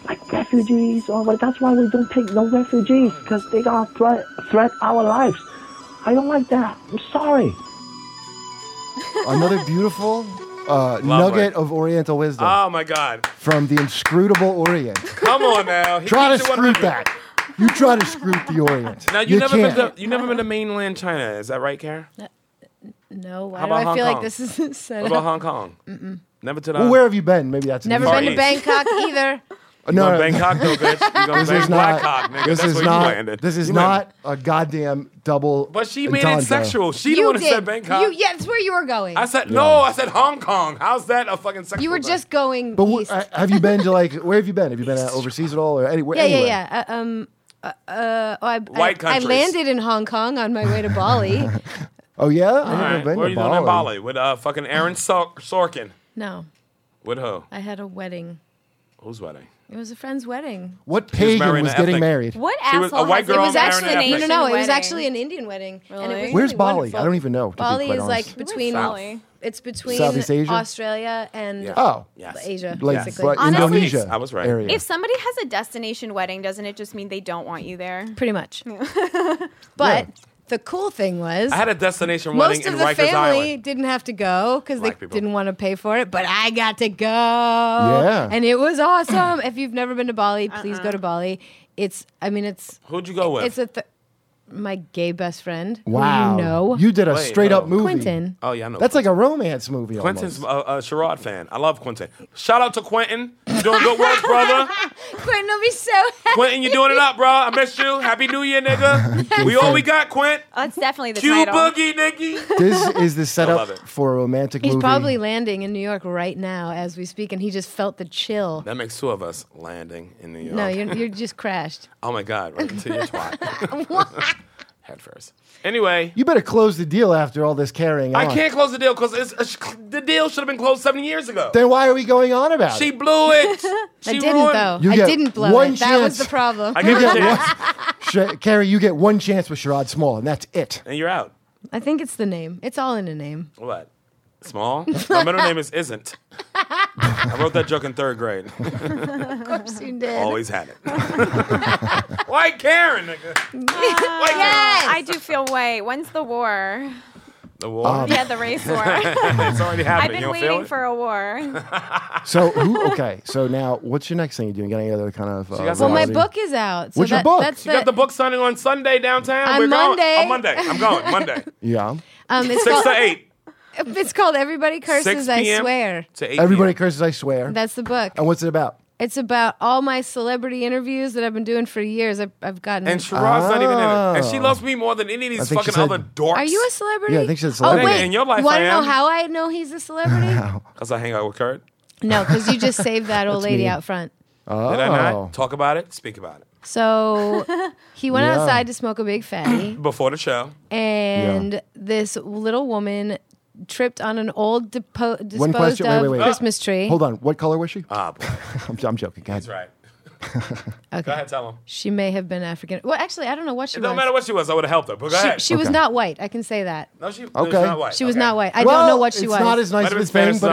Speaker 9: like refugees or what. That's why we don't take no refugees because they gonna threat threat our lives. I don't like that. I'm sorry.
Speaker 3: Another beautiful uh, nugget of Oriental wisdom
Speaker 2: Oh my God!
Speaker 3: from the inscrutable Orient.
Speaker 2: Come on now. He
Speaker 3: try to
Speaker 2: keeps it
Speaker 3: screw
Speaker 2: 100.
Speaker 3: that. You try to screw the Orient.
Speaker 2: Now you, never
Speaker 3: can't.
Speaker 2: been to you never been to mainland China. Is that right, Karen?
Speaker 5: No, why
Speaker 2: How
Speaker 5: do
Speaker 2: about
Speaker 5: I
Speaker 2: Hong
Speaker 5: feel
Speaker 2: Kong?
Speaker 5: like this is set
Speaker 2: What
Speaker 5: up?
Speaker 2: about Hong Kong? Mm-mm. Never to the
Speaker 3: Well, where have you been? Maybe that's an
Speaker 5: Never
Speaker 3: easy
Speaker 5: been to
Speaker 2: East.
Speaker 5: Bangkok either.
Speaker 3: one.
Speaker 2: You
Speaker 3: No,
Speaker 2: going
Speaker 3: no, no.
Speaker 2: Bangkok though, bitch. You going
Speaker 3: This is
Speaker 2: Bangkok,
Speaker 3: not.
Speaker 2: nigga?
Speaker 3: This
Speaker 2: That's
Speaker 3: is
Speaker 2: where you landed.
Speaker 3: not. This is
Speaker 2: You landed.
Speaker 3: not a goddamn double.
Speaker 2: But she made it
Speaker 3: entendre.
Speaker 2: sexual. She the
Speaker 5: you
Speaker 2: one who
Speaker 5: did.
Speaker 2: said Bangkok.
Speaker 5: You, yeah, that's where you were going.
Speaker 2: I said no. I said Hong Kong. How's that a fucking sexual?
Speaker 5: you were
Speaker 2: thing?
Speaker 5: just going
Speaker 3: But wh-
Speaker 5: east.
Speaker 3: uh, have you been to like? Where have you been? Have you been uh, overseas at all or anywhere?
Speaker 5: yeah,
Speaker 3: anywhere?
Speaker 5: yeah, yeah. Uh, um, uh, uh, oh, I,
Speaker 2: White
Speaker 5: I, I
Speaker 2: countries.
Speaker 5: landed in Hong Kong on my way to Bali.
Speaker 3: Oh yeah. I've
Speaker 2: All
Speaker 3: never
Speaker 2: right,
Speaker 3: been
Speaker 2: Where
Speaker 3: to
Speaker 2: you doing in Bali with uh fucking Aaron Sor- Sorkin?
Speaker 5: no,
Speaker 2: With who?
Speaker 5: I had a wedding.
Speaker 2: Who's wedding?
Speaker 5: It was a friend's wedding.
Speaker 3: What
Speaker 2: was
Speaker 3: pagan was,
Speaker 2: marrying an
Speaker 3: getting
Speaker 2: ethnic-
Speaker 3: married?
Speaker 6: What
Speaker 2: She
Speaker 6: asshole
Speaker 2: was a white
Speaker 6: has
Speaker 2: girl
Speaker 5: it was
Speaker 2: Aaron
Speaker 5: actually
Speaker 2: Ethnic.
Speaker 5: no, no, no. It was
Speaker 6: Wedding.
Speaker 5: actually an Indian wedding. And it
Speaker 6: Really?
Speaker 5: was
Speaker 3: Where's
Speaker 5: really
Speaker 3: Bali?
Speaker 5: wonderful.
Speaker 3: I don't even know, to be
Speaker 5: Bali
Speaker 3: quite
Speaker 5: is
Speaker 3: honest.
Speaker 5: like between
Speaker 6: Bali?
Speaker 5: it's between
Speaker 3: Southeast Asia?
Speaker 5: Australia and
Speaker 2: Yeah.
Speaker 3: Oh,
Speaker 2: Yes.
Speaker 5: Asia,
Speaker 3: like
Speaker 5: basically.
Speaker 3: like
Speaker 6: Honestly,
Speaker 3: Indonesia.
Speaker 2: I was right.
Speaker 3: Area.
Speaker 6: If somebody has a destination wedding, doesn't it just mean they don't want you there?
Speaker 5: Pretty much. but the cool thing was
Speaker 2: I had a destination wedding
Speaker 5: most
Speaker 2: in
Speaker 5: of the
Speaker 2: Rikers
Speaker 5: family
Speaker 2: Island.
Speaker 5: didn't have to go because they
Speaker 2: Black people.
Speaker 5: didn't want to pay for it, but I got to go.
Speaker 3: Yeah.
Speaker 5: And it was awesome. if you've never been to Bali, please go to Bali. It's, I mean, it's,
Speaker 2: Who'd you go with?
Speaker 5: it's a, th- my gay best friend. who
Speaker 3: wow.
Speaker 5: You know,
Speaker 3: You did a
Speaker 2: Wait,
Speaker 3: straight up
Speaker 2: no.
Speaker 3: movie.
Speaker 5: Quentin.
Speaker 2: oh yeah, I know.
Speaker 3: That's like a romance movie.
Speaker 2: Quentin's
Speaker 3: almost.
Speaker 2: a, a Sherrod fan. I love Quentin. Shout out to Quentin. You doing good work, brother.
Speaker 5: Quentin will be so happy.
Speaker 2: Quentin, you doing it up, bro. I miss you. Happy New Year, nigga. we all we got, Quint.
Speaker 6: Oh, that's definitely the
Speaker 2: Q
Speaker 6: title.
Speaker 2: Boogie, nigga.
Speaker 3: This is the
Speaker 2: love
Speaker 3: setup
Speaker 2: it.
Speaker 3: for a romantic
Speaker 5: He's
Speaker 3: movie.
Speaker 5: probably landing in New York right now as we speak, and he just felt the chill.
Speaker 2: That makes two of us landing in New York.
Speaker 5: No, you're, you're just crashed.
Speaker 2: oh my God, right into your twat. Head first. Anyway,
Speaker 3: You better close the deal after all this carrying on.
Speaker 2: I can't close the deal because it's, it's, the deal should have been closed seven years ago.
Speaker 3: Then why are we going on about
Speaker 2: She
Speaker 3: it?
Speaker 2: blew it. She
Speaker 5: I didn't
Speaker 2: ruined-
Speaker 5: though.
Speaker 3: You
Speaker 5: I
Speaker 3: get
Speaker 5: didn't blow
Speaker 3: one
Speaker 5: it. That was
Speaker 3: chance.
Speaker 5: the problem.
Speaker 2: I give her a chance.
Speaker 3: Sh- Carrie, you get one chance with Sherrod Small, and that's it.
Speaker 2: And you're out.
Speaker 5: I think it's the name. It's all in a name.
Speaker 2: What? Small? My middle name is Isn't. I wrote that joke in third grade.
Speaker 5: Of course you did.
Speaker 2: Always had it. White Karen, nigga. White Karen.
Speaker 6: I do feel way. When's the war?
Speaker 2: The war.
Speaker 6: Yeah, the race war. I've
Speaker 2: it's already happening.
Speaker 6: been
Speaker 2: you don't feel
Speaker 6: waiting
Speaker 2: it?
Speaker 6: for a war.
Speaker 3: So, who, okay. So now, what's your next thing you're doing? Got any other kind of? Uh,
Speaker 2: got some
Speaker 5: well, my
Speaker 3: reality?
Speaker 5: book is out. So
Speaker 3: What's your
Speaker 5: that-
Speaker 3: book?
Speaker 5: That's
Speaker 2: You got the book signing on Sunday downtown.
Speaker 5: On
Speaker 2: We're
Speaker 5: Monday.
Speaker 2: Going. On Monday. I'm going. Monday.
Speaker 3: Yeah.
Speaker 5: Um, it's,
Speaker 2: Six
Speaker 5: called,
Speaker 2: to eight.
Speaker 5: it's called Everybody
Speaker 2: 6
Speaker 5: Curses, I
Speaker 2: p.m.
Speaker 5: swear.
Speaker 2: To eight.
Speaker 3: Everybody
Speaker 2: p.m.
Speaker 3: curses. I swear.
Speaker 5: That's the book.
Speaker 3: and what's it about?
Speaker 5: It's about all my celebrity interviews that I've been doing for years. I've, I've gotten.
Speaker 2: And Sherrod's not even in it. And she
Speaker 3: Oh.
Speaker 2: loves me more than any of
Speaker 3: I
Speaker 2: these
Speaker 3: think she
Speaker 2: fucking
Speaker 3: said-
Speaker 2: other dorks.
Speaker 5: Are you a celebrity?
Speaker 3: Yeah, I think she's a
Speaker 5: Oh
Speaker 3: celebrity.
Speaker 5: wait,
Speaker 2: In your life,
Speaker 5: you
Speaker 2: I
Speaker 5: want to know
Speaker 2: am.
Speaker 5: how I know he's a celebrity?
Speaker 2: Because I hang out with Kurt.
Speaker 5: no, because you just saved that old lady
Speaker 3: me.
Speaker 5: out front.
Speaker 3: Oh.
Speaker 2: Did I not? Talk about it, speak about it.
Speaker 5: So he went
Speaker 3: Yeah.
Speaker 5: outside to smoke a big fatty.
Speaker 2: Before the show.
Speaker 5: and this little woman tripped on an old depo- disposed
Speaker 3: One question- wait,
Speaker 5: of
Speaker 3: wait, wait. Uh,
Speaker 5: Christmas tree.
Speaker 3: Hold on. What color was she?
Speaker 2: Ah, boy.
Speaker 3: I'm, I'm joking. Go ahead.
Speaker 2: That's right. Go
Speaker 5: Okay.
Speaker 2: ahead, tell him.
Speaker 5: She may have been African. Well, actually, I don't know what she
Speaker 2: It
Speaker 5: was.
Speaker 2: don't matter what she was, I would have helped her. But go
Speaker 5: she
Speaker 2: ahead.
Speaker 5: she was
Speaker 3: Okay.
Speaker 5: not white. I can say that.
Speaker 2: no, she, okay.
Speaker 3: Okay.
Speaker 2: not white.
Speaker 5: She was
Speaker 2: Okay.
Speaker 5: not white. I
Speaker 3: Well,
Speaker 5: don't know what she
Speaker 3: it's
Speaker 5: was.
Speaker 3: not as
Speaker 2: Might
Speaker 3: nice
Speaker 2: have
Speaker 3: of
Speaker 2: been
Speaker 3: a
Speaker 2: Spanish
Speaker 3: thing,
Speaker 2: or
Speaker 3: but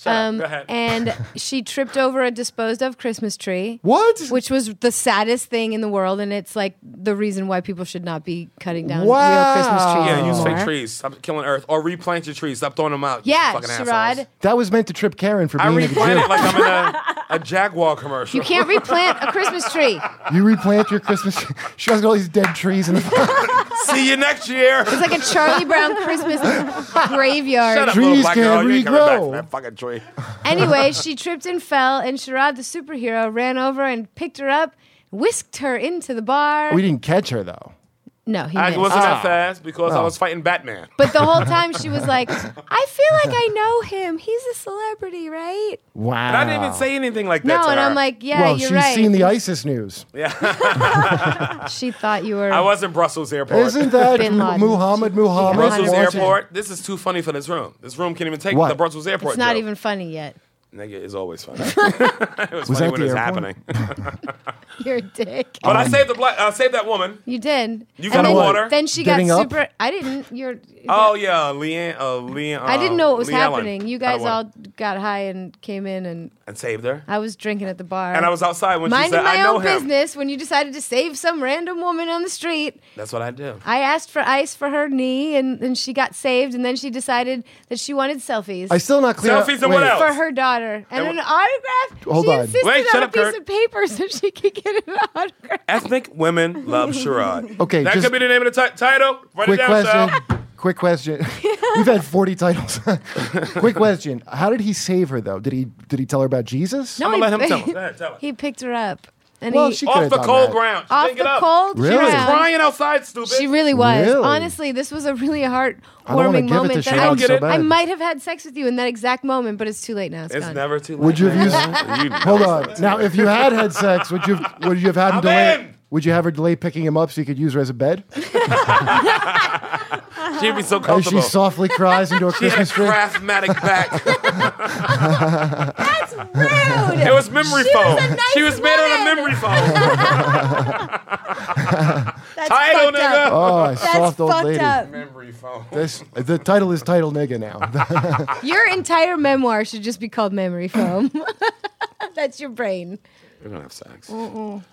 Speaker 2: something.
Speaker 3: fine.
Speaker 2: Shut up.
Speaker 5: Um,
Speaker 2: Go ahead.
Speaker 5: and she tripped over a disposed of Christmas tree.
Speaker 3: What?
Speaker 5: Which was the saddest thing in the world, and it's like the reason why people should not be cutting down real
Speaker 3: Wow.
Speaker 5: Christmas trees.
Speaker 2: yeah, use
Speaker 5: anymore.
Speaker 2: fake trees. Stop killing Earth or replant your trees. Stop throwing them out. you
Speaker 5: Yeah,
Speaker 2: fucking
Speaker 5: Sherrod,
Speaker 2: assholes.
Speaker 3: That was meant to trip Karen for
Speaker 2: I
Speaker 3: being at the
Speaker 2: replant it
Speaker 3: gym.
Speaker 2: like I'm in a, a Jaguar commercial.
Speaker 5: you can't replant a Christmas tree.
Speaker 3: you replant your Christmas. she has all these dead trees in the
Speaker 2: See you next year.
Speaker 5: It's like a Charlie Brown Christmas graveyard.
Speaker 2: Shut up,
Speaker 3: Trees
Speaker 2: little black
Speaker 3: can
Speaker 2: girl. You ain't coming back from
Speaker 3: regrow.
Speaker 2: that fucking tree.
Speaker 5: Anyway, she tripped and fell, and Sherrod, the superhero, ran over and picked her up, whisked her into the bar.
Speaker 3: We didn't catch her though.
Speaker 5: no, he
Speaker 2: I
Speaker 5: missed.
Speaker 2: wasn't that fast because I
Speaker 3: Oh.
Speaker 2: was fighting Batman.
Speaker 5: but the whole time she was like, I feel like I know him. He's a celebrity, right?
Speaker 3: Wow.
Speaker 2: And I didn't even say anything like that.
Speaker 5: no,
Speaker 2: to
Speaker 5: and
Speaker 2: her.
Speaker 5: I'm like, yeah,
Speaker 3: Well,
Speaker 5: you're
Speaker 3: she's
Speaker 5: right.
Speaker 3: seen the ISIS news.
Speaker 5: she thought you were.
Speaker 2: I was in Brussels airport.
Speaker 3: Isn't that
Speaker 5: Bin Laden.
Speaker 3: Muhammad Muhammad?
Speaker 2: Brussels
Speaker 5: Hundred
Speaker 3: watching-
Speaker 5: percent.
Speaker 2: airport. This is too funny for this room. This room can't even take
Speaker 3: What?
Speaker 2: the Brussels airport.
Speaker 5: it's not
Speaker 2: joke.
Speaker 5: even funny yet.
Speaker 2: Nigga is always funny. it was, funny
Speaker 3: that
Speaker 2: when
Speaker 3: the
Speaker 2: it's
Speaker 3: airport?
Speaker 2: happening.
Speaker 5: You're a dick.
Speaker 2: But I saved the black. I saved that woman.
Speaker 5: You did.
Speaker 2: Uh, You
Speaker 5: And
Speaker 2: got a
Speaker 5: then,
Speaker 2: water?
Speaker 5: Then she got
Speaker 3: Giving up?
Speaker 5: super. I didn't. You're.
Speaker 2: Oh yeah, Leanne. Uh, Leanne.
Speaker 5: I didn't know what was
Speaker 2: Lee Allen.
Speaker 5: happening. You
Speaker 2: Got a
Speaker 5: guys
Speaker 2: water.
Speaker 5: all got high and came in, and
Speaker 2: and saved her.
Speaker 5: I was drinking at the bar.
Speaker 2: And I was outside when she
Speaker 5: minding
Speaker 2: said,
Speaker 5: my
Speaker 2: "I know
Speaker 5: own
Speaker 2: him."
Speaker 5: business when you decided to save some random woman on the street.
Speaker 2: That's what I do.
Speaker 5: I asked for ice for her knee, and, and she got saved. And then she decided that she wanted selfies
Speaker 3: I still not clear.
Speaker 2: Selfies and what
Speaker 3: wait.
Speaker 2: else?
Speaker 5: for her daughter and,
Speaker 2: And
Speaker 5: an
Speaker 2: wh-
Speaker 5: autograph.
Speaker 3: Hold
Speaker 5: she
Speaker 3: on.
Speaker 5: insisted
Speaker 2: Wait,
Speaker 5: on
Speaker 2: shut
Speaker 5: a
Speaker 2: up,
Speaker 5: piece
Speaker 2: Kurt.
Speaker 5: of paper so she could get an autograph.
Speaker 2: Ethnic women love charade.
Speaker 3: Okay,
Speaker 2: that
Speaker 3: just-
Speaker 2: could be the name of the ti- title. Write it
Speaker 3: Quick
Speaker 2: down,
Speaker 3: question.
Speaker 2: Sal.
Speaker 3: Quick question. We've had forty titles. Quick question. How did he save her though? Did he did he tell her about Jesus?
Speaker 5: No,
Speaker 2: I'm gonna let him
Speaker 5: he-
Speaker 2: tell him. Go ahead, tell him.
Speaker 5: He picked her up, and
Speaker 3: Well,
Speaker 5: he
Speaker 3: she
Speaker 2: Off
Speaker 3: could've
Speaker 2: the
Speaker 3: done
Speaker 2: cold
Speaker 3: that.
Speaker 2: ground. She
Speaker 5: off
Speaker 2: didn't get
Speaker 5: the
Speaker 2: up.
Speaker 5: cold
Speaker 3: Really? She was
Speaker 5: ground.
Speaker 2: Crying outside, stupid.
Speaker 5: She really was.
Speaker 3: Really?
Speaker 5: Honestly, this was a really
Speaker 3: don't wanna
Speaker 5: heartwarming
Speaker 3: give it to
Speaker 5: moment.
Speaker 3: Shannon
Speaker 5: I,
Speaker 2: so
Speaker 5: I
Speaker 3: bad.
Speaker 5: might have had sex with you in that exact moment, but it's too late now.
Speaker 2: it's
Speaker 5: gone.
Speaker 2: never too late.
Speaker 3: Would you have
Speaker 2: man.
Speaker 3: used? Hold on. Now, if you had had sex, would you would you have had him
Speaker 2: I'm
Speaker 3: delay?
Speaker 2: in.
Speaker 3: Would you have her delay picking him up so you could use her as a bed?
Speaker 2: She'd be so
Speaker 3: As she
Speaker 2: comfortable.
Speaker 3: softly cries into a
Speaker 2: She had a
Speaker 3: Christmas tree.
Speaker 2: craftmatic back.
Speaker 5: Rude.
Speaker 2: It was memory
Speaker 5: She
Speaker 2: foam.
Speaker 5: was a nice
Speaker 2: she was made out of
Speaker 5: woman.
Speaker 2: memory foam.
Speaker 5: That's
Speaker 2: Title,
Speaker 5: fucked
Speaker 2: nigga.
Speaker 5: up.
Speaker 3: Oh, a soft
Speaker 5: That's
Speaker 3: old
Speaker 5: fucked
Speaker 3: lady.
Speaker 5: up.
Speaker 2: memory foam.
Speaker 3: This the title is title nigga now.
Speaker 5: Your entire memoir should just be called Memory Foam. That's your brain.
Speaker 2: We're gonna have sex.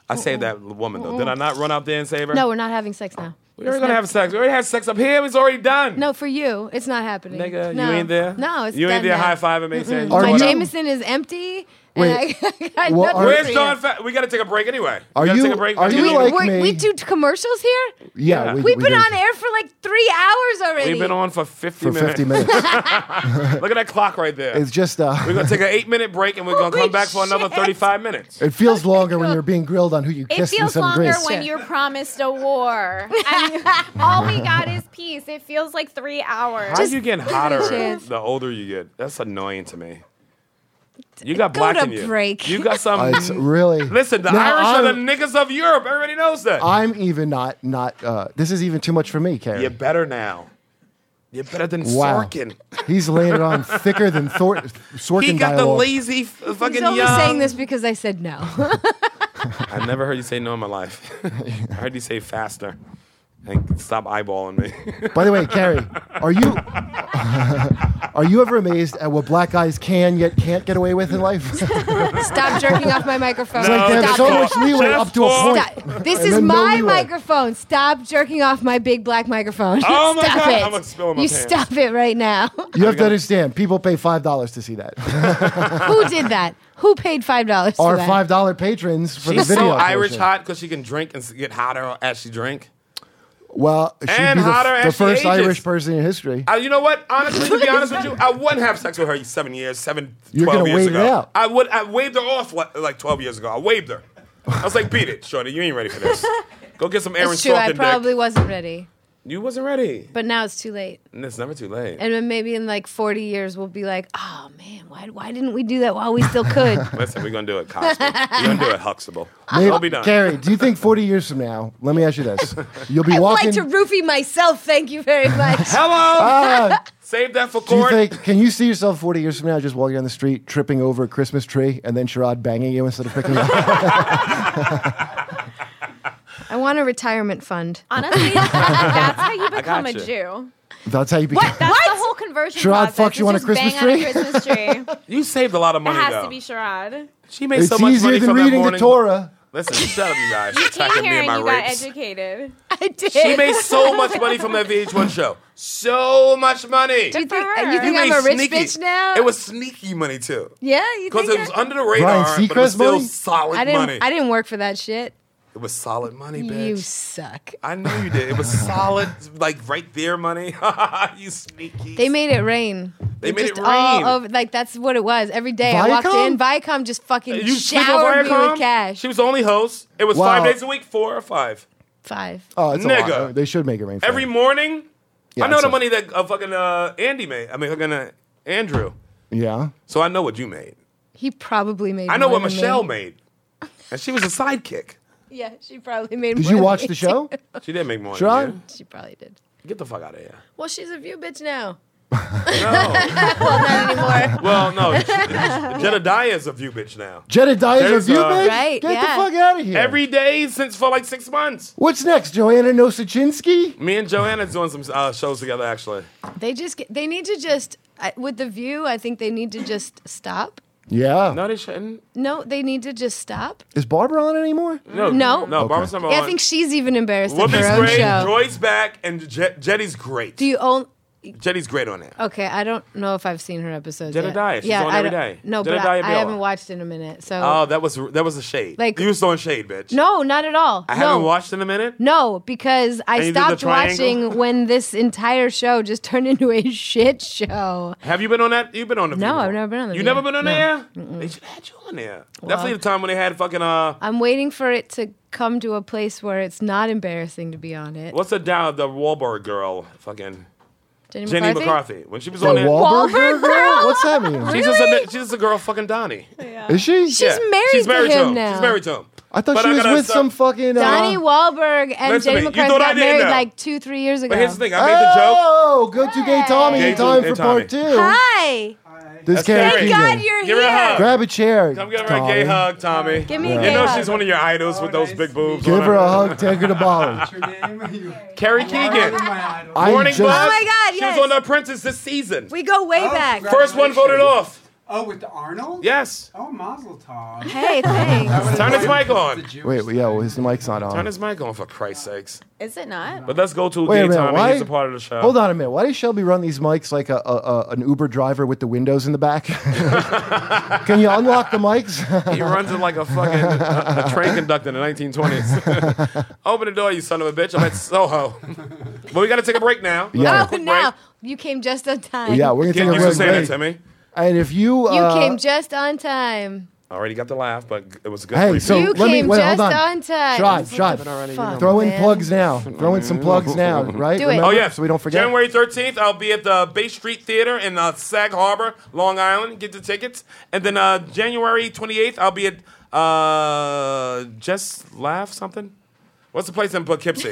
Speaker 2: I saved that woman though. Did I not run out there and save her?
Speaker 5: No, we're not having sex now.
Speaker 2: we were gonna have sex. We already had sex up here. It was already done.
Speaker 5: No, for you, it's not happening.
Speaker 2: nigga,
Speaker 5: no.
Speaker 2: you ain't there.
Speaker 5: No, it's
Speaker 2: you
Speaker 5: done
Speaker 2: ain't there.
Speaker 5: now.
Speaker 2: High fiving me. Saying,
Speaker 3: Are
Speaker 5: My
Speaker 3: you-
Speaker 5: Jameson is empty.
Speaker 3: Wait.
Speaker 5: and I, I got
Speaker 3: Well,
Speaker 5: nothing
Speaker 3: are-
Speaker 5: for
Speaker 2: Where's
Speaker 5: you.
Speaker 2: John? Fa- we gotta take a break anyway.
Speaker 3: Are
Speaker 2: we gotta
Speaker 3: you-
Speaker 2: take a break.
Speaker 3: are
Speaker 2: We
Speaker 3: you
Speaker 2: gotta-
Speaker 5: We,
Speaker 3: like
Speaker 5: we're-
Speaker 3: me?
Speaker 5: we do commercials here.
Speaker 3: Yeah, we,
Speaker 5: We've
Speaker 3: we
Speaker 5: been
Speaker 3: do.
Speaker 5: on air for like three hours already.
Speaker 2: We've been on for 50
Speaker 3: for
Speaker 2: minutes.
Speaker 3: 50 minutes.
Speaker 2: Look at that clock right there.
Speaker 3: It's just uh,
Speaker 2: we're gonna take an eight minute break and we're gonna
Speaker 5: Holy
Speaker 2: come back for another
Speaker 5: shit.
Speaker 2: 35 minutes.
Speaker 3: It feels longer when you're being grilled on who you
Speaker 6: It
Speaker 3: kissed in
Speaker 6: feels
Speaker 3: seventh
Speaker 6: longer
Speaker 3: grade.
Speaker 6: when
Speaker 5: Sure.
Speaker 6: you're promised a war. And you- all we got is peace. It feels like three hours.
Speaker 2: How are you getting hotter
Speaker 5: chance.
Speaker 2: the older you get? That's annoying to me. You got
Speaker 5: Go
Speaker 2: black
Speaker 5: to
Speaker 2: in you.
Speaker 5: break.
Speaker 2: You got some.
Speaker 3: Uh, it's really.
Speaker 2: Listen, the
Speaker 3: Now,
Speaker 2: Irish are the
Speaker 3: I'm-
Speaker 2: niggas of Europe. Everybody knows that.
Speaker 3: I'm even not not. Uh, this is even too much for me, Carrie.
Speaker 2: You're better now. You're better than
Speaker 3: Wow.
Speaker 2: Sorkin.
Speaker 3: He's laying it on thicker than Thor- Sorkin
Speaker 2: He got the
Speaker 3: dialogue.
Speaker 2: lazy f- fucking um,
Speaker 5: He's only
Speaker 2: young.
Speaker 5: saying this because I said no.
Speaker 2: I've never heard you say no in my life. I heard you say faster. And stop eyeballing me.
Speaker 3: By the way, Carrie, are you are you ever amazed at what black guys can yet can't get away with in life? it's
Speaker 5: Stop jerking off my microphone.
Speaker 2: No,
Speaker 3: like they have
Speaker 5: Stop
Speaker 3: so
Speaker 5: it.
Speaker 3: much leeway
Speaker 2: Just
Speaker 3: up to a
Speaker 2: for-
Speaker 3: point.
Speaker 5: Stop. This
Speaker 3: And
Speaker 5: is
Speaker 3: then no
Speaker 5: my
Speaker 3: leeway.
Speaker 5: microphone. Stop jerking off my big black microphone.
Speaker 2: Oh my
Speaker 5: stop
Speaker 2: God,
Speaker 5: it.
Speaker 2: I'm gonna spill my
Speaker 5: you
Speaker 2: pants.
Speaker 5: stop it right now.
Speaker 3: You have to understand, people pay five dollars to see that.
Speaker 5: Who did that? Who paid five dollars?
Speaker 3: Our
Speaker 5: that?
Speaker 3: five dollar patrons for
Speaker 2: She's
Speaker 3: the video.
Speaker 2: so Irish
Speaker 3: portion.
Speaker 2: hot because she can drink and s- get hotter as she drink.
Speaker 3: Well, she'd
Speaker 2: And
Speaker 3: be the,
Speaker 2: hotter
Speaker 3: f- the
Speaker 2: as she
Speaker 3: first
Speaker 2: ages.
Speaker 3: Irish person in history.
Speaker 2: Uh, you know what? Honestly, to be honest with you, I wouldn't have sex with her seven years, seven,
Speaker 3: You're
Speaker 2: 12
Speaker 3: gonna
Speaker 2: years
Speaker 3: wait it
Speaker 2: ago.
Speaker 3: out.
Speaker 2: I would. I waved her off li- like twelve years ago. I waved her. I was like, "Beat it, shorty. You ain't ready for this. Go get some Aaron
Speaker 5: It's true. I
Speaker 2: Sorkin
Speaker 5: probably
Speaker 2: dick.
Speaker 5: wasn't ready,
Speaker 2: You wasn't ready.
Speaker 5: but now it's too late.
Speaker 2: And it's never too late.
Speaker 5: And then maybe in like 40 years, we'll be like, oh man, why, why didn't we do that while we still could?
Speaker 2: Listen, we're gonna do it, Cosby. we're gonna do it, Huxtable.
Speaker 3: Maybe-
Speaker 2: I'll be done.
Speaker 3: Carrie, do you think 40 years from now, let me ask you this. You'll be
Speaker 5: I would
Speaker 3: walking.
Speaker 5: like to roofie myself. Thank you very much.
Speaker 2: Hello.
Speaker 3: Ah,
Speaker 2: Save that for
Speaker 3: do you
Speaker 2: court.
Speaker 3: think, can you see yourself 40 years from now just walking down the street, tripping over a Christmas tree, and then Sherrod banging you instead of picking you up?
Speaker 5: I want a retirement fund.
Speaker 6: Honestly, that's how you become a
Speaker 2: gotcha.
Speaker 6: Jew.
Speaker 3: That's how you become.
Speaker 6: That's the whole conversion
Speaker 3: Sherrod
Speaker 6: process.
Speaker 3: fucked you
Speaker 6: is
Speaker 3: on a
Speaker 6: just
Speaker 3: Christmas
Speaker 6: bang on
Speaker 3: tree?
Speaker 6: a Christmas tree.
Speaker 2: you saved a lot of
Speaker 6: It
Speaker 2: money
Speaker 6: has
Speaker 2: though.
Speaker 6: to be Sherrod.
Speaker 2: she made
Speaker 3: It's
Speaker 2: so much money
Speaker 3: easier than
Speaker 2: from that
Speaker 3: reading the
Speaker 2: morning.
Speaker 3: Torah.
Speaker 2: Listen, shut up, you guys. You're attacking
Speaker 6: Came
Speaker 2: me
Speaker 6: here
Speaker 2: and
Speaker 6: and
Speaker 2: my
Speaker 6: you got
Speaker 2: rapes.
Speaker 6: educated.
Speaker 5: I did.
Speaker 2: She made so much money from that VH1 show. So much money.
Speaker 5: you think,
Speaker 6: for her.
Speaker 5: you think
Speaker 2: You
Speaker 5: I'm
Speaker 2: made
Speaker 5: a rich
Speaker 2: sneaky-
Speaker 5: bitch now?
Speaker 2: It was sneaky money too.
Speaker 5: yeah, you
Speaker 2: Because
Speaker 5: think
Speaker 2: it was
Speaker 5: I-
Speaker 2: under the radar, but it was
Speaker 3: Seacrest
Speaker 2: still
Speaker 3: money?
Speaker 2: solid
Speaker 5: I didn't.
Speaker 2: money.
Speaker 5: I didn't work for that shit.
Speaker 2: It was solid money,
Speaker 5: You
Speaker 2: bitch.
Speaker 5: suck.
Speaker 2: I know you did. It was solid, like right there money. you sneaky.
Speaker 5: They made it rain.
Speaker 2: They made
Speaker 5: just
Speaker 2: it rain.
Speaker 5: all over. Like that's what it was. Every day I walked
Speaker 3: Viacom?
Speaker 5: in, Viacom just fucking
Speaker 2: you sleep
Speaker 5: showered
Speaker 2: with
Speaker 5: me
Speaker 2: Viacom?
Speaker 5: with cash.
Speaker 2: She was the only host. It was
Speaker 3: Wow.
Speaker 2: five days a week, four or five.
Speaker 5: Five.
Speaker 3: Oh, it's a
Speaker 2: Nigga.
Speaker 3: lot. They should make it rain. for
Speaker 2: Every
Speaker 3: him.
Speaker 2: morning,
Speaker 3: Yeah,
Speaker 2: I know
Speaker 3: it's
Speaker 2: the
Speaker 3: a-
Speaker 2: money that uh, fucking uh, Andy made. I mean, fucking uh, Andrew.
Speaker 3: yeah.
Speaker 2: So I know what you made.
Speaker 5: He probably made.
Speaker 2: I know
Speaker 5: more
Speaker 2: what
Speaker 5: than
Speaker 2: Michelle
Speaker 5: me.
Speaker 2: made. And she was a sidekick.
Speaker 5: Yeah, she probably made.
Speaker 3: Did
Speaker 5: more
Speaker 3: you
Speaker 5: than
Speaker 3: watch
Speaker 5: me,
Speaker 3: the show?
Speaker 2: She did make more. than
Speaker 3: Sherrod?
Speaker 2: you.
Speaker 5: too. She probably did.
Speaker 2: Get the fuck out of here.
Speaker 5: Well, she's a view bitch now.
Speaker 2: No.
Speaker 5: Not anymore.
Speaker 2: Oh. well, no. Jedediah is a view bitch now.
Speaker 3: Jedediah's
Speaker 2: There's
Speaker 3: review,
Speaker 2: a-
Speaker 3: bitch?
Speaker 5: Right,
Speaker 3: Get
Speaker 5: yeah.
Speaker 3: the fuck out of here.
Speaker 2: Every day since for like six months.
Speaker 3: What's next, Joanna Nosachinsky?
Speaker 2: Me and Joanna's doing some uh, shows together, actually.
Speaker 5: They just. Get, they need to just. I, with the view, I think they need to just stop.
Speaker 3: Yeah.
Speaker 2: No, they shouldn't.
Speaker 5: No, they need to just stop.
Speaker 3: Is Barbara on it anymore?
Speaker 2: No.
Speaker 5: No.
Speaker 2: No, Barbara's number
Speaker 5: Yeah,
Speaker 2: one.
Speaker 5: I think she's even embarrassed of
Speaker 2: Whoopi's
Speaker 5: her own
Speaker 2: great.
Speaker 5: show.
Speaker 2: Joy's back. And Je- Jetty's great.
Speaker 5: Do you Oh. own?
Speaker 2: Jetty's great on there.
Speaker 5: Okay, I don't know if I've seen her episodes.
Speaker 2: Jedediah,
Speaker 5: Yet.
Speaker 2: she's on
Speaker 5: I
Speaker 2: every
Speaker 5: don't-
Speaker 2: day.
Speaker 5: No, but I,
Speaker 2: Jedediah
Speaker 5: I
Speaker 2: Biela.
Speaker 5: haven't watched in a minute. So
Speaker 2: Oh, that was that was a shade.
Speaker 5: Like-
Speaker 2: you was throwing shade, bitch.
Speaker 5: no, not at all.
Speaker 2: I
Speaker 5: no.
Speaker 2: haven't watched in a minute.
Speaker 5: No, because
Speaker 2: And
Speaker 5: I
Speaker 2: you did the
Speaker 5: stopped
Speaker 2: triangle?
Speaker 5: watching when this entire show just turned into a shit show.
Speaker 2: Have you been on that? You've been on the. View
Speaker 5: No, I've
Speaker 2: before.
Speaker 5: never been on The
Speaker 2: You
Speaker 5: View.
Speaker 2: never been on
Speaker 5: No.
Speaker 2: there. They should have had you on there. Definitely the time when they had fucking uh,
Speaker 5: I'm waiting for it to come to a place where it's not embarrassing to be on it.
Speaker 2: what's the down the Wahlberg girl, fucking
Speaker 5: Jenny,
Speaker 2: Jenny
Speaker 5: McCarthy?
Speaker 2: McCarthy. When she was on there,
Speaker 3: Wahlberg girl? What's that mean?
Speaker 2: she's just a she's just a girl fucking Donnie.
Speaker 3: Is she?
Speaker 5: She's married,
Speaker 2: she's married
Speaker 5: to him,
Speaker 2: him
Speaker 5: now.
Speaker 2: She's married to him.
Speaker 3: I thought
Speaker 2: But
Speaker 3: she was
Speaker 2: gotta
Speaker 3: with
Speaker 2: stop-
Speaker 3: some fucking. Uh,
Speaker 5: Donnie Wahlberg
Speaker 2: Listen
Speaker 5: and
Speaker 2: to
Speaker 5: Jenny
Speaker 2: me. You
Speaker 5: McCarthy
Speaker 2: thought I
Speaker 5: got
Speaker 2: didn't
Speaker 5: married
Speaker 2: know.
Speaker 5: like two, three years ago.
Speaker 2: But here's the thing. I made the joke.
Speaker 3: oh, go to Gay Tommy.
Speaker 2: Gay
Speaker 3: in time
Speaker 2: Tommy. Gay
Speaker 3: for
Speaker 2: Tommy.
Speaker 3: part two.
Speaker 5: Hi.
Speaker 3: This
Speaker 2: That's
Speaker 3: Carrie
Speaker 2: Carrie.
Speaker 3: Keegan.
Speaker 5: God, you're
Speaker 2: Give her
Speaker 5: here.
Speaker 2: a hug.
Speaker 3: Grab a chair.
Speaker 2: Come give her a gay
Speaker 3: Tommy.
Speaker 2: hug, Tommy.
Speaker 5: Give me a
Speaker 2: You
Speaker 5: gay
Speaker 2: know
Speaker 5: hug. Oh,
Speaker 2: she's one of your idols with those big boobs.
Speaker 3: Give
Speaker 2: on
Speaker 3: her a hug. Take her to Bali.
Speaker 2: Carrie Keegan.
Speaker 3: I
Speaker 2: Morning
Speaker 3: just-
Speaker 2: Buzz.
Speaker 5: Oh my God,
Speaker 2: She
Speaker 5: yes.
Speaker 2: was on The Apprentice this season.
Speaker 5: We go way back.
Speaker 2: First one voted off.
Speaker 10: Oh, with the Arnold?
Speaker 2: Yes.
Speaker 10: Oh, Mazel Tov.
Speaker 5: Hey, thanks.
Speaker 2: Turn his mic on.
Speaker 3: Wait, wait, yo, his mic's not
Speaker 2: Turn
Speaker 3: on.
Speaker 2: his mic on for Christ's sakes.
Speaker 6: Is it not?
Speaker 2: But let's go to
Speaker 3: Wait a
Speaker 2: Gay
Speaker 3: minute,
Speaker 2: Tommy.
Speaker 3: why-
Speaker 2: He's a part of the show.
Speaker 3: Hold on a minute. Why does Shelby run these mics like a, a, a an Uber driver with the windows in the back? Can you unlock the mics?
Speaker 2: He runs it like a fucking a, a train conductor in the 1920s. Open the door, you son of a bitch. I'm at Soho. but we got to take a break now.
Speaker 3: Yeah.
Speaker 5: Oh,
Speaker 2: Quick
Speaker 5: now
Speaker 2: break.
Speaker 5: you came just on time.
Speaker 3: yeah, we're gonna
Speaker 2: Can't
Speaker 3: take
Speaker 2: you
Speaker 3: a
Speaker 2: just say
Speaker 3: real
Speaker 2: that to
Speaker 3: break.
Speaker 2: me?
Speaker 3: And if you
Speaker 5: you
Speaker 3: uh,
Speaker 5: came just on time.
Speaker 2: Already got the laugh, but it was good.
Speaker 3: Hey, so
Speaker 5: You
Speaker 3: let me
Speaker 5: came
Speaker 3: wait,
Speaker 5: just
Speaker 3: hold on.
Speaker 5: on time.
Speaker 3: Shot, shot.
Speaker 5: Fuck,
Speaker 3: Throw in
Speaker 5: man.
Speaker 3: plugs now. Throw in some plugs now, right?
Speaker 5: Do it.
Speaker 2: Oh yeah,
Speaker 3: So we don't forget.
Speaker 2: January thirteenth, I'll be at the Bay Street Theater in uh, Sag Harbor, Long Island. Get the tickets, and then uh, January twenty eighth, I'll be at uh, Just Laugh something. What's the place in Poughkeepsie?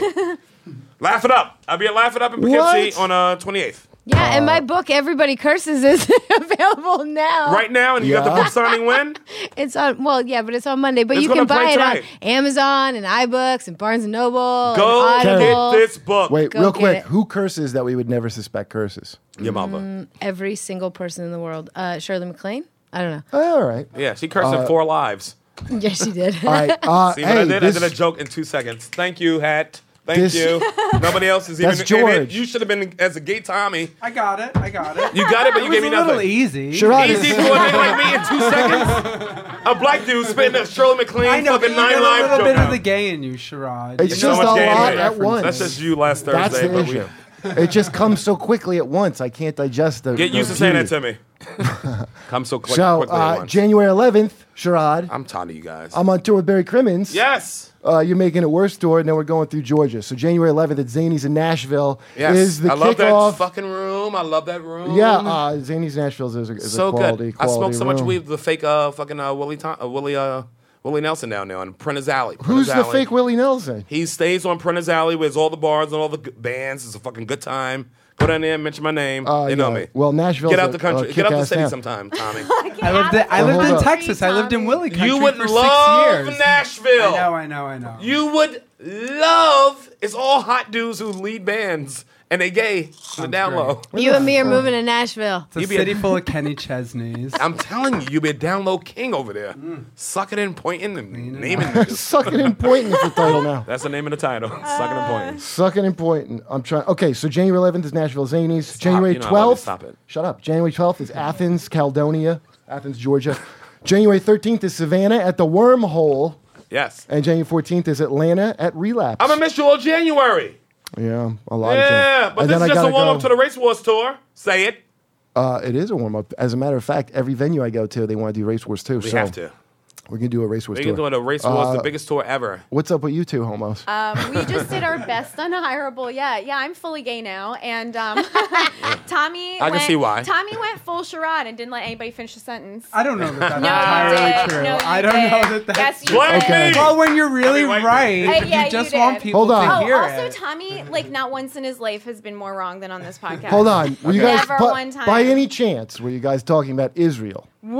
Speaker 2: Laugh it up. I'll be at Laugh it up in Poughkeepsie on
Speaker 3: What?
Speaker 2: uh twenty eighth.
Speaker 5: Yeah, and
Speaker 2: Uh,
Speaker 5: my book, Everybody Curses, is available now.
Speaker 2: Right now, and you got the
Speaker 3: Yeah.
Speaker 2: book signing when?
Speaker 5: It's on, well, yeah, but it's on Monday. But
Speaker 2: It's
Speaker 5: you can
Speaker 2: gonna
Speaker 5: buy
Speaker 2: play
Speaker 5: it on
Speaker 2: tonight.
Speaker 5: Amazon and iBooks and Barnes & Noble
Speaker 2: Go
Speaker 5: and Audible.
Speaker 2: get this book.
Speaker 3: Wait,
Speaker 5: Go
Speaker 3: real
Speaker 5: get
Speaker 3: quick.
Speaker 5: it.
Speaker 3: Who curses that we would never suspect curses?
Speaker 2: your
Speaker 10: Mm.
Speaker 2: mama.
Speaker 5: Every single person in the world. Uh, Shirley MacLaine? I don't know.
Speaker 3: Oh, All right.
Speaker 2: Yeah, she cursed in four lives.
Speaker 5: Yes, she did.
Speaker 3: All right. Uh,
Speaker 2: See what
Speaker 3: hey,
Speaker 2: I did?
Speaker 3: this,
Speaker 2: I did a joke in two seconds. Thank you, hat. Thank
Speaker 3: This-
Speaker 2: you. Nobody else is even
Speaker 3: That's
Speaker 2: in it.
Speaker 3: George.
Speaker 2: You should have been as a gay Tommy.
Speaker 10: I got it. I got it.
Speaker 2: You got it, but you
Speaker 10: was
Speaker 2: gave me
Speaker 10: a little
Speaker 2: nothing.
Speaker 10: easy.
Speaker 3: Sherrod is-
Speaker 2: easy to a man like me in two seconds. A black dude spitting a Shirley MacLaine
Speaker 10: I know, but
Speaker 2: fucking
Speaker 10: you got
Speaker 2: nine
Speaker 10: a
Speaker 2: live
Speaker 10: little
Speaker 2: joke
Speaker 10: bit
Speaker 2: out.
Speaker 10: of the gay in you, Sherrod.
Speaker 2: So
Speaker 3: It's
Speaker 10: You
Speaker 3: just
Speaker 10: know
Speaker 3: a
Speaker 2: much
Speaker 3: lot
Speaker 10: what gay in
Speaker 2: gay
Speaker 10: me.
Speaker 3: at once.
Speaker 2: That's just you last Thursday.
Speaker 3: That's the
Speaker 2: but we-
Speaker 3: issue. it just comes so quickly at once. I can't digest the.
Speaker 2: Get
Speaker 3: the
Speaker 2: used to saying that
Speaker 3: beauty.
Speaker 2: to me. Come so quick,
Speaker 3: So,
Speaker 2: quickly at
Speaker 3: uh,
Speaker 2: once.
Speaker 3: January 11th, Sherrod,
Speaker 2: I'm tired of you guys.
Speaker 3: I'm on tour with Barry Crimmins.
Speaker 2: yes.
Speaker 3: Uh, you're making it worse tour, and then we're going through Georgia. So January 11th at Zany's in Nashville
Speaker 2: Yes.
Speaker 3: is the
Speaker 2: I love
Speaker 3: kickoff.
Speaker 2: that fucking room. I love that room.
Speaker 3: yeah, uh, Zany's in Nashville is a, is
Speaker 2: so
Speaker 3: a quality,
Speaker 2: good.
Speaker 3: quality
Speaker 2: I smoked so much
Speaker 3: room.
Speaker 2: weed with the fake uh, fucking uh, Willie Tom, uh, Willie uh, Willie Nelson down there on Prentice Alley. Prentice
Speaker 3: Who's the
Speaker 2: Alley.
Speaker 3: fake Willie Nelson?
Speaker 2: He stays on Prentice Alley, where's all the bars and all the g- bands. It's a fucking good time. Go down there, and mention my name.
Speaker 3: Uh,
Speaker 2: they know
Speaker 3: yeah.
Speaker 2: me.
Speaker 3: Well, Nashville's
Speaker 2: Get
Speaker 3: a-
Speaker 2: out the country.
Speaker 3: a
Speaker 2: Get out the
Speaker 3: kick-ass
Speaker 2: city
Speaker 3: town.
Speaker 2: sometime, Tommy.
Speaker 10: I lived, in, I
Speaker 3: Hold
Speaker 10: lived in
Speaker 3: up.
Speaker 10: Texas. I lived in Willie Country
Speaker 2: you would
Speaker 10: for
Speaker 2: love
Speaker 10: six years.
Speaker 2: Nashville.
Speaker 10: I know, I know, I know.
Speaker 2: You would love. It's all hot dudes who lead bands and they gay. So down
Speaker 10: great.
Speaker 2: low.
Speaker 5: You and me are moving to Nashville.
Speaker 10: it's a
Speaker 2: be a-
Speaker 10: city full of Kenny Chesneys.
Speaker 2: I'm telling you, you be a down low king over there. Sucking and pointing and naming. niggas.
Speaker 3: Sucking and pointing is the title now.
Speaker 2: That's the name of the title. Sucking and pointing.
Speaker 3: Sucking and pointing. I'm trying. Okay, so January 11th is Nashville Zanies. January
Speaker 2: You know I
Speaker 3: 12th.
Speaker 2: love you. Stop it.
Speaker 3: Shut up. January 12th is Athens, Caledonia, Athens, Georgia. January 13th is Savannah at the Wormhole,
Speaker 2: Yes.
Speaker 3: and January 14th is Atlanta at Relapse.
Speaker 2: I'm gonna miss you all January.
Speaker 3: yeah, a lot. of
Speaker 2: Yeah,
Speaker 3: Jan-
Speaker 2: but
Speaker 3: and
Speaker 2: this
Speaker 3: then
Speaker 2: is
Speaker 3: I
Speaker 2: just a
Speaker 3: gotta
Speaker 2: warm up to
Speaker 3: go-
Speaker 2: the Race Wars tour. Say it.
Speaker 3: Uh, it is a warm up. As a matter of fact, every venue I go to, they want to do race wars too.
Speaker 2: We
Speaker 3: so
Speaker 2: have to.
Speaker 3: We're gonna do Uh, a race wars
Speaker 2: We're
Speaker 3: tour.
Speaker 2: doing a Race Wars, the biggest tour ever.
Speaker 3: What's up with you two homos?
Speaker 6: Um, we just did our best unhirable. Yeah, yeah, I'm fully gay now. And um, Tommy.
Speaker 2: I can
Speaker 6: went-
Speaker 2: see why.
Speaker 6: Tommy went full charade and didn't let anybody finish the sentence.
Speaker 10: I don't know that that's
Speaker 6: No,
Speaker 10: entirely
Speaker 6: you did.
Speaker 10: true.
Speaker 6: No, you
Speaker 10: I don't know
Speaker 6: did.
Speaker 10: that that's
Speaker 6: Yes, you
Speaker 2: Blame
Speaker 6: did.
Speaker 2: me.
Speaker 10: Well, when you're really
Speaker 2: White
Speaker 10: right,
Speaker 6: Hey, yeah,
Speaker 10: you just
Speaker 6: you
Speaker 10: want
Speaker 6: did.
Speaker 10: people
Speaker 3: Hold
Speaker 10: to
Speaker 3: on.
Speaker 6: Oh,
Speaker 10: hear
Speaker 6: also
Speaker 10: it.
Speaker 6: Tommy, like not once in his life has been more wrong than on this podcast.
Speaker 3: Hold on. Were you guys
Speaker 6: Never
Speaker 3: bu-
Speaker 6: one time.
Speaker 3: by any chance were you guys talking about Israel?
Speaker 6: What?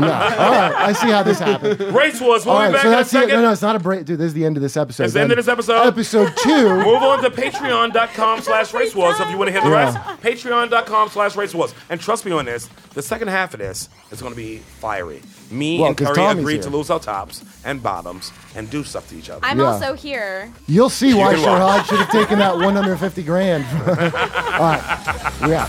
Speaker 3: No. All right, I see how this happened.
Speaker 2: Race Wars. We'll
Speaker 3: All
Speaker 2: be
Speaker 3: right,
Speaker 2: back
Speaker 3: so
Speaker 2: in a
Speaker 3: that's the,
Speaker 2: second.
Speaker 3: no, no, it's not a break, dude. This is the end of this episode.
Speaker 2: It's the end of this episode.
Speaker 3: Episode two.
Speaker 2: Move on to patreon.com slash race wars if you want to hear the rest. Patreon.com slash race wars. And trust me on this, the second half of this is going to be fiery. Me
Speaker 3: Well,
Speaker 2: and
Speaker 3: 'cause
Speaker 2: Curry
Speaker 3: Tommy's
Speaker 2: agreed
Speaker 3: here.
Speaker 2: to lose our tops and bottoms and do stuff to each other.
Speaker 6: I'm
Speaker 3: Yeah.
Speaker 6: also here.
Speaker 3: You'll see why
Speaker 2: can watch.
Speaker 3: Sharad should have taken that 150 grand. All right, we're out.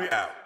Speaker 2: We out.